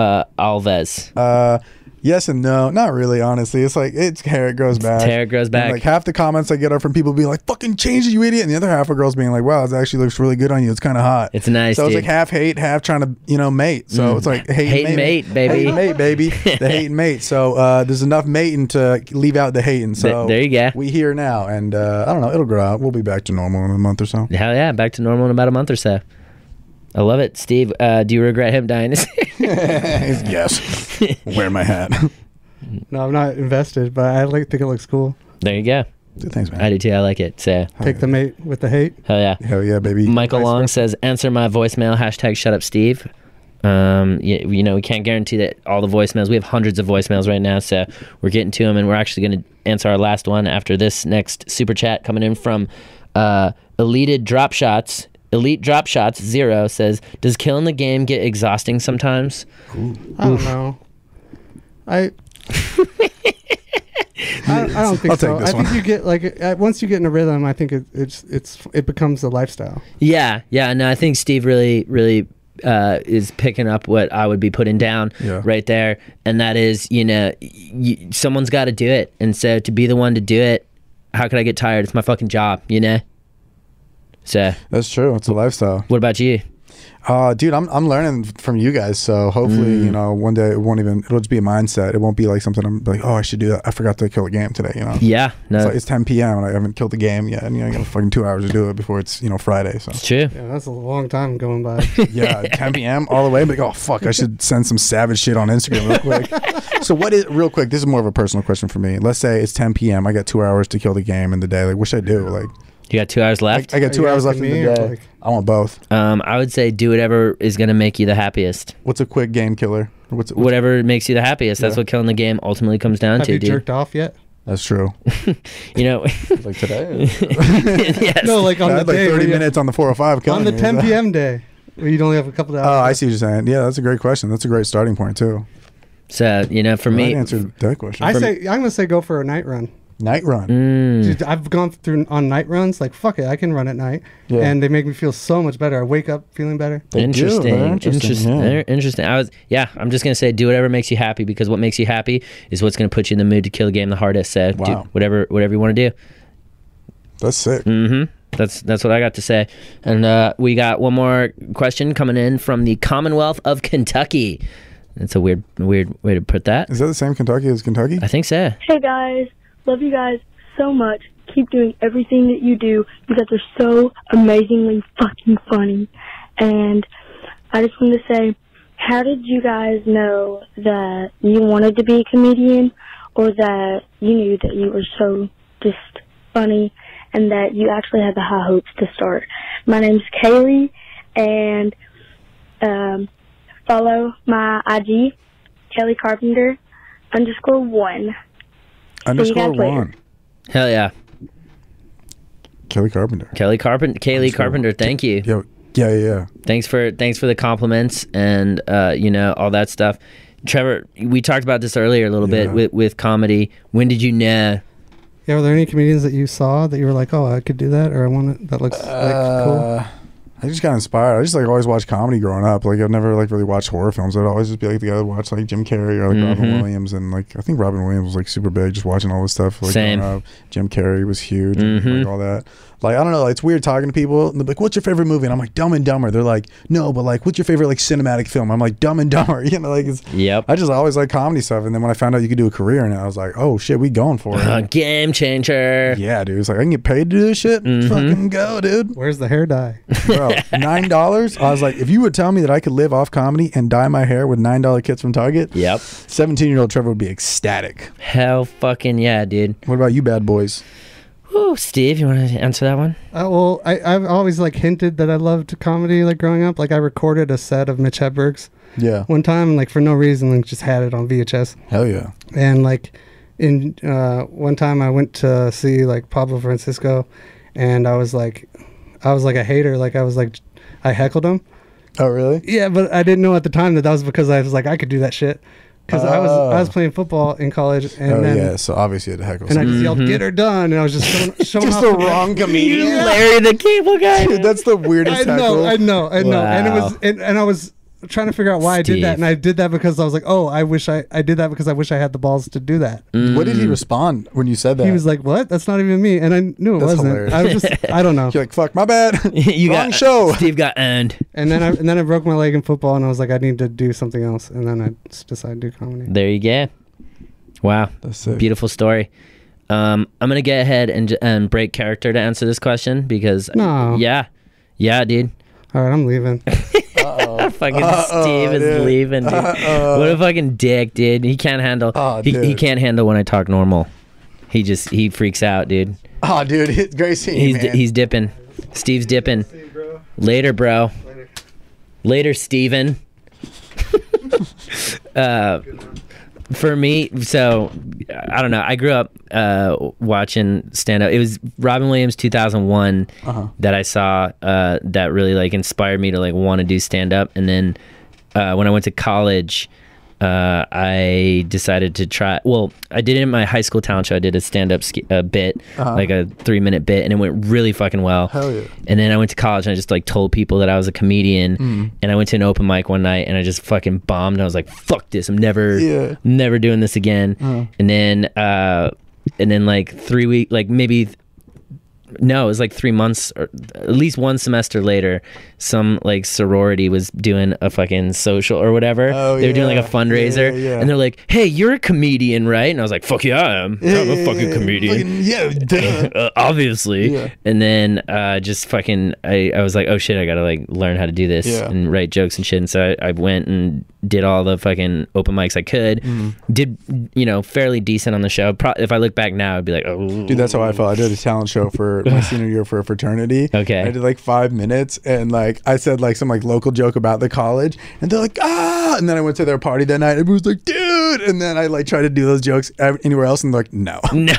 [SPEAKER 1] uh, Alves.
[SPEAKER 3] Uh, yes and no, not really. Honestly, it's like it's hair it grows back.
[SPEAKER 1] hair, it grows
[SPEAKER 3] And,
[SPEAKER 1] back.
[SPEAKER 3] like half the comments I get are from people being like, "Fucking change it, you idiot," and the other half are girls being like, "Wow, it actually looks really good on you. It's kind of hot."
[SPEAKER 1] It's nice,
[SPEAKER 3] So it's
[SPEAKER 1] dude.
[SPEAKER 3] like half hate, half trying to you know mate. So
[SPEAKER 1] Mm.
[SPEAKER 3] it's like hate,
[SPEAKER 1] Hate and mate, baby.
[SPEAKER 3] hate and mate, baby. the hate and mate. So uh, there's enough mating to leave out the hating. So
[SPEAKER 1] Th- there you go.
[SPEAKER 3] We here now, and uh, I don't know. It'll grow out. We'll be back to normal in a month or so.
[SPEAKER 1] Hell yeah, back to normal in about a month or so. I love it, Steve. Uh, do you regret him dying? This
[SPEAKER 3] yes. Wear my hat.
[SPEAKER 2] No, I'm not invested, but I like think it looks cool.
[SPEAKER 1] there you go.
[SPEAKER 3] Thanks, man.
[SPEAKER 1] I do too. I like it. So
[SPEAKER 2] Take the mate with the hate.
[SPEAKER 1] hell yeah.
[SPEAKER 3] Hell yeah, baby.
[SPEAKER 1] Michael Long says, answer my voicemail, hashtag shut up Steve. Um, you, you know, we can't guarantee that all the voicemails, we have hundreds of voicemails right now, so we're getting to them and we're actually going to answer our last one after this next super chat coming in from, uh, Elite Drop Shots. Elite Drop Shots Zero says, does killing the game get exhausting sometimes?
[SPEAKER 2] I don't know. I. I, I don't think
[SPEAKER 3] I'll
[SPEAKER 2] so.
[SPEAKER 3] take this
[SPEAKER 2] I think
[SPEAKER 3] one.
[SPEAKER 2] you get like uh, once you get in a rhythm, I think it, it's it's it becomes a lifestyle.
[SPEAKER 1] Yeah, yeah. No, I think Steve really, really uh, is picking up what I would be putting down
[SPEAKER 3] Yeah.
[SPEAKER 1] right there, and that is, you know, y- y- someone's got to do it, and so to be the one to do it, how could I get tired? It's my fucking job, you know. So,
[SPEAKER 3] That's true. It's a lifestyle.
[SPEAKER 1] what about you?
[SPEAKER 3] Uh, dude, I'm, I'm learning from you guys. So hopefully,
[SPEAKER 2] Mm.
[SPEAKER 3] you know, one day it won't even, it'll just be a mindset. It won't be like something I'm like, oh, I should do that. I forgot to kill a game today, you know?
[SPEAKER 1] Yeah,
[SPEAKER 3] It's,
[SPEAKER 1] no,
[SPEAKER 3] like, it's 10 p.m. and I haven't killed the game yet. And, you know, I got fucking two hours to do it before it's, you know, Friday. So
[SPEAKER 1] it's true.
[SPEAKER 2] Yeah, that's a long time going by.
[SPEAKER 3] yeah, 10 p.m. all the way. I'm like, oh, fuck, I should send some savage shit on Instagram real quick. so what is, real quick, this is more of a personal question for me. Let's say it's 10 p.m. I got two hours to kill the game in the day. Like, what should I do? Like,
[SPEAKER 1] You got two hours left.
[SPEAKER 3] I got two
[SPEAKER 2] you
[SPEAKER 3] hours left
[SPEAKER 2] asking
[SPEAKER 3] in
[SPEAKER 2] me
[SPEAKER 3] the
[SPEAKER 2] or,
[SPEAKER 3] day.
[SPEAKER 2] like-
[SPEAKER 3] I want both.
[SPEAKER 1] um, I would say do whatever is going to make you the happiest.
[SPEAKER 3] What's a quick game killer? What's, what's
[SPEAKER 1] Whatever makes you the happiest. That's
[SPEAKER 3] Yeah.
[SPEAKER 1] what killing the game ultimately comes down
[SPEAKER 2] Have
[SPEAKER 1] to,
[SPEAKER 2] you
[SPEAKER 1] dude.
[SPEAKER 2] jerked off yet?
[SPEAKER 3] That's true.
[SPEAKER 1] You know.
[SPEAKER 3] like today.
[SPEAKER 1] yes.
[SPEAKER 2] No, like on
[SPEAKER 3] I
[SPEAKER 2] the
[SPEAKER 3] had like
[SPEAKER 2] day
[SPEAKER 3] 30
[SPEAKER 2] where you-
[SPEAKER 3] minutes on the 405
[SPEAKER 2] on
[SPEAKER 3] killing
[SPEAKER 2] the
[SPEAKER 3] me.
[SPEAKER 2] 10 p.m. day where you only have a couple of
[SPEAKER 3] Oh, I
[SPEAKER 2] hours.
[SPEAKER 3] see what you're saying. Yeah, that's a great question. That's a great starting point too.
[SPEAKER 1] So you know, for
[SPEAKER 3] I
[SPEAKER 1] me,
[SPEAKER 3] answered that question.
[SPEAKER 2] I
[SPEAKER 3] For-
[SPEAKER 2] say I'm gonna say go for a night run.
[SPEAKER 3] Night run. Hmm.
[SPEAKER 2] Dude, I've gone through on night runs. Like fuck it, I can run at night,
[SPEAKER 1] Yeah.
[SPEAKER 2] and they make me feel so much better. I wake up feeling better.
[SPEAKER 1] interesting, interesting, they're interesting. I was, yeah. I'm just gonna say, do whatever makes you happy because what makes you happy is what's gonna put you in the mood to kill the game the hardest. So, do
[SPEAKER 3] Wow.
[SPEAKER 1] whatever, whatever you want to do.
[SPEAKER 3] That's sick.
[SPEAKER 1] Mm-hmm. That's that's what I got to say. And uh, we got one more question coming in from the Commonwealth of Kentucky. That's a weird, weird way to put that.
[SPEAKER 3] Is that the same Kentucky as Kentucky?
[SPEAKER 1] I think so.
[SPEAKER 14] Hey guys, love you guys so much. Keep doing everything that you do. You guys are so amazingly fucking funny. And I just wanted to say, how did you guys know that you wanted to be a comedian or that you knew that you were so just funny and that you actually had the high hopes to start? My name's Kaylee and um, follow my IG, Kaylee Carpenter underscore one.
[SPEAKER 3] Underscore
[SPEAKER 14] guys later.
[SPEAKER 3] one.
[SPEAKER 1] Hell yeah.
[SPEAKER 3] Kelly Carpenter.
[SPEAKER 1] Kelly Carpenter, Kaylee Carpenter, thank you.
[SPEAKER 3] Yeah, yeah, yeah.
[SPEAKER 1] Thanks for thanks for the compliments and uh, you know all that stuff. Trevor, we talked about this earlier a little bit with, with comedy. When did you know?
[SPEAKER 2] Yeah, were there any comedians that you saw that you were like, oh, I could do that, or I want it? That looks like cool.
[SPEAKER 3] Uh, I just got inspired. I just like always watched comedy growing up. Like I've never like really watched horror films. I'd always just be like the guy that watched like Jim Carrey or like
[SPEAKER 1] Mhm.
[SPEAKER 3] Robin Williams and like I think Robin Williams was like super big just watching all this stuff. Like,
[SPEAKER 1] Same.
[SPEAKER 3] growing up. Jim Carrey was huge. and,
[SPEAKER 1] Mhm.
[SPEAKER 3] like, all that. Like I don't know. Like, it's weird talking to people. And they're like, "What's your favorite movie?" And I'm like, "Dumb and Dumber." They're like, "No, but like, what's your favorite like cinematic film?" I'm like, "Dumb and Dumber." You know, like it's.
[SPEAKER 1] Yep.
[SPEAKER 3] I just always like comedy stuff. And then when I found out you could do a career in it, I was like, "Oh shit, we going for it."
[SPEAKER 1] Uh, game changer.
[SPEAKER 3] Yeah, dude. It's like I can get paid to do this shit.
[SPEAKER 1] Mm-hmm.
[SPEAKER 3] Fucking go, dude.
[SPEAKER 2] Where's the hair dye?
[SPEAKER 3] Bro, nine dollars. I was like, if you would tell me that I could live off comedy and dye my hair with nine dollar kits from Target,
[SPEAKER 1] yep.
[SPEAKER 3] Seventeen year old Trevor would be ecstatic.
[SPEAKER 1] Hell fucking yeah, dude.
[SPEAKER 3] What about you, bad boys?
[SPEAKER 1] Ooh, Steve, you want to answer that one?
[SPEAKER 2] Uh, well, I, I've always like hinted that I loved comedy, like growing up. Like I recorded a set of Mitch Hedberg's.
[SPEAKER 3] Yeah.
[SPEAKER 2] One time, like for no reason, like just had it on VHS.
[SPEAKER 3] Hell yeah.
[SPEAKER 2] And like, in uh, one time, I went to see like Pablo Francisco, and I was like, I was like a hater. Like I was like, I heckled him.
[SPEAKER 3] Oh really?
[SPEAKER 2] Yeah, but I didn't know at the time that that was because I was like I could do that shit. Because I was I was playing football in college, and
[SPEAKER 3] oh
[SPEAKER 2] then
[SPEAKER 3] yeah. So obviously it heckles.
[SPEAKER 2] and I just yelled "Get her done," and I was just showing, showing
[SPEAKER 3] Just
[SPEAKER 2] off
[SPEAKER 3] the wrong comedian.
[SPEAKER 2] Yeah.
[SPEAKER 1] Larry the Cable Guy.
[SPEAKER 3] Dude, that's the weirdest.
[SPEAKER 2] I know,
[SPEAKER 3] heckle.
[SPEAKER 2] I know, I know. And it was
[SPEAKER 3] Wow.
[SPEAKER 2] and, and I was trying to figure out why I did
[SPEAKER 3] Steve.
[SPEAKER 2] that, and I did that because I was like, oh, I wish I I did that because I wish I had the balls to do that.
[SPEAKER 3] What did he
[SPEAKER 1] Mm.
[SPEAKER 3] respond when you said that?
[SPEAKER 2] He was like, "What? That's not even me," and I knew it
[SPEAKER 3] That's
[SPEAKER 2] wasn't.
[SPEAKER 3] hilarious.
[SPEAKER 2] I was just, I don't know.
[SPEAKER 3] You're like, "Fuck, my bad."
[SPEAKER 1] you
[SPEAKER 3] Wrong
[SPEAKER 1] got
[SPEAKER 3] show.
[SPEAKER 1] Steve got owned.
[SPEAKER 2] And then I and then I broke my leg in football, and I was like, I need to do something else, and then I s- decided to do comedy.
[SPEAKER 1] There you go. Wow, beautiful story. Um, I'm gonna get ahead and j- and break character to answer this question because
[SPEAKER 2] No.
[SPEAKER 1] yeah, yeah, dude.
[SPEAKER 2] All right, I'm leaving.
[SPEAKER 1] fucking
[SPEAKER 2] Uh-oh,
[SPEAKER 1] Steve is
[SPEAKER 2] dude.
[SPEAKER 1] leaving, dude.
[SPEAKER 2] Uh-oh.
[SPEAKER 1] What a fucking dick, dude. He can't handle. he, he
[SPEAKER 3] dude.
[SPEAKER 1] can't handle when I talk normal. He just he freaks out, dude.
[SPEAKER 3] "Oh, dude, it's great seeing you,
[SPEAKER 1] He's
[SPEAKER 3] man."
[SPEAKER 1] he's dipping. Steve's dipping. Later, bro. Later, Steven. uh, for me, so I don't know. I grew up uh, watching stand up. It was Robin Williams 2001
[SPEAKER 3] Uh-huh.
[SPEAKER 1] that I saw uh, that really like inspired me to like want to do stand up. And then uh, when I went to college, uh, I decided to try. Well, I did it in my high school talent show. I did a stand up sk- uh, bit,
[SPEAKER 3] Uh-huh.
[SPEAKER 1] like a three minute bit, and it went really fucking well.
[SPEAKER 3] Hell yeah.
[SPEAKER 1] And then I went to college and I just like told people that I was a comedian.
[SPEAKER 3] Mm.
[SPEAKER 1] And I went to an open mic one night and I just fucking bombed. And I was like, fuck this. I'm never,
[SPEAKER 3] Yeah.
[SPEAKER 1] never doing this again.
[SPEAKER 3] Uh-huh.
[SPEAKER 1] And then, uh, and then like three week, like maybe no, it was like three months or at least one semester later, some like sorority was doing a fucking social or whatever.
[SPEAKER 3] Oh,
[SPEAKER 1] they were doing
[SPEAKER 3] yeah.
[SPEAKER 1] like a fundraiser
[SPEAKER 3] Yeah, yeah, yeah.
[SPEAKER 1] and they're like, Hey, you're a comedian, right? And I was like, Fuck yeah, I am.
[SPEAKER 3] Yeah,
[SPEAKER 1] I'm
[SPEAKER 3] yeah,
[SPEAKER 1] a fucking
[SPEAKER 3] yeah.
[SPEAKER 1] comedian.
[SPEAKER 3] Fucking- yeah, duh.
[SPEAKER 1] uh, obviously.
[SPEAKER 3] Yeah.
[SPEAKER 1] And then uh, just fucking, I, I was like, oh shit, I gotta like learn how to do this
[SPEAKER 3] Yeah.
[SPEAKER 1] and write jokes and shit. And so I, I went and did all the fucking open mics I could.
[SPEAKER 3] Mhm.
[SPEAKER 1] Did, you know, fairly decent on the show. Pro- if I look back now, I'd be like, oh.
[SPEAKER 3] Dude, that's how I felt. I did a talent show for my senior year for a fraternity.
[SPEAKER 1] Okay.
[SPEAKER 3] I did like five minutes and like I said like some like local joke about the college and they're like, ah and then I went to their party that night and everyone was like, dude and then I like tried to do those jokes ev- anywhere else and they're like, no.
[SPEAKER 1] No.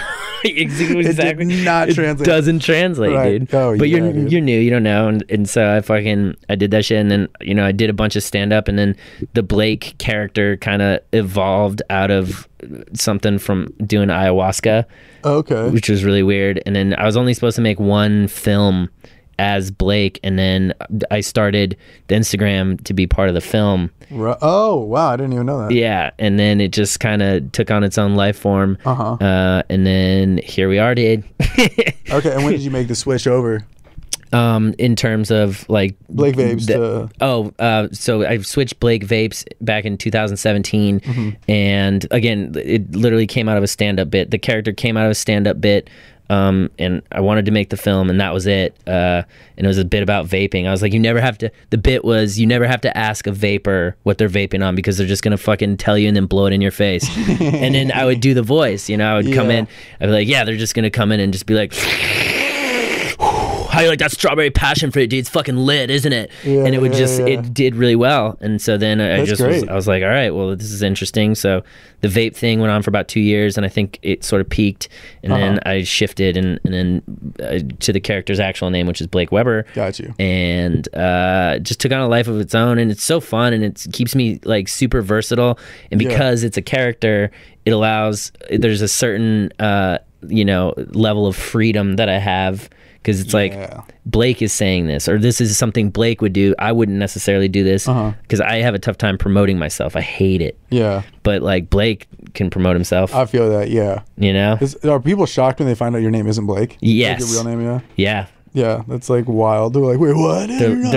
[SPEAKER 1] exactly.
[SPEAKER 3] It did not translate.
[SPEAKER 1] Doesn't translate,
[SPEAKER 3] Right.
[SPEAKER 1] dude.
[SPEAKER 3] Oh,
[SPEAKER 1] but
[SPEAKER 3] yeah,
[SPEAKER 1] you're
[SPEAKER 3] dude.
[SPEAKER 1] you're new, you don't know, and, and so I fucking I did that shit, and then you know I did a bunch of stand up, and then the Blake character kind of evolved out of something from doing ayahuasca,
[SPEAKER 3] Okay.
[SPEAKER 1] which was really weird. And then I was only supposed to make one film as Blake, and then I started the Instagram to be part of the film.
[SPEAKER 3] Ru- Oh wow, I didn't even know that.
[SPEAKER 1] Yeah, and then it just kind of took on its own life form.
[SPEAKER 3] Uh-huh.
[SPEAKER 1] Uh, and then here we are, dude.
[SPEAKER 3] Okay, and when did you make the switch over?
[SPEAKER 1] Um, in terms of like
[SPEAKER 3] Blake Vapes to-
[SPEAKER 1] oh, uh, so I switched Blake Vapes back in 2017,
[SPEAKER 3] Mhm.
[SPEAKER 1] and again, it literally came out of a stand-up bit. The character came out of a stand-up bit. Um, and I wanted to make the film, and that was it. Uh, and it was a bit about vaping. I was like, you never have to. The bit was you never have to ask a vapor what they're vaping on because they're just gonna fucking tell you and then blow it in your face. and then I would do the voice. You know, I would come
[SPEAKER 15] Yeah.
[SPEAKER 1] in. I'd be like, yeah, they're just gonna come in and just be like. how you like that strawberry passion fruit, dude? It's fucking lit, isn't it?
[SPEAKER 15] Yeah,
[SPEAKER 1] and it would
[SPEAKER 15] yeah,
[SPEAKER 1] just,
[SPEAKER 15] yeah.
[SPEAKER 1] it did really well. And so then I, I
[SPEAKER 15] That's
[SPEAKER 1] just was,
[SPEAKER 15] great.
[SPEAKER 1] I was like, all right, well, this is interesting. So the vape thing went on for about two years, and I think it sort of peaked. And then
[SPEAKER 15] Uh-huh.
[SPEAKER 1] I shifted, and and then uh, to the character's actual name, which is Blake Weber.
[SPEAKER 3] Got you.
[SPEAKER 1] And uh, just took on a life of its own, and it's so fun, and it keeps me like super versatile. And
[SPEAKER 15] Yeah.
[SPEAKER 1] because it's a character, it allows there's a certain uh, you know level of freedom that I have because it's like Blake is saying this, or this is something Blake would do. I wouldn't necessarily do this
[SPEAKER 3] Uh-huh.
[SPEAKER 1] because I have a tough time promoting myself. I hate it.
[SPEAKER 3] Yeah.
[SPEAKER 1] But like Blake can promote himself.
[SPEAKER 3] I feel that. Yeah.
[SPEAKER 1] you know.
[SPEAKER 3] Uh, Is, are people shocked when they find out your name isn't Blake?
[SPEAKER 1] Yes.
[SPEAKER 3] Like your real name, yeah.
[SPEAKER 1] Yeah.
[SPEAKER 3] Yeah, that's like wild. They're like, wait, what?
[SPEAKER 1] They're- uh,
[SPEAKER 3] You're not-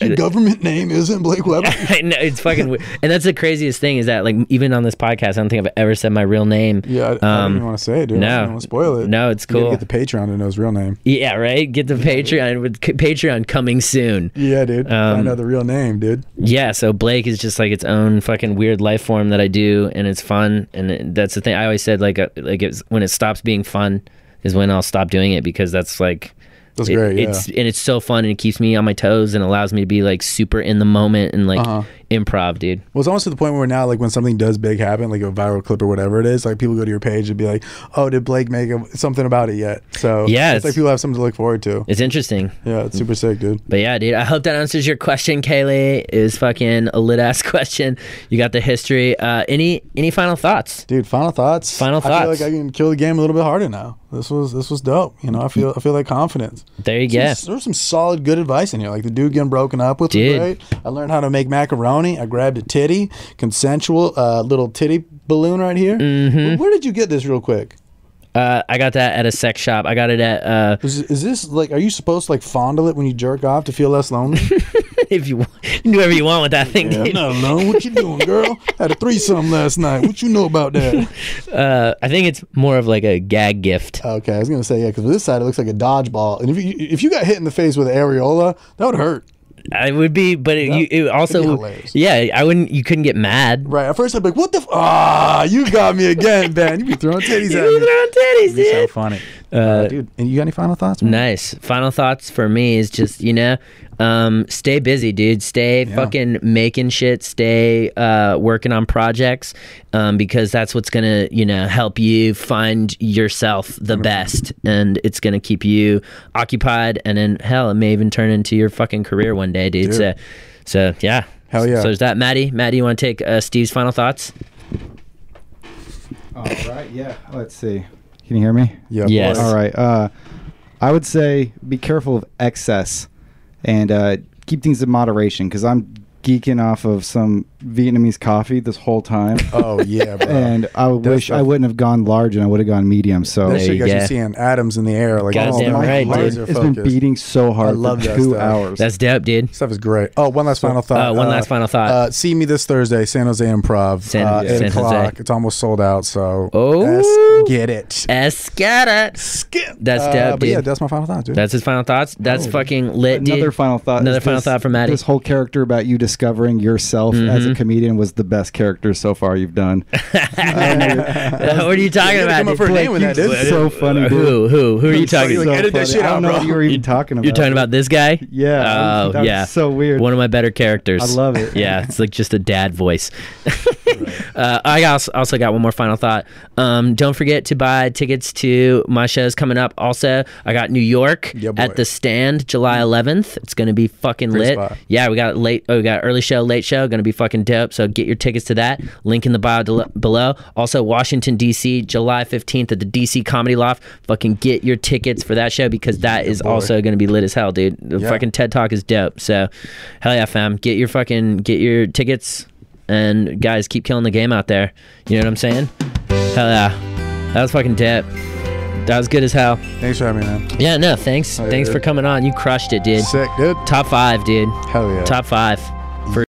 [SPEAKER 1] they're-
[SPEAKER 3] your government name isn't Blake Weber.
[SPEAKER 1] I know it's fucking weird. And that's the craziest thing is that like even on this podcast, I don't think I've ever said my real name.
[SPEAKER 3] Yeah, I, I don't even want to say it, dude. I don't
[SPEAKER 1] Um, No,
[SPEAKER 3] want to spoil it.
[SPEAKER 1] No, it's
[SPEAKER 3] You gotta
[SPEAKER 1] cool.
[SPEAKER 3] Get the Patreon to know his real name.
[SPEAKER 1] yeah, right. Get the Patreon with Patreon coming soon.
[SPEAKER 3] Yeah, dude. I
[SPEAKER 1] Um,
[SPEAKER 3] know the real name, dude.
[SPEAKER 1] Yeah, so Blake is just like its own fucking weird life form that I do, and it's fun, and it- that's the thing I always said. Like, uh, like it's when it stops being fun is when I'll stop doing it because that's like
[SPEAKER 3] That's
[SPEAKER 1] it-
[SPEAKER 3] great, yeah.
[SPEAKER 1] It's and it's so fun and it keeps me on my toes and allows me to be like super in the moment and like
[SPEAKER 3] Uh-huh.
[SPEAKER 1] improv, dude.
[SPEAKER 3] Well, it's almost to the point where now, like when something does big happen, like a viral clip or whatever it is, like people go to your page and be like, "Oh, did Blake make a, something about it yet?" So
[SPEAKER 1] Yeah,
[SPEAKER 3] it's,
[SPEAKER 1] it's-
[SPEAKER 3] like people have something to look forward to.
[SPEAKER 1] It's interesting.
[SPEAKER 3] Yeah, it's super sick, dude.
[SPEAKER 1] But yeah, dude, I hope that answers your question, Kaylee. It was fucking a lit ass question. You got the history. Uh, any any final thoughts,
[SPEAKER 3] dude? Final thoughts.
[SPEAKER 1] Final
[SPEAKER 3] I feel
[SPEAKER 1] thoughts.
[SPEAKER 3] like I can kill the game a little bit harder now. This was this was dope. You know, I feel I feel like confidence.
[SPEAKER 1] There you
[SPEAKER 3] There's-
[SPEAKER 1] go.
[SPEAKER 3] There's some solid good advice in here. Like the dude getting broken up with was
[SPEAKER 1] Dude.
[SPEAKER 3] great. I learned how to make macaroni. I grabbed a titty, consensual uh, little titty balloon right here. Mm-hmm. Where did you get this real quick?
[SPEAKER 1] Uh, I got that at a sex shop. I got it at. Uh,
[SPEAKER 3] is, is this like? Are you supposed to like fondle it when you jerk off to feel less lonely?
[SPEAKER 1] if you want, do whatever you want with that thing.
[SPEAKER 3] Yeah, I'm
[SPEAKER 1] dude.
[SPEAKER 3] not alone. What you doing, girl? Had a threesome last night. What you know about that?
[SPEAKER 1] Uh, I think it's more of like a gag gift.
[SPEAKER 3] Okay, I was gonna say yeah, because this side it looks like a dodgeball, and if you if you got hit in the face with an areola, that would hurt.
[SPEAKER 1] I would be, but it, you, it also,
[SPEAKER 3] hilarious.
[SPEAKER 1] yeah, I wouldn't. You couldn't get mad.
[SPEAKER 3] Right at first, I'd be like, "What the? F- ah, you got me again, Ben. You be throwing titties
[SPEAKER 1] You
[SPEAKER 3] at
[SPEAKER 1] be
[SPEAKER 3] me.
[SPEAKER 1] throwing titties,
[SPEAKER 3] You're so
[SPEAKER 1] dude.
[SPEAKER 3] funny,
[SPEAKER 1] Uh,
[SPEAKER 3] dude. And you got any final thoughts?
[SPEAKER 1] Nice. Final thoughts for me is just you know, um, stay busy, dude. Stay fucking making shit. Stay uh, working on projects, um, because that's what's gonna you know help you find yourself the best, and it's gonna keep you occupied, and then hell, it may even turn into your fucking career one day, dude. So,
[SPEAKER 15] Dude.
[SPEAKER 1] so yeah.
[SPEAKER 3] Hell yeah.
[SPEAKER 1] So there's that, Maddie. Maddie, you want to take uh, Steve's final thoughts?
[SPEAKER 15] All right, yeah. Let's see. Can you hear me?
[SPEAKER 3] Yeah.
[SPEAKER 1] of Yes. course.
[SPEAKER 15] All right. Uh, I would say be careful of excess and uh, keep things in moderation because I'm geeking off of some Vietnamese coffee this whole time.
[SPEAKER 3] Oh yeah, bro.
[SPEAKER 15] and I wish I wouldn't have gone large and I would have gone medium. So
[SPEAKER 3] that shit got you seeing atoms in the air, like all
[SPEAKER 15] Goddamn right, dude.
[SPEAKER 3] laser
[SPEAKER 15] It's been
[SPEAKER 3] focused.
[SPEAKER 15] beating so hard
[SPEAKER 3] I love
[SPEAKER 15] for
[SPEAKER 3] that
[SPEAKER 15] two
[SPEAKER 3] stuff.
[SPEAKER 15] hours.
[SPEAKER 1] That's dope, dude.
[SPEAKER 3] Stuff is great. Oh, one last final thought.
[SPEAKER 1] Uh, one last final thought.
[SPEAKER 3] Uh, see me this Thursday, San Jose Improv,
[SPEAKER 1] San-
[SPEAKER 3] uh,
[SPEAKER 1] yeah.
[SPEAKER 3] eight
[SPEAKER 1] San Jose.
[SPEAKER 3] o'clock. It's almost sold out, so
[SPEAKER 1] Oh.
[SPEAKER 3] let's get it.
[SPEAKER 1] Escada. Skip. That's
[SPEAKER 3] Uh,
[SPEAKER 1] dope,
[SPEAKER 3] but
[SPEAKER 1] dude.
[SPEAKER 3] yeah, that's my final thought, dude.
[SPEAKER 1] That's his final thoughts. That's
[SPEAKER 15] Oh.
[SPEAKER 1] fucking lit.
[SPEAKER 15] Another
[SPEAKER 1] dude.
[SPEAKER 15] final thought.
[SPEAKER 1] Another
[SPEAKER 15] is
[SPEAKER 1] final
[SPEAKER 15] this-
[SPEAKER 1] thought from Maddie.
[SPEAKER 15] This whole character about you discovering yourself as a
[SPEAKER 1] Mhm.
[SPEAKER 15] comedian was the best character so far you've done.
[SPEAKER 1] what are you talking
[SPEAKER 3] gotta
[SPEAKER 1] about?
[SPEAKER 3] come up for a
[SPEAKER 1] dude?
[SPEAKER 3] name with that,
[SPEAKER 1] Blake,
[SPEAKER 3] dude.
[SPEAKER 1] you-
[SPEAKER 15] so funny.
[SPEAKER 1] Who? Who? Who are you talking?
[SPEAKER 15] about?
[SPEAKER 1] about?
[SPEAKER 15] I don't know what you were even talking about.
[SPEAKER 1] You're talking about this guy?
[SPEAKER 15] Yeah,
[SPEAKER 1] Oh,
[SPEAKER 15] that was
[SPEAKER 1] yeah.
[SPEAKER 15] so weird.
[SPEAKER 1] One of my better characters.
[SPEAKER 15] I love it.
[SPEAKER 1] Yeah, it's like just a dad voice. uh, I also, also got one more final thought. Um, don't forget to buy tickets to my shows coming up. Also, I got New York at the Stand July 11th. It's going to be fucking
[SPEAKER 3] Great
[SPEAKER 1] lit.
[SPEAKER 3] spot.
[SPEAKER 1] Yeah, we got late. Oh, we got early show, late show. Going to be fucking dope. So get your tickets to that. Link in the bio del- below. Also, Washington D.C. July 15th at the D.C. Comedy Loft. Fucking get your tickets for that show because that is
[SPEAKER 3] boy.
[SPEAKER 1] also going to be lit as hell, dude. The
[SPEAKER 3] Yeah.
[SPEAKER 1] fucking TED Talk is dope. So, hell yeah, fam. Get your fucking get your tickets and guys keep killing the game out there. You know what I'm saying? Hell yeah. That was fucking dope. That was good as hell.
[SPEAKER 3] Thanks for having me, man.
[SPEAKER 1] Yeah, no, thanks.
[SPEAKER 3] Oh, yeah,
[SPEAKER 1] thanks for
[SPEAKER 3] dude.
[SPEAKER 1] coming on. You crushed it, dude.
[SPEAKER 3] Sick, dude.
[SPEAKER 1] Top five, dude.
[SPEAKER 3] Hell yeah.
[SPEAKER 1] Top five. For